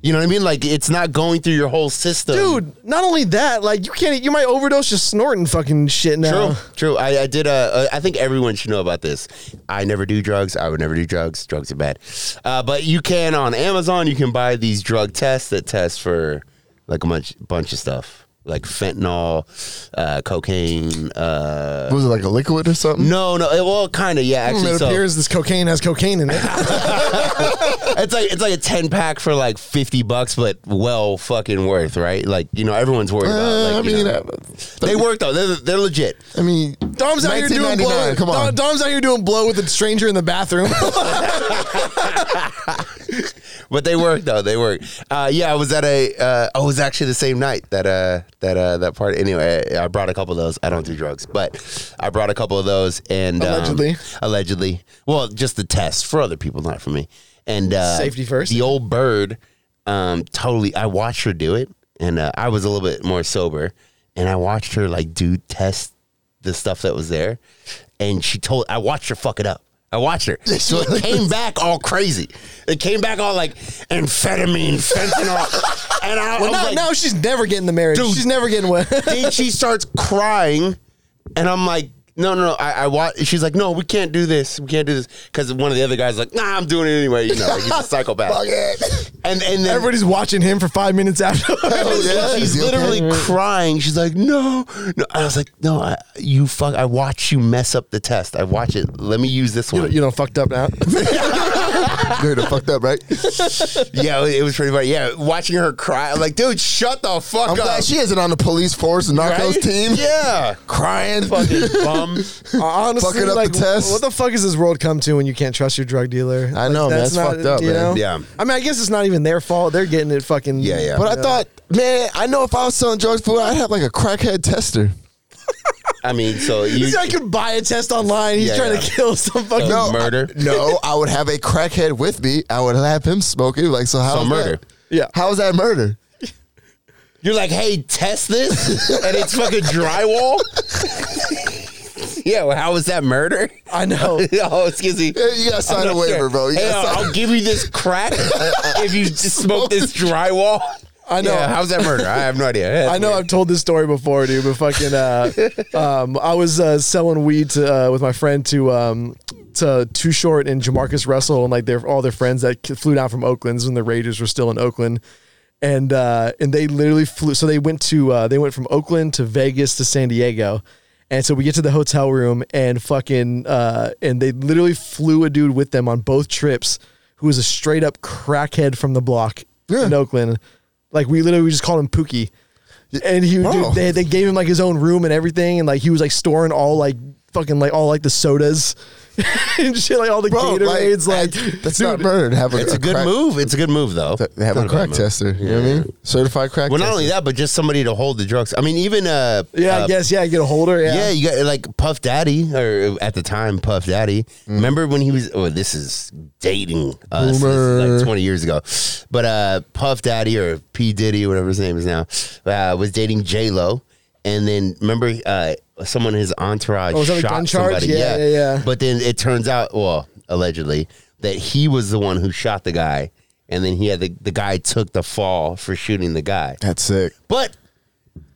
Speaker 2: You know what I mean? Like it's not going through your whole system.
Speaker 1: Dude, not only that, like you can't. e, You might overdose just snorting fucking shit now.
Speaker 3: Oh.
Speaker 2: True, true. I, I did. Uh, I think everyone should know about this. I never do drugs. I would never do drugs. Drugs are bad. Uh, but you can on Amazon. You can buy these drug tests that test for like a bunch, bunch of stuff, like fentanyl, uh, cocaine. Uh,
Speaker 3: Was it like a liquid or something?
Speaker 2: no, no. it- Well, kind of. Yeah,
Speaker 1: Hmm,
Speaker 2: actually.
Speaker 1: It
Speaker 2: so
Speaker 1: appears this cocaine has cocaine in it.
Speaker 2: [LAUGHS] it's like it's like a ten pack for like fifty bucks, but well, fucking worth, right? Like you know, everyone's worried about.
Speaker 3: Uh,
Speaker 2: Like,
Speaker 3: I
Speaker 2: you
Speaker 3: mean,
Speaker 2: know.
Speaker 3: I,
Speaker 2: they work though. They're, they're legit.
Speaker 3: I mean,
Speaker 1: [LAUGHS] Dom's out here doing
Speaker 3: 1999,
Speaker 1: blow.
Speaker 3: Come on,
Speaker 1: Dom- Dom's out here doing blow with a stranger in the bathroom. [LAUGHS]
Speaker 2: But they work though. They work. Uh, yeah, I was at a. Uh, oh, it was actually the same night that uh, that uh, that party. Anyway, I, I brought a couple of those. I don't do drugs, but I brought a couple of those and um,
Speaker 1: Allegedly.
Speaker 2: allegedly. Well, just the test for other people, not for me. And uh,
Speaker 1: Safety first.
Speaker 2: The old bird. Um, totally. I watched her do it, and uh, I was a little bit more sober, and I watched her like do test the stuff that was there, and she told. I watched her fuck it up. I watched her. So it came back all crazy. It came back all like amphetamine, fentanyl, [LAUGHS] and I, I was
Speaker 1: well, now,
Speaker 2: like,
Speaker 1: now she's never getting the marriage.
Speaker 2: Dude.
Speaker 1: she's never getting wet. [LAUGHS]
Speaker 2: then she starts crying, and I'm like, no, no, no. I, I watch. She's like, no, we can't do this. We can't do this because one of the other guys like, nah, I'm doing it anyway. You know, like, he's a psychopath.
Speaker 3: Fuck it.
Speaker 2: And and then
Speaker 1: [LAUGHS] Everybody's watching him for five minutes
Speaker 2: [LAUGHS]
Speaker 1: after.
Speaker 3: yeah.
Speaker 2: she's
Speaker 3: Is he okay?
Speaker 2: literally crying. She's like, no, no. I was like, no, I, you fuck. I watch you mess up the test. I watch it. Let me use this one.
Speaker 1: you know, fucked up now.
Speaker 3: Dude, I fucked up, right?
Speaker 2: [LAUGHS] yeah, it was pretty funny. Yeah, watching her cry. I'm like, dude, shut the fuck
Speaker 3: I'm
Speaker 2: up.
Speaker 3: glad she isn't on the police force, narcos
Speaker 2: Right?
Speaker 3: team.
Speaker 2: Yeah,
Speaker 3: crying.
Speaker 2: fucking [LAUGHS] bum.
Speaker 1: Honestly,
Speaker 3: Fucking up
Speaker 1: like,
Speaker 3: the test.
Speaker 1: what the fuck is this world come to when you can't trust your drug dealer?
Speaker 3: I
Speaker 1: Like,
Speaker 3: know, man, that's fucked up,
Speaker 1: you
Speaker 3: man.
Speaker 1: know?
Speaker 2: Yeah.
Speaker 1: I mean, I guess it's not even their fault. They're getting it fucking.
Speaker 2: Yeah, yeah.
Speaker 3: But I thought, man, I know if I was selling drugs, fool, I'd have like a crackhead tester.
Speaker 2: I mean, so you
Speaker 1: This guy can buy a test online. He's
Speaker 2: Yeah,
Speaker 1: trying to
Speaker 2: yeah.
Speaker 1: kill some fucking.
Speaker 2: No. Murder.
Speaker 3: I- [LAUGHS] no, I would have a crackhead with me. I would have him smoke it. Like, so how?
Speaker 2: So
Speaker 3: is
Speaker 2: murder.
Speaker 3: That?
Speaker 1: Yeah.
Speaker 3: How is that murder?
Speaker 2: you're like, hey, test this, and it's fucking drywall. [LAUGHS] yeah, well, how was that murder? [LAUGHS]
Speaker 1: I know.
Speaker 2: oh, excuse me.
Speaker 3: Yeah, You gotta sign a
Speaker 2: not
Speaker 3: waiver,
Speaker 2: sure.
Speaker 3: bro. You
Speaker 2: Hey,
Speaker 3: gotta
Speaker 2: I'll,
Speaker 3: sign-
Speaker 2: I'll give you this
Speaker 3: [LAUGHS]
Speaker 2: crack if you just smoke this drywall.
Speaker 1: I know.
Speaker 2: Yeah, how's that murder? I have no
Speaker 3: [LAUGHS]
Speaker 2: idea.
Speaker 1: I know I've told this story before, dude, but fucking, uh, um, I was uh, selling weed to, uh, with my friend to um, to Too Short and Jamarcus Russell and like their all their friends that c- flew down from Oakland this is when the Raiders were still in Oakland, and uh, and they literally flew. So they went to uh, they went from Oakland to Vegas to San Diego. And so we get to the hotel room and fucking uh, and they literally flew a dude with them on both trips who was a straight up crackhead from the block in Oakland. Like we literally just called him Pookie. And he would
Speaker 3: Oh.
Speaker 1: do, they, they gave him like his own room and everything and like he was like storing all like fucking like all like the sodas [LAUGHS] and shit like all the
Speaker 3: Bro,
Speaker 1: Gatorades like,
Speaker 3: I- that's not murder. to Have a,
Speaker 2: It's a good
Speaker 3: crack-
Speaker 2: move. It's a good move, though.
Speaker 3: They have
Speaker 2: Not
Speaker 3: a crack
Speaker 2: bad move.
Speaker 3: tester. You know what I mean? Certified crack.
Speaker 2: Well,
Speaker 3: tester.
Speaker 2: not only that, but just somebody to hold the drugs. I mean, even uh,
Speaker 1: yeah,
Speaker 2: uh,
Speaker 1: I guess yeah, get a holder.
Speaker 2: yeah,
Speaker 1: Yeah.
Speaker 2: you got like Puff Daddy, or at the time Puff Daddy.
Speaker 1: Mm.
Speaker 2: Remember when he was? Oh, this is dating us. This is
Speaker 3: Boomer.
Speaker 2: like twenty years ago. But uh, Puff Daddy or P Diddy, whatever his name is now, uh, was dating J Lo, and then remember uh, someone in his entourage
Speaker 1: Oh, was that a
Speaker 2: shot
Speaker 1: gun charge?
Speaker 2: somebody.
Speaker 1: Yeah, yeah, yeah.
Speaker 2: But then it turns out, well, allegedly, that he was the one who shot the guy, and then he had the, the guy took the fall for shooting the guy.
Speaker 3: That's sick.
Speaker 2: But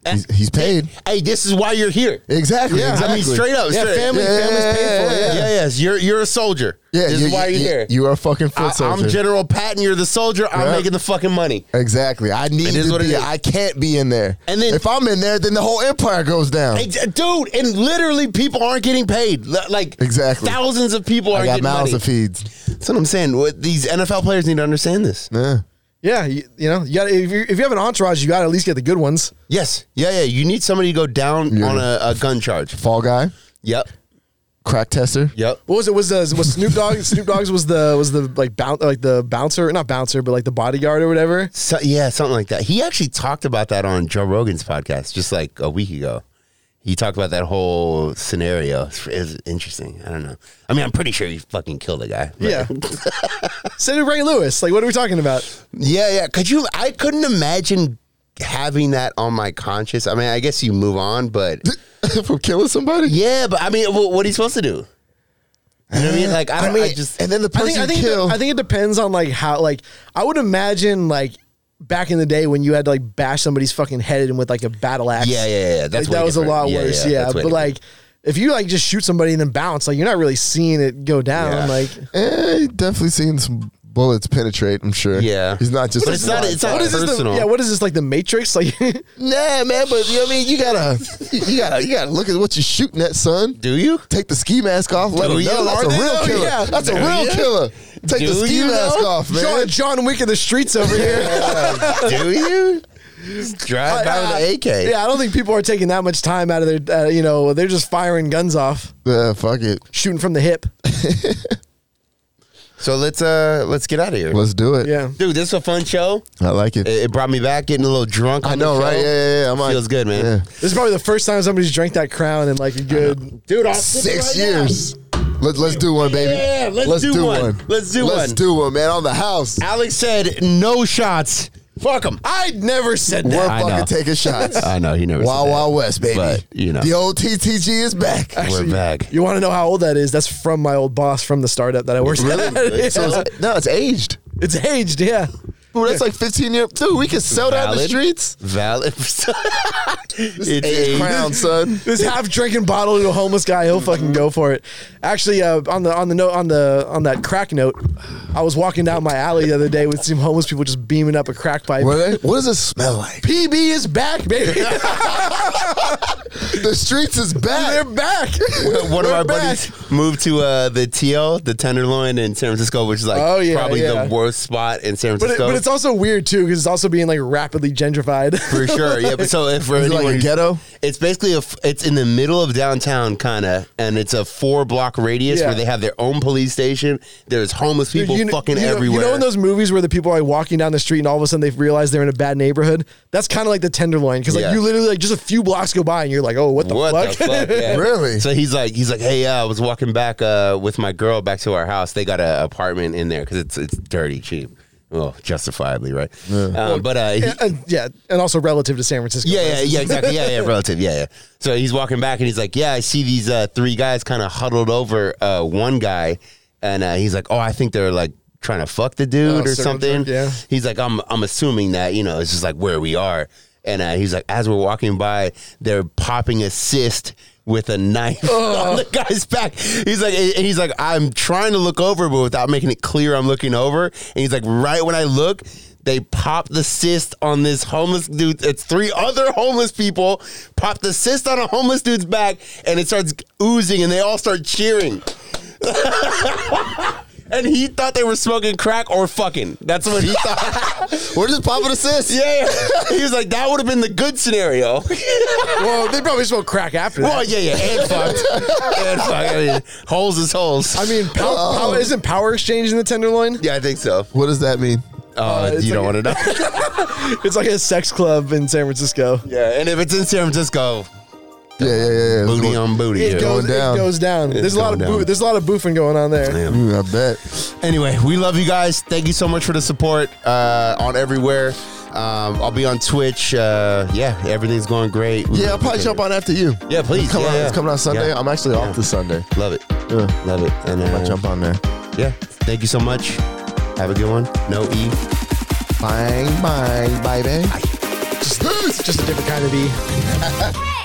Speaker 3: He's, he's paid.
Speaker 2: hey, this is why you're here.
Speaker 3: Exactly.
Speaker 2: Eh, Yeah,
Speaker 3: exactly.
Speaker 2: I mean, straight up,
Speaker 1: Yeah,
Speaker 2: straight
Speaker 1: family-
Speaker 2: yeah,
Speaker 1: family's paid for,
Speaker 2: yeah, yeah. yes, you're you're a soldier.
Speaker 3: Yeah,
Speaker 2: this
Speaker 3: you,
Speaker 2: is why
Speaker 3: you-
Speaker 2: you're
Speaker 3: you-
Speaker 2: here.
Speaker 3: You are a fucking foot
Speaker 2: I,
Speaker 3: soldier.
Speaker 2: am General Patton. You're the soldier. I'm
Speaker 3: Yeah.
Speaker 2: making the fucking money.
Speaker 3: Exactly. I need
Speaker 2: is
Speaker 3: to
Speaker 2: what it
Speaker 3: be.
Speaker 2: is.
Speaker 3: I can't be in there.
Speaker 2: And then-
Speaker 3: if I'm in there, then the whole empire goes down.
Speaker 2: Ex- Dude, and literally, people aren't getting paid. L- Like
Speaker 3: Exactly.
Speaker 2: thousands of people
Speaker 3: I
Speaker 2: aren't
Speaker 3: got
Speaker 2: getting
Speaker 3: mouths
Speaker 2: money.
Speaker 3: of feeds.
Speaker 2: That's what I'm saying. What, these NFL players need to understand this.
Speaker 3: Yeah.
Speaker 1: Yeah, you, you know, you got if you if you have an entourage, you got to at least get the good ones.
Speaker 2: Yes, yeah, yeah. You need somebody to go down
Speaker 3: Yeah.
Speaker 2: on a, a gun charge.
Speaker 3: Fall guy,
Speaker 2: Yep,
Speaker 3: crack tester.
Speaker 2: yep.
Speaker 1: What was it? Was uh, was Snoop Dogg? [LAUGHS] Snoop Dogg's was the was the like boun- like the bouncer, not bouncer, but like the bodyguard or whatever.
Speaker 2: So, yeah, something like that. He actually talked about that on Joe Rogan's podcast just like a week ago. He talked about that whole scenario. It's, it's interesting. I don't know. I mean, I'm pretty sure he fucking killed a guy. but-
Speaker 1: Yeah. Send it Ray Lewis. Like, what are we talking about?
Speaker 2: Yeah, yeah. Could you? I couldn't imagine having that on my conscience. I mean, I guess you move on, but
Speaker 3: [LAUGHS] from killing somebody.
Speaker 2: yeah, but I mean, wh- what are you supposed to do? You know what I mean? Like, I,
Speaker 3: I
Speaker 2: don't-
Speaker 3: mean,
Speaker 2: I just
Speaker 3: and then the
Speaker 1: I
Speaker 3: person
Speaker 1: think, I think, it,
Speaker 3: killed.
Speaker 1: I think it depends on like how, like, I would imagine like back in the day when you had to like bash somebody's fucking head in with like a battle axe.
Speaker 2: yeah, yeah, yeah. yeah. That's
Speaker 1: like, that
Speaker 2: way
Speaker 1: was a lot
Speaker 2: different.
Speaker 1: worse. Yeah.
Speaker 2: that's way
Speaker 1: But
Speaker 2: different.
Speaker 1: like, if you like just shoot somebody and then bounce, like you're not really seeing it go down.
Speaker 2: Yeah.
Speaker 1: Like,
Speaker 3: Eh, you definitely seen some bullets penetrate. I'm sure.
Speaker 2: Yeah.
Speaker 3: he's not just.
Speaker 2: But it's not- it's not-
Speaker 1: what is this? The,
Speaker 2: personal.
Speaker 1: yeah. What is this? Like the Matrix? Like, [LAUGHS]
Speaker 3: nah, man. But you know what I mean. You gotta,
Speaker 2: [LAUGHS]
Speaker 3: you gotta, you gotta look at what you're shooting at, son.
Speaker 2: do
Speaker 1: [LAUGHS]
Speaker 2: you?
Speaker 3: Take the ski mask off. Let
Speaker 2: Do
Speaker 3: him
Speaker 2: you?
Speaker 3: know that's
Speaker 2: Are
Speaker 3: a
Speaker 2: they
Speaker 3: real
Speaker 2: though?
Speaker 3: killer.
Speaker 2: Yeah.
Speaker 3: That's
Speaker 2: Do
Speaker 3: a real
Speaker 2: you?
Speaker 3: killer. Take
Speaker 2: Do
Speaker 3: the ski
Speaker 2: you
Speaker 3: mask
Speaker 2: know?
Speaker 3: off, man.
Speaker 1: John, John Wick in the streets over
Speaker 2: [LAUGHS]
Speaker 1: here.
Speaker 2: do you? Just Drive by
Speaker 1: I-
Speaker 2: with an AK.
Speaker 1: Yeah, I don't think people are taking that much time out of their, uh, you know, they're just firing guns off,
Speaker 3: Yeah, fuck it.
Speaker 1: shooting from the
Speaker 2: [LAUGHS]
Speaker 1: hip.
Speaker 2: So let's uh let's get out of here,
Speaker 3: Let's do it.
Speaker 1: Yeah.
Speaker 2: dude. This was a fun show.
Speaker 3: I like it.
Speaker 2: It, it brought me back, getting a little drunk. On
Speaker 3: I know,
Speaker 2: the show.
Speaker 3: right? Yeah, yeah, yeah. I'm like,
Speaker 2: Feels good, man.
Speaker 1: This is probably the first time somebody's drank that crown in like a good.
Speaker 2: Dude, I'll sip it
Speaker 3: Six
Speaker 2: right now.
Speaker 3: years. Let, let's do one, baby.
Speaker 2: Yeah, let's do one. Let's do
Speaker 3: Let's
Speaker 2: one.
Speaker 3: do one, man. On the house.
Speaker 2: Alex said no shots. Fuck them.
Speaker 1: I never said
Speaker 3: We're
Speaker 1: that.
Speaker 2: I know.
Speaker 3: fucking taking shots.
Speaker 2: [LAUGHS] I know he never. said
Speaker 3: Wild
Speaker 2: that.
Speaker 3: Wild West, baby.
Speaker 2: But, you know.
Speaker 3: the old TTG is back.
Speaker 2: [LAUGHS] We're back.
Speaker 1: You want to know how old that is? That's from my old boss from the startup that I worked at. [LAUGHS] Yeah.
Speaker 3: So it's, no, it's aged.
Speaker 1: it's aged, yeah.
Speaker 3: Ooh, that's like 15 year. Dude, we can sell that in the
Speaker 2: Valid.
Speaker 3: streets.
Speaker 2: Valid. [LAUGHS] it's
Speaker 3: Aged crown, [LAUGHS] son.
Speaker 1: This half drinking bottle to a homeless guy, he'll fucking go for it. Actually, uh, on the on the note on the on that crack note, I was walking down my alley the other day with some homeless people just beaming up a crack pipe.
Speaker 3: What, what does it smell like?
Speaker 1: PB is back, [LAUGHS] baby.
Speaker 3: [LAUGHS] The streets is
Speaker 1: They're back.
Speaker 3: back.
Speaker 2: [LAUGHS] One of
Speaker 1: We're
Speaker 2: our
Speaker 1: back.
Speaker 2: buddies moved to uh, the TL, the Tenderloin in San Francisco, which is like
Speaker 1: Oh, yeah,
Speaker 2: probably
Speaker 1: yeah.
Speaker 2: the worst spot in San
Speaker 1: But, it,
Speaker 2: Francisco.
Speaker 1: but it's also weird too because it's also being like rapidly gentrified. [LAUGHS]
Speaker 2: for sure. Yeah, but so if for
Speaker 3: Is it
Speaker 2: anyone,
Speaker 3: like a
Speaker 2: who's-
Speaker 3: ghetto?
Speaker 2: it's basically a f- it's in the middle of downtown, kind of, and it's a four block radius
Speaker 1: Yeah.
Speaker 2: where they have their own police station. There's homeless
Speaker 1: Dude,
Speaker 2: people
Speaker 1: you kn-
Speaker 2: fucking
Speaker 1: you know,
Speaker 2: everywhere.
Speaker 1: You know in those movies where the people are like, walking down the street and all of a sudden they realize they're in a bad neighborhood? That's kind of like the Tenderloin because like
Speaker 2: Yeah.
Speaker 1: you literally like just a few blocks go by and you're like, oh, what the
Speaker 2: what
Speaker 1: fuck?
Speaker 2: the fuck? yeah.
Speaker 3: Really?
Speaker 2: So he's like, he's like, hey, uh, I was walking back uh, with my girl back to our house. They got an apartment in there because it's it's dirty cheap. Well, justifiably, right? Um, but uh, he-
Speaker 1: yeah, [LAUGHS] and, yeah, and also relative to San Francisco.
Speaker 2: yeah, yeah, yeah, exactly. Yeah, yeah, relative. Yeah, yeah. So he's walking back and he's like, yeah, I see these uh, three guys kind of huddled over uh, one guy, and uh, he's like, oh, I think they're like trying to fuck the dude
Speaker 1: Oh,
Speaker 2: or
Speaker 1: circle
Speaker 2: something.
Speaker 1: jerk, yeah.
Speaker 2: He's like, I'm I'm assuming that you know it's just like where we are, and uh, he's like, as we're walking by, they're popping a cyst. With a knife [LAUGHS] on the guy's back, he's like, and he's like, I'm trying to look over, but without making it clear, I'm looking over. And he's like, right when I look, they pop the cyst on this homeless dude. It's three other homeless people pop the cyst on a homeless dude's back, and it starts oozing, and they all start cheering. And he thought they were smoking crack or fucking. That's what he thought.
Speaker 3: [LAUGHS] We're just popping a cyst.
Speaker 2: yeah, he was like, that would have been the good scenario.
Speaker 1: Well, they probably smoke crack after that.
Speaker 2: [LAUGHS] well, yeah, yeah, and fucked, and fucked. I mean, holes is holes.
Speaker 1: I mean, pow- pow- isn't Power Exchange in the Tenderloin?
Speaker 2: Oh. yeah, I think so.
Speaker 3: What does that mean?
Speaker 2: Uh,
Speaker 1: it's
Speaker 2: you don't
Speaker 1: like
Speaker 2: want to know.
Speaker 1: It's like a sex club in San Francisco.
Speaker 2: yeah, and if it's in San Francisco,
Speaker 3: Yeah, yeah, yeah. yeah.
Speaker 2: booty on booty.
Speaker 1: It
Speaker 2: yeah.
Speaker 1: goes,
Speaker 3: going down.
Speaker 1: it goes down. there's a lot of
Speaker 2: going
Speaker 1: boo-
Speaker 2: down.
Speaker 1: there's a lot of boofing going on there.
Speaker 3: Mm, I bet.
Speaker 2: Anyway, we love you guys. Thank you so much for the support uh, on everywhere. Um, I'll be on Twitch. Uh, yeah, everything's going great.
Speaker 3: Yeah, I'll probably jump on after you.
Speaker 2: Yeah, please.
Speaker 3: Come
Speaker 2: yeah,
Speaker 3: on,
Speaker 2: yeah.
Speaker 3: it's coming out Sunday.
Speaker 2: Yeah.
Speaker 3: I'm actually
Speaker 2: Yeah.
Speaker 3: off this Sunday.
Speaker 2: Love it.
Speaker 3: Yeah.
Speaker 2: Love it. And
Speaker 3: I
Speaker 2: uh,
Speaker 3: jump on there.
Speaker 2: yeah, thank you so much. Have a good one. No E.
Speaker 3: Bye, bye, baby.
Speaker 1: Just a different kind of E.
Speaker 4: Hey!